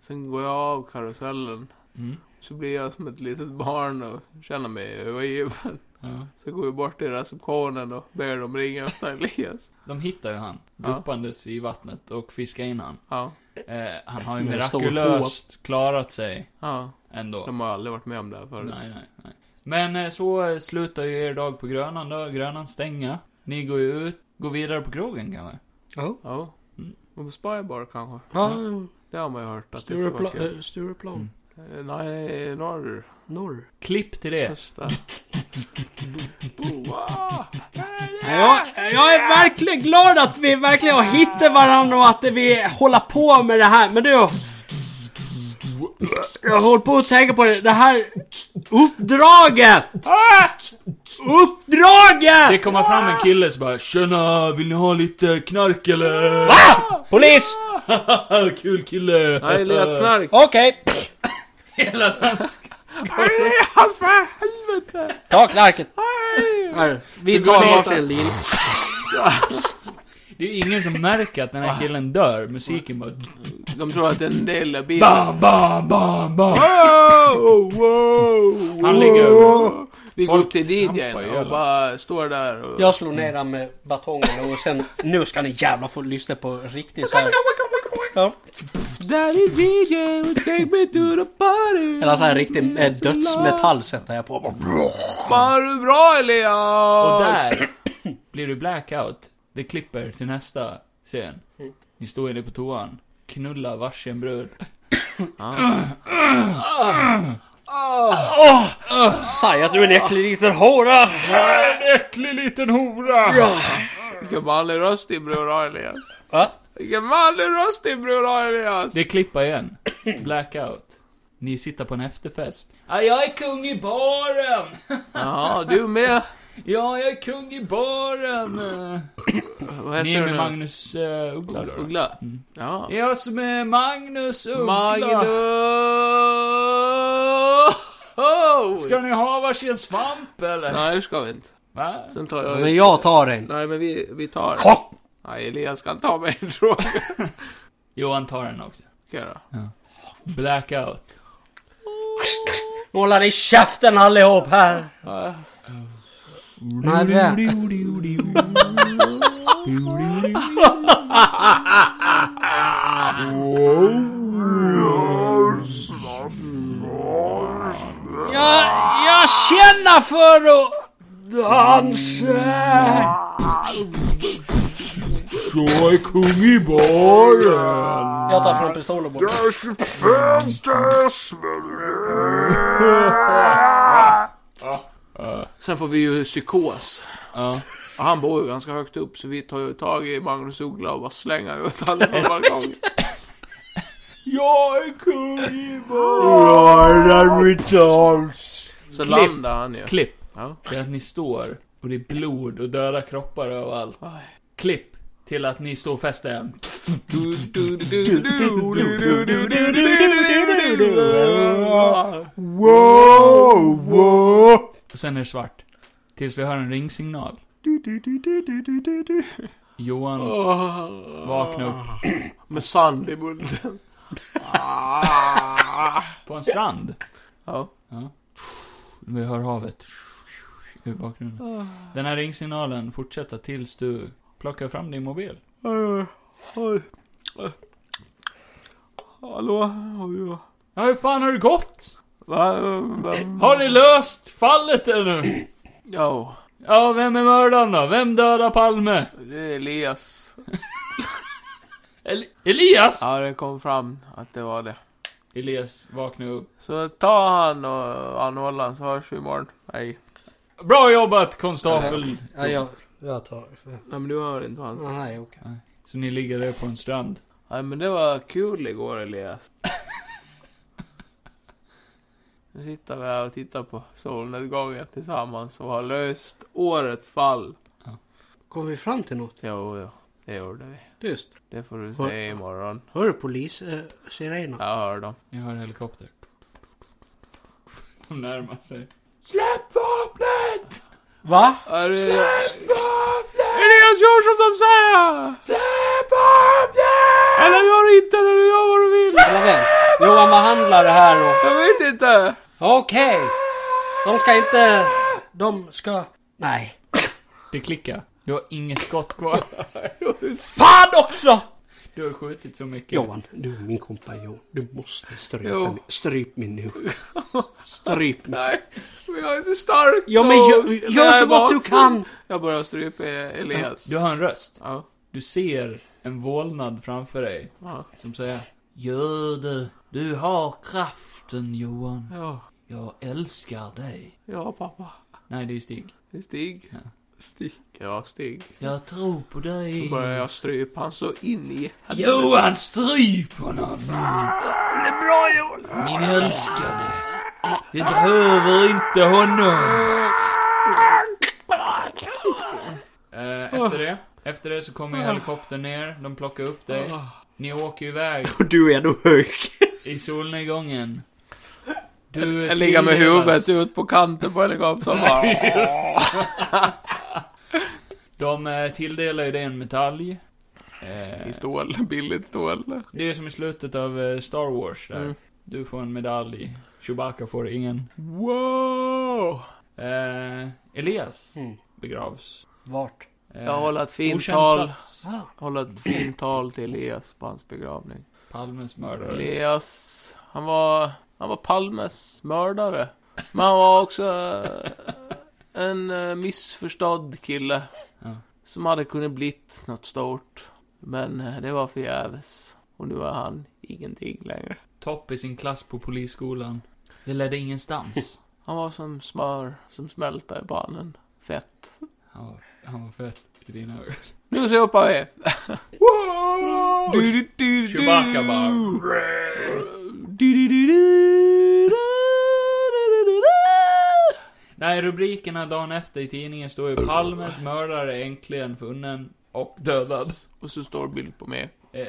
Speaker 2: Sen går jag av karusellen.
Speaker 1: Mm.
Speaker 2: Så blir jag som ett litet barn och känner mig övergiven.
Speaker 1: Ja.
Speaker 2: Så går jag bort till receptionen och ber dem ringa efter Elias.
Speaker 1: De hittar ju han.
Speaker 2: Ja.
Speaker 1: Guppandes i vattnet och fiskar in han.
Speaker 2: Ja,
Speaker 1: Eh, han har ju
Speaker 3: Med en stor
Speaker 1: mirakulöst klarat sig
Speaker 2: ja.
Speaker 1: ändå.
Speaker 2: De har aldrig varit med om det här förut.
Speaker 1: Nej, nej, nej. Men eh, så eh, slutar ju er dag på Grönan då. Grönan stänga. Ni går ju ut. Går vidare på krogen kanske.
Speaker 3: Ja.
Speaker 2: Ja.
Speaker 1: Mm.
Speaker 2: Och på Spybar kanske.
Speaker 3: Ja,
Speaker 1: Ja.
Speaker 2: Det har man ju hört att det ska vara
Speaker 3: Sturepla-
Speaker 2: kul.
Speaker 3: eh, Stureplan.
Speaker 1: Mm.
Speaker 2: Ja. Eh, Nej, norr.
Speaker 3: Norr.
Speaker 1: Klipp till det.
Speaker 2: Östa. Boa!
Speaker 3: Jag, jag är verkligen glad att vi verkligen har hittat varandra och att vi håller på med det här. Men du. Jag håller på att tänka på det. Det här uppdraget!
Speaker 1: Det
Speaker 3: Uppdraget!
Speaker 1: kommer fram en kille som bara Tjena, vill ni ha lite knark eller? *laughs*
Speaker 3: Ah! Polis!
Speaker 1: Kul kille!
Speaker 2: Nej, Elias Knark.
Speaker 3: Okej,
Speaker 1: Hela den.
Speaker 2: Elias för helvete!
Speaker 3: ta knarket. Här, Vi
Speaker 1: Så går
Speaker 3: tar
Speaker 1: vi-
Speaker 3: varsin linje.
Speaker 1: Det är ingen som märker att den
Speaker 2: Ah.
Speaker 1: här killen dör. Musiken bara...
Speaker 2: De tror att det är en del av bilen.
Speaker 1: Bam, bam, bam, bam!
Speaker 2: Wow, wow,
Speaker 1: Han ligger-
Speaker 2: wow. Vi går
Speaker 1: Folk
Speaker 2: upp till
Speaker 1: trampar
Speaker 2: DJn
Speaker 1: ihjäl.
Speaker 2: och bara står där och...
Speaker 3: Jag slår ner den med batongen och sen nu ska ni jävla få lyssna på riktigt så här. Ja.
Speaker 2: Daddy DJ will take me to the party.
Speaker 3: Eller så här riktig eh, dödsmetall sätter jag på.
Speaker 2: Fan, är du bra Elias?
Speaker 1: Och där blir det blackout. Det klipper till nästa scen. Ni står inne på toan. Knullar varsin brud.
Speaker 3: Säg att du är en äcklig liten hora!
Speaker 1: En äcklig liten hora! Ja.
Speaker 2: Vilken manlig röst din bror har Elias.
Speaker 3: Va?
Speaker 2: Vilken manlig röst din bror har Elias.
Speaker 1: Det klippar igen. Blackout. Ni sitter på en efterfest. Ja, jag är kung i baren!
Speaker 2: Ja, du med.
Speaker 1: Ja, jag är kung i baren!
Speaker 2: Vad heter
Speaker 1: Ni är
Speaker 2: du
Speaker 1: med
Speaker 2: nu?
Speaker 1: Magnus uh, Uggla då?
Speaker 2: Uggla. Ja.
Speaker 1: Det är jag som är Magnus Uggla!
Speaker 2: Magnus!
Speaker 1: Ska ni ha varsin svamp eller?
Speaker 2: Nej, det ska vi inte.
Speaker 1: Va?
Speaker 2: Sen tar jag...
Speaker 3: Men jag tar den.
Speaker 2: Nej, men vi, vi tar...
Speaker 3: Kock!
Speaker 2: Nej, Elias kan ta mig *laughs* ifrån. Okej
Speaker 1: Johan tar den också.
Speaker 2: då.
Speaker 1: Blackout.
Speaker 3: Hålla i käften allihop här!
Speaker 2: Ja,
Speaker 3: Nej, vä- jag, jag känner för att dansa!
Speaker 1: Jag är kung i baren!
Speaker 3: Jag tar fram pistolen och bara...
Speaker 2: Sen får vi ju psykos.
Speaker 1: Ja.
Speaker 2: Och han bor ju ganska högt upp, så vi tar ju tag i Magnus Uggla och bara slänger ut honom
Speaker 1: *laughs*
Speaker 2: på balkongen.
Speaker 1: Jag är kung i baren!
Speaker 3: Röra mitt dans!
Speaker 2: Så landar han ju.
Speaker 1: Klipp.
Speaker 2: Ja.
Speaker 1: Till att ni står och det är blod och döda kroppar överallt.
Speaker 2: Aj.
Speaker 1: Klipp. Till att ni står och festar igen.
Speaker 2: Du, du, du, du, du, du, du, du, du, du, du, du, du.
Speaker 3: Wow, wow.
Speaker 1: Och sen är det svart. Tills vi hör en ringsignal. Johan vaknar upp
Speaker 2: Med sand i munnen.
Speaker 1: på en strand.
Speaker 2: Ja.
Speaker 1: Vi hör havet. I bakgrunden. Den här ringsignalen fortsätter tills du plockar fram din mobil.
Speaker 2: Hallå?
Speaker 1: Ja, hur fan har det gått?
Speaker 2: Ja.
Speaker 1: Har ni löst fallet ännu? Ja, vem är mördaren då? Vem dödar Palme?
Speaker 2: Det är Elias.
Speaker 1: El- Elias?
Speaker 2: Ja, det kom fram att det var det.
Speaker 1: Elias vaknar upp.
Speaker 2: Så ta han och anhåll han så hörs vi imorgon. Nej.
Speaker 1: Bra jobbat konstapel!
Speaker 3: Ja, jag, jag tar...
Speaker 2: Nej men du hör inte vad han säger.
Speaker 3: Nej, okej.
Speaker 1: Så ni ligger där på en strand.
Speaker 2: Nej men det var kul igår Elias. Nu sitter vi här och tittar på solnedgången tillsammans och har löst årets fall.
Speaker 3: Kom vi fram till något?
Speaker 2: Jo, jo. Det gjorde vi.
Speaker 3: Tyst.
Speaker 2: Det får du se imorgon.
Speaker 3: Hör du eh, polissirenen?
Speaker 2: Jag hör dem.
Speaker 1: Ni hör en helikopter. Som närmar sig. Släpp vapnet!
Speaker 3: Va?
Speaker 2: Är det... Elias, gör som de säger! Släpp vapnet! Eller gör inte det, du gör vad du vill.
Speaker 3: Eller vem? Johan, vad handlar det här om?
Speaker 2: Jag vet inte.
Speaker 3: Okej! De ska inte... De ska... Nej.
Speaker 1: Det klickar. Du har inget skott kvar.
Speaker 3: Fan också!
Speaker 1: Du har skjutit så mycket.
Speaker 3: Johan, du är min kompanjon. Du måste strypa
Speaker 2: Jo.
Speaker 3: mig. Stryp mig nu. Stryp mig.
Speaker 2: Nej, men jag är inte stark.
Speaker 3: *laughs* Ja, men
Speaker 2: nog.
Speaker 3: gör- gör
Speaker 2: Jag är
Speaker 3: så gott du
Speaker 2: bakfull.
Speaker 3: kan.
Speaker 2: Jag börjar strypa Elias.
Speaker 1: Du har en röst.
Speaker 2: Ja.
Speaker 1: Du ser en vålnad framför dig.
Speaker 2: Ja.
Speaker 1: Som säger. Gör det. Du har kraft. natten Johan.
Speaker 2: Ja,
Speaker 1: Jag älskar dig.
Speaker 2: ja pappa.
Speaker 1: Nej, det är Stig.
Speaker 2: Det är Stig.
Speaker 1: Ja.
Speaker 2: Stig. Ja, Stig.
Speaker 1: Jag tror på dig.
Speaker 2: Då börjar jag strypa han så in i
Speaker 1: Johan, stryp honom! Det är bra Johan! Min älskade. Det behöver inte honom. Eh, efter det, efter det så kommer helikoptern ner. De plockar upp dig. Ni åker iväg
Speaker 3: Och du är då hög.
Speaker 1: i solnedgången.
Speaker 2: Du,
Speaker 1: eh,
Speaker 2: jag ligger med
Speaker 1: tilldelas-
Speaker 2: huvudet ut på kanten på helikoptern bara.
Speaker 1: De eh, tilldelar ju dig en medalj. Eh,
Speaker 2: *laughs* I stål, billigt stål.
Speaker 1: Det är som i slutet av eh, Star Wars där.
Speaker 2: Mm.
Speaker 1: Du får en medalj. Chewbacca får ingen.
Speaker 2: Wow!
Speaker 1: Eh, Elias
Speaker 3: *laughs* Mm.
Speaker 1: begravs.
Speaker 3: Vart? Ah.
Speaker 1: Eh,
Speaker 2: Jag håller ett fint
Speaker 1: okänd
Speaker 2: tal.
Speaker 1: plats.
Speaker 2: Håller ett fint tal till Elias på hans begravning.
Speaker 1: Palmes mördare.
Speaker 2: Elias, han var, han var Palmes mördare. Men han var också eh, en eh, missförstådd kille.
Speaker 1: Ja.
Speaker 2: Som hade kunnat blivit något stort. Men eh, det var förgäves. Och nu är han ingenting längre.
Speaker 1: Topp i sin klass på polisskolan. Det ledde *laughs* ingenstans.
Speaker 2: Han var som smör som smälter i pannan. Fett.
Speaker 1: han, var, han var fett i dina ögon.
Speaker 2: Nu så hoppar vi! Du, du, du, du.
Speaker 1: Chewbacca bara...
Speaker 2: Du, du, du, du, du, du, du, du.
Speaker 1: Nej, rubrikerna dagen efter i tidningen står ju Palmes mördare äntligen funnen och *laughs* dödad.
Speaker 2: Och så står det bild på mig.
Speaker 1: Eh,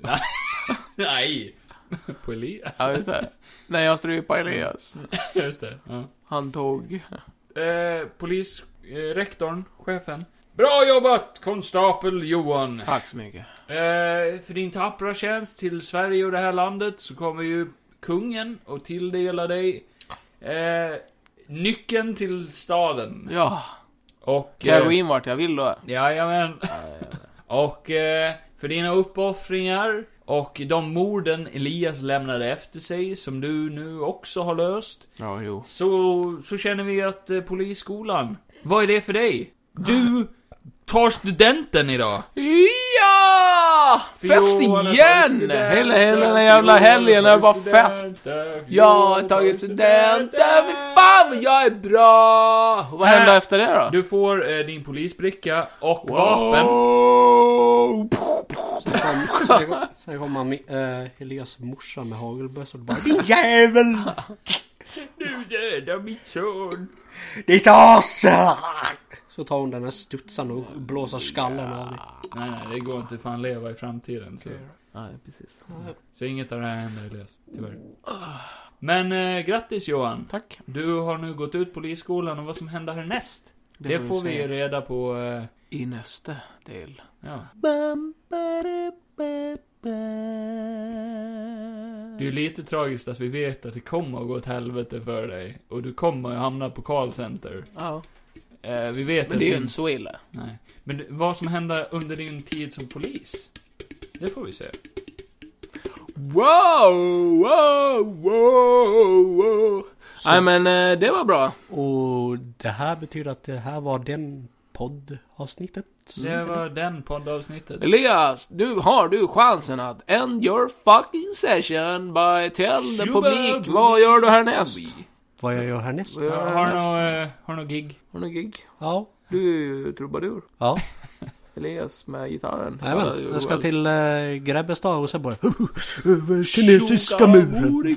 Speaker 1: nej. *laughs* nej. På Elias.
Speaker 2: Ja, just det. När jag strypade Elias.
Speaker 1: Just det. Ja.
Speaker 2: Han tog...
Speaker 1: Eh, polis, eh, rektorn, chefen. Bra jobbat, konstapel Johan.
Speaker 2: Tack så mycket.
Speaker 1: Eh, för din tappra tjänst till Sverige och det här landet så kommer ju kungen och tilldela dig eh, nyckeln till staden.
Speaker 2: Ja.
Speaker 1: Och... eh,
Speaker 2: Kan jag gå in vart jag vill då?
Speaker 1: Jajamän. *laughs* Och eh, för dina uppoffringar och de morden Elias lämnade efter sig, som du nu också har löst,
Speaker 2: Ja, jo.
Speaker 1: så, så känner vi att eh, polisskolan, vad är det för dig? Du tar studenten idag!
Speaker 2: Ja! Fest igen! Hela, hela den jävla helgen är det bara fest. Jag har tagit studenten, fy fan vad jag är bra! Vad
Speaker 1: Här.
Speaker 2: händer efter det då?
Speaker 1: Du får eh, din polisbricka och vapen.
Speaker 3: Sen kom, sen kom, sen kom man, eh, Elias morsa med hagelbössa och bara Din jävel!
Speaker 1: Du dödar min son!
Speaker 3: Ditt as! Så tar hon den här studsan och blåser skallen av dig.
Speaker 1: Nej, nej, det går inte. Fan leva i framtiden. Så,
Speaker 2: Nej, precis.
Speaker 1: så inget av det här händer Elias. Tyvärr. Men eh, grattis Johan.
Speaker 2: Tack.
Speaker 1: Du har nu gått ut polisskolan och vad som händer härnäst? Det, får, vi
Speaker 2: se
Speaker 1: ju reda på... Eh,
Speaker 2: i nästa del.
Speaker 1: ja. Det är ju
Speaker 2: Du
Speaker 1: lite tragiskt att vi vet att det kommer att gå åt helvete för dig. Och du kommer att hamna på callcenter.
Speaker 2: Ja,
Speaker 1: Eh, vi vet
Speaker 2: men
Speaker 1: att
Speaker 2: det är ju
Speaker 1: din-
Speaker 2: inte så illa.
Speaker 1: Nej. Men det- vad som händer under din tid som polis? Det får vi se.
Speaker 2: Wow, wow, wow, wow. Nej men eh, det var bra.
Speaker 3: Och det här betyder att det här var den poddavsnittet.
Speaker 2: Mm.
Speaker 1: Det var den poddavsnittet.
Speaker 2: Elias, nu har du chansen att end your fucking session by tell the
Speaker 1: Tjuba
Speaker 2: public
Speaker 1: booby
Speaker 2: vad gör du härnäst?
Speaker 3: Vad jag gör härnäst?
Speaker 2: Vad gör du
Speaker 1: Har du
Speaker 2: härnäst?
Speaker 1: något, eh, har du något gig?
Speaker 2: Har du något gig?
Speaker 3: Ja.
Speaker 2: Du är ju trubadur.
Speaker 3: Ja.
Speaker 2: Elias med gitarren. Ja,
Speaker 3: Jajamän.
Speaker 2: du-
Speaker 3: Jag ska till äh, Grebbestad och sen bara... Över kinesiska muren.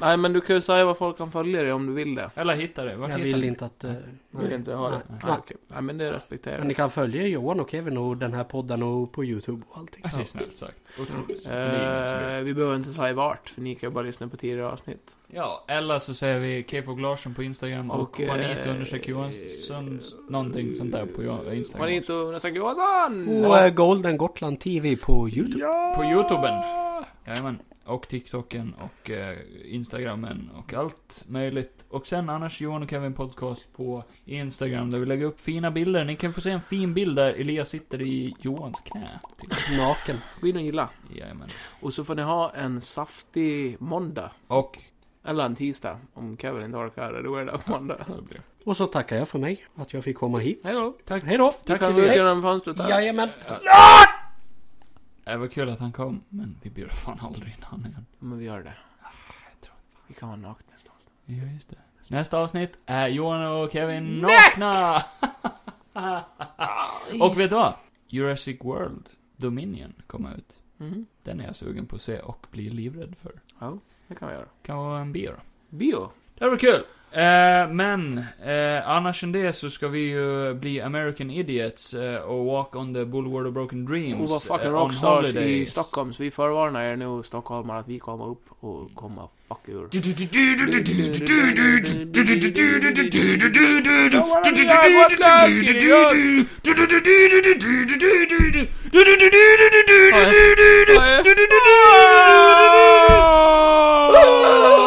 Speaker 2: Nej men du kan ju säga vad folk kan följa dig om du vill det.
Speaker 1: Eller hitta det? Vart
Speaker 3: Jag
Speaker 1: hittar
Speaker 3: vill
Speaker 1: ni?
Speaker 3: inte att... eh,
Speaker 2: Du vill inte ha det?
Speaker 3: Nej.
Speaker 2: Nej, okej. Nej men det respekterar
Speaker 3: Men
Speaker 2: jag.
Speaker 3: ni kan följa Johan och Kevin och den här podden och på Youtube och allting.
Speaker 1: Det är snällt sagt. Otroligt. Det är ingen som vet.
Speaker 2: Eh, vi behöver inte säga vart, för ni kan ju bara lyssna på tidigare avsnitt.
Speaker 1: Ja, eller så säger vi Kefog Larsson på Instagram och,
Speaker 2: Och, eh,
Speaker 1: Juanito understreck Johansson någonting sånt där på Ja- Instagram.
Speaker 2: Juanito Nästan Johansson!
Speaker 3: Och eh, Golden Gotland TV på Youtube.
Speaker 2: Ja!
Speaker 1: På Youtuben. Jajamän. Och TikToken och eh, Instagrammen och allt möjligt. Och sen annars Johan och Kevin Podcast på Instagram där vi lägger upp fina bilder. Ni kan få se en fin bild där Elias sitter i Johans knä. Typ.
Speaker 3: Naken.
Speaker 2: Gå in och gilla.
Speaker 1: Jajamän.
Speaker 2: Och så får ni ha en saftig måndag.
Speaker 1: Och...
Speaker 2: Eller en tisdag, om Kevin inte orkar det. Då är det måndag.
Speaker 1: så blir det.
Speaker 3: Och så tackar jag för mig att jag fick komma hit.
Speaker 2: Hej då!
Speaker 1: Tack.
Speaker 3: Hej då!
Speaker 2: Du
Speaker 1: Tack
Speaker 2: kan gå ut
Speaker 1: Elias.
Speaker 2: genom fönstret där.
Speaker 3: Jajamän!
Speaker 1: Äh, Det var kul att han kom, men vi bjöd fan aldrig in han igen.
Speaker 2: Men vi gör det.
Speaker 1: Jag tror fan
Speaker 2: Vi kan vara nakna nästa gång.
Speaker 1: Ja, just det. Nästa avsnitt är Johan och Kevin nakna! och vet du vad? Jurassic World Dominion kommer ut.
Speaker 2: Mm.
Speaker 1: Den är jag sugen på att se och blir livrädd för.
Speaker 2: Ja, det kan vi göra.
Speaker 1: Kan vara en bio då.
Speaker 2: Bio.
Speaker 1: Det var kul! Eh, men, eh, annars än det så ska vi ju bli American Idiots eh, och Walk on the Boulevard of Broken Dreams.
Speaker 2: Och var Oh, fucking
Speaker 1: eh, on
Speaker 2: rockstars i
Speaker 1: holidays.
Speaker 2: Stockholm, så vi förvarnar er nu stockholmare att vi kommer upp och kommer fuck ur.
Speaker 1: Gotland!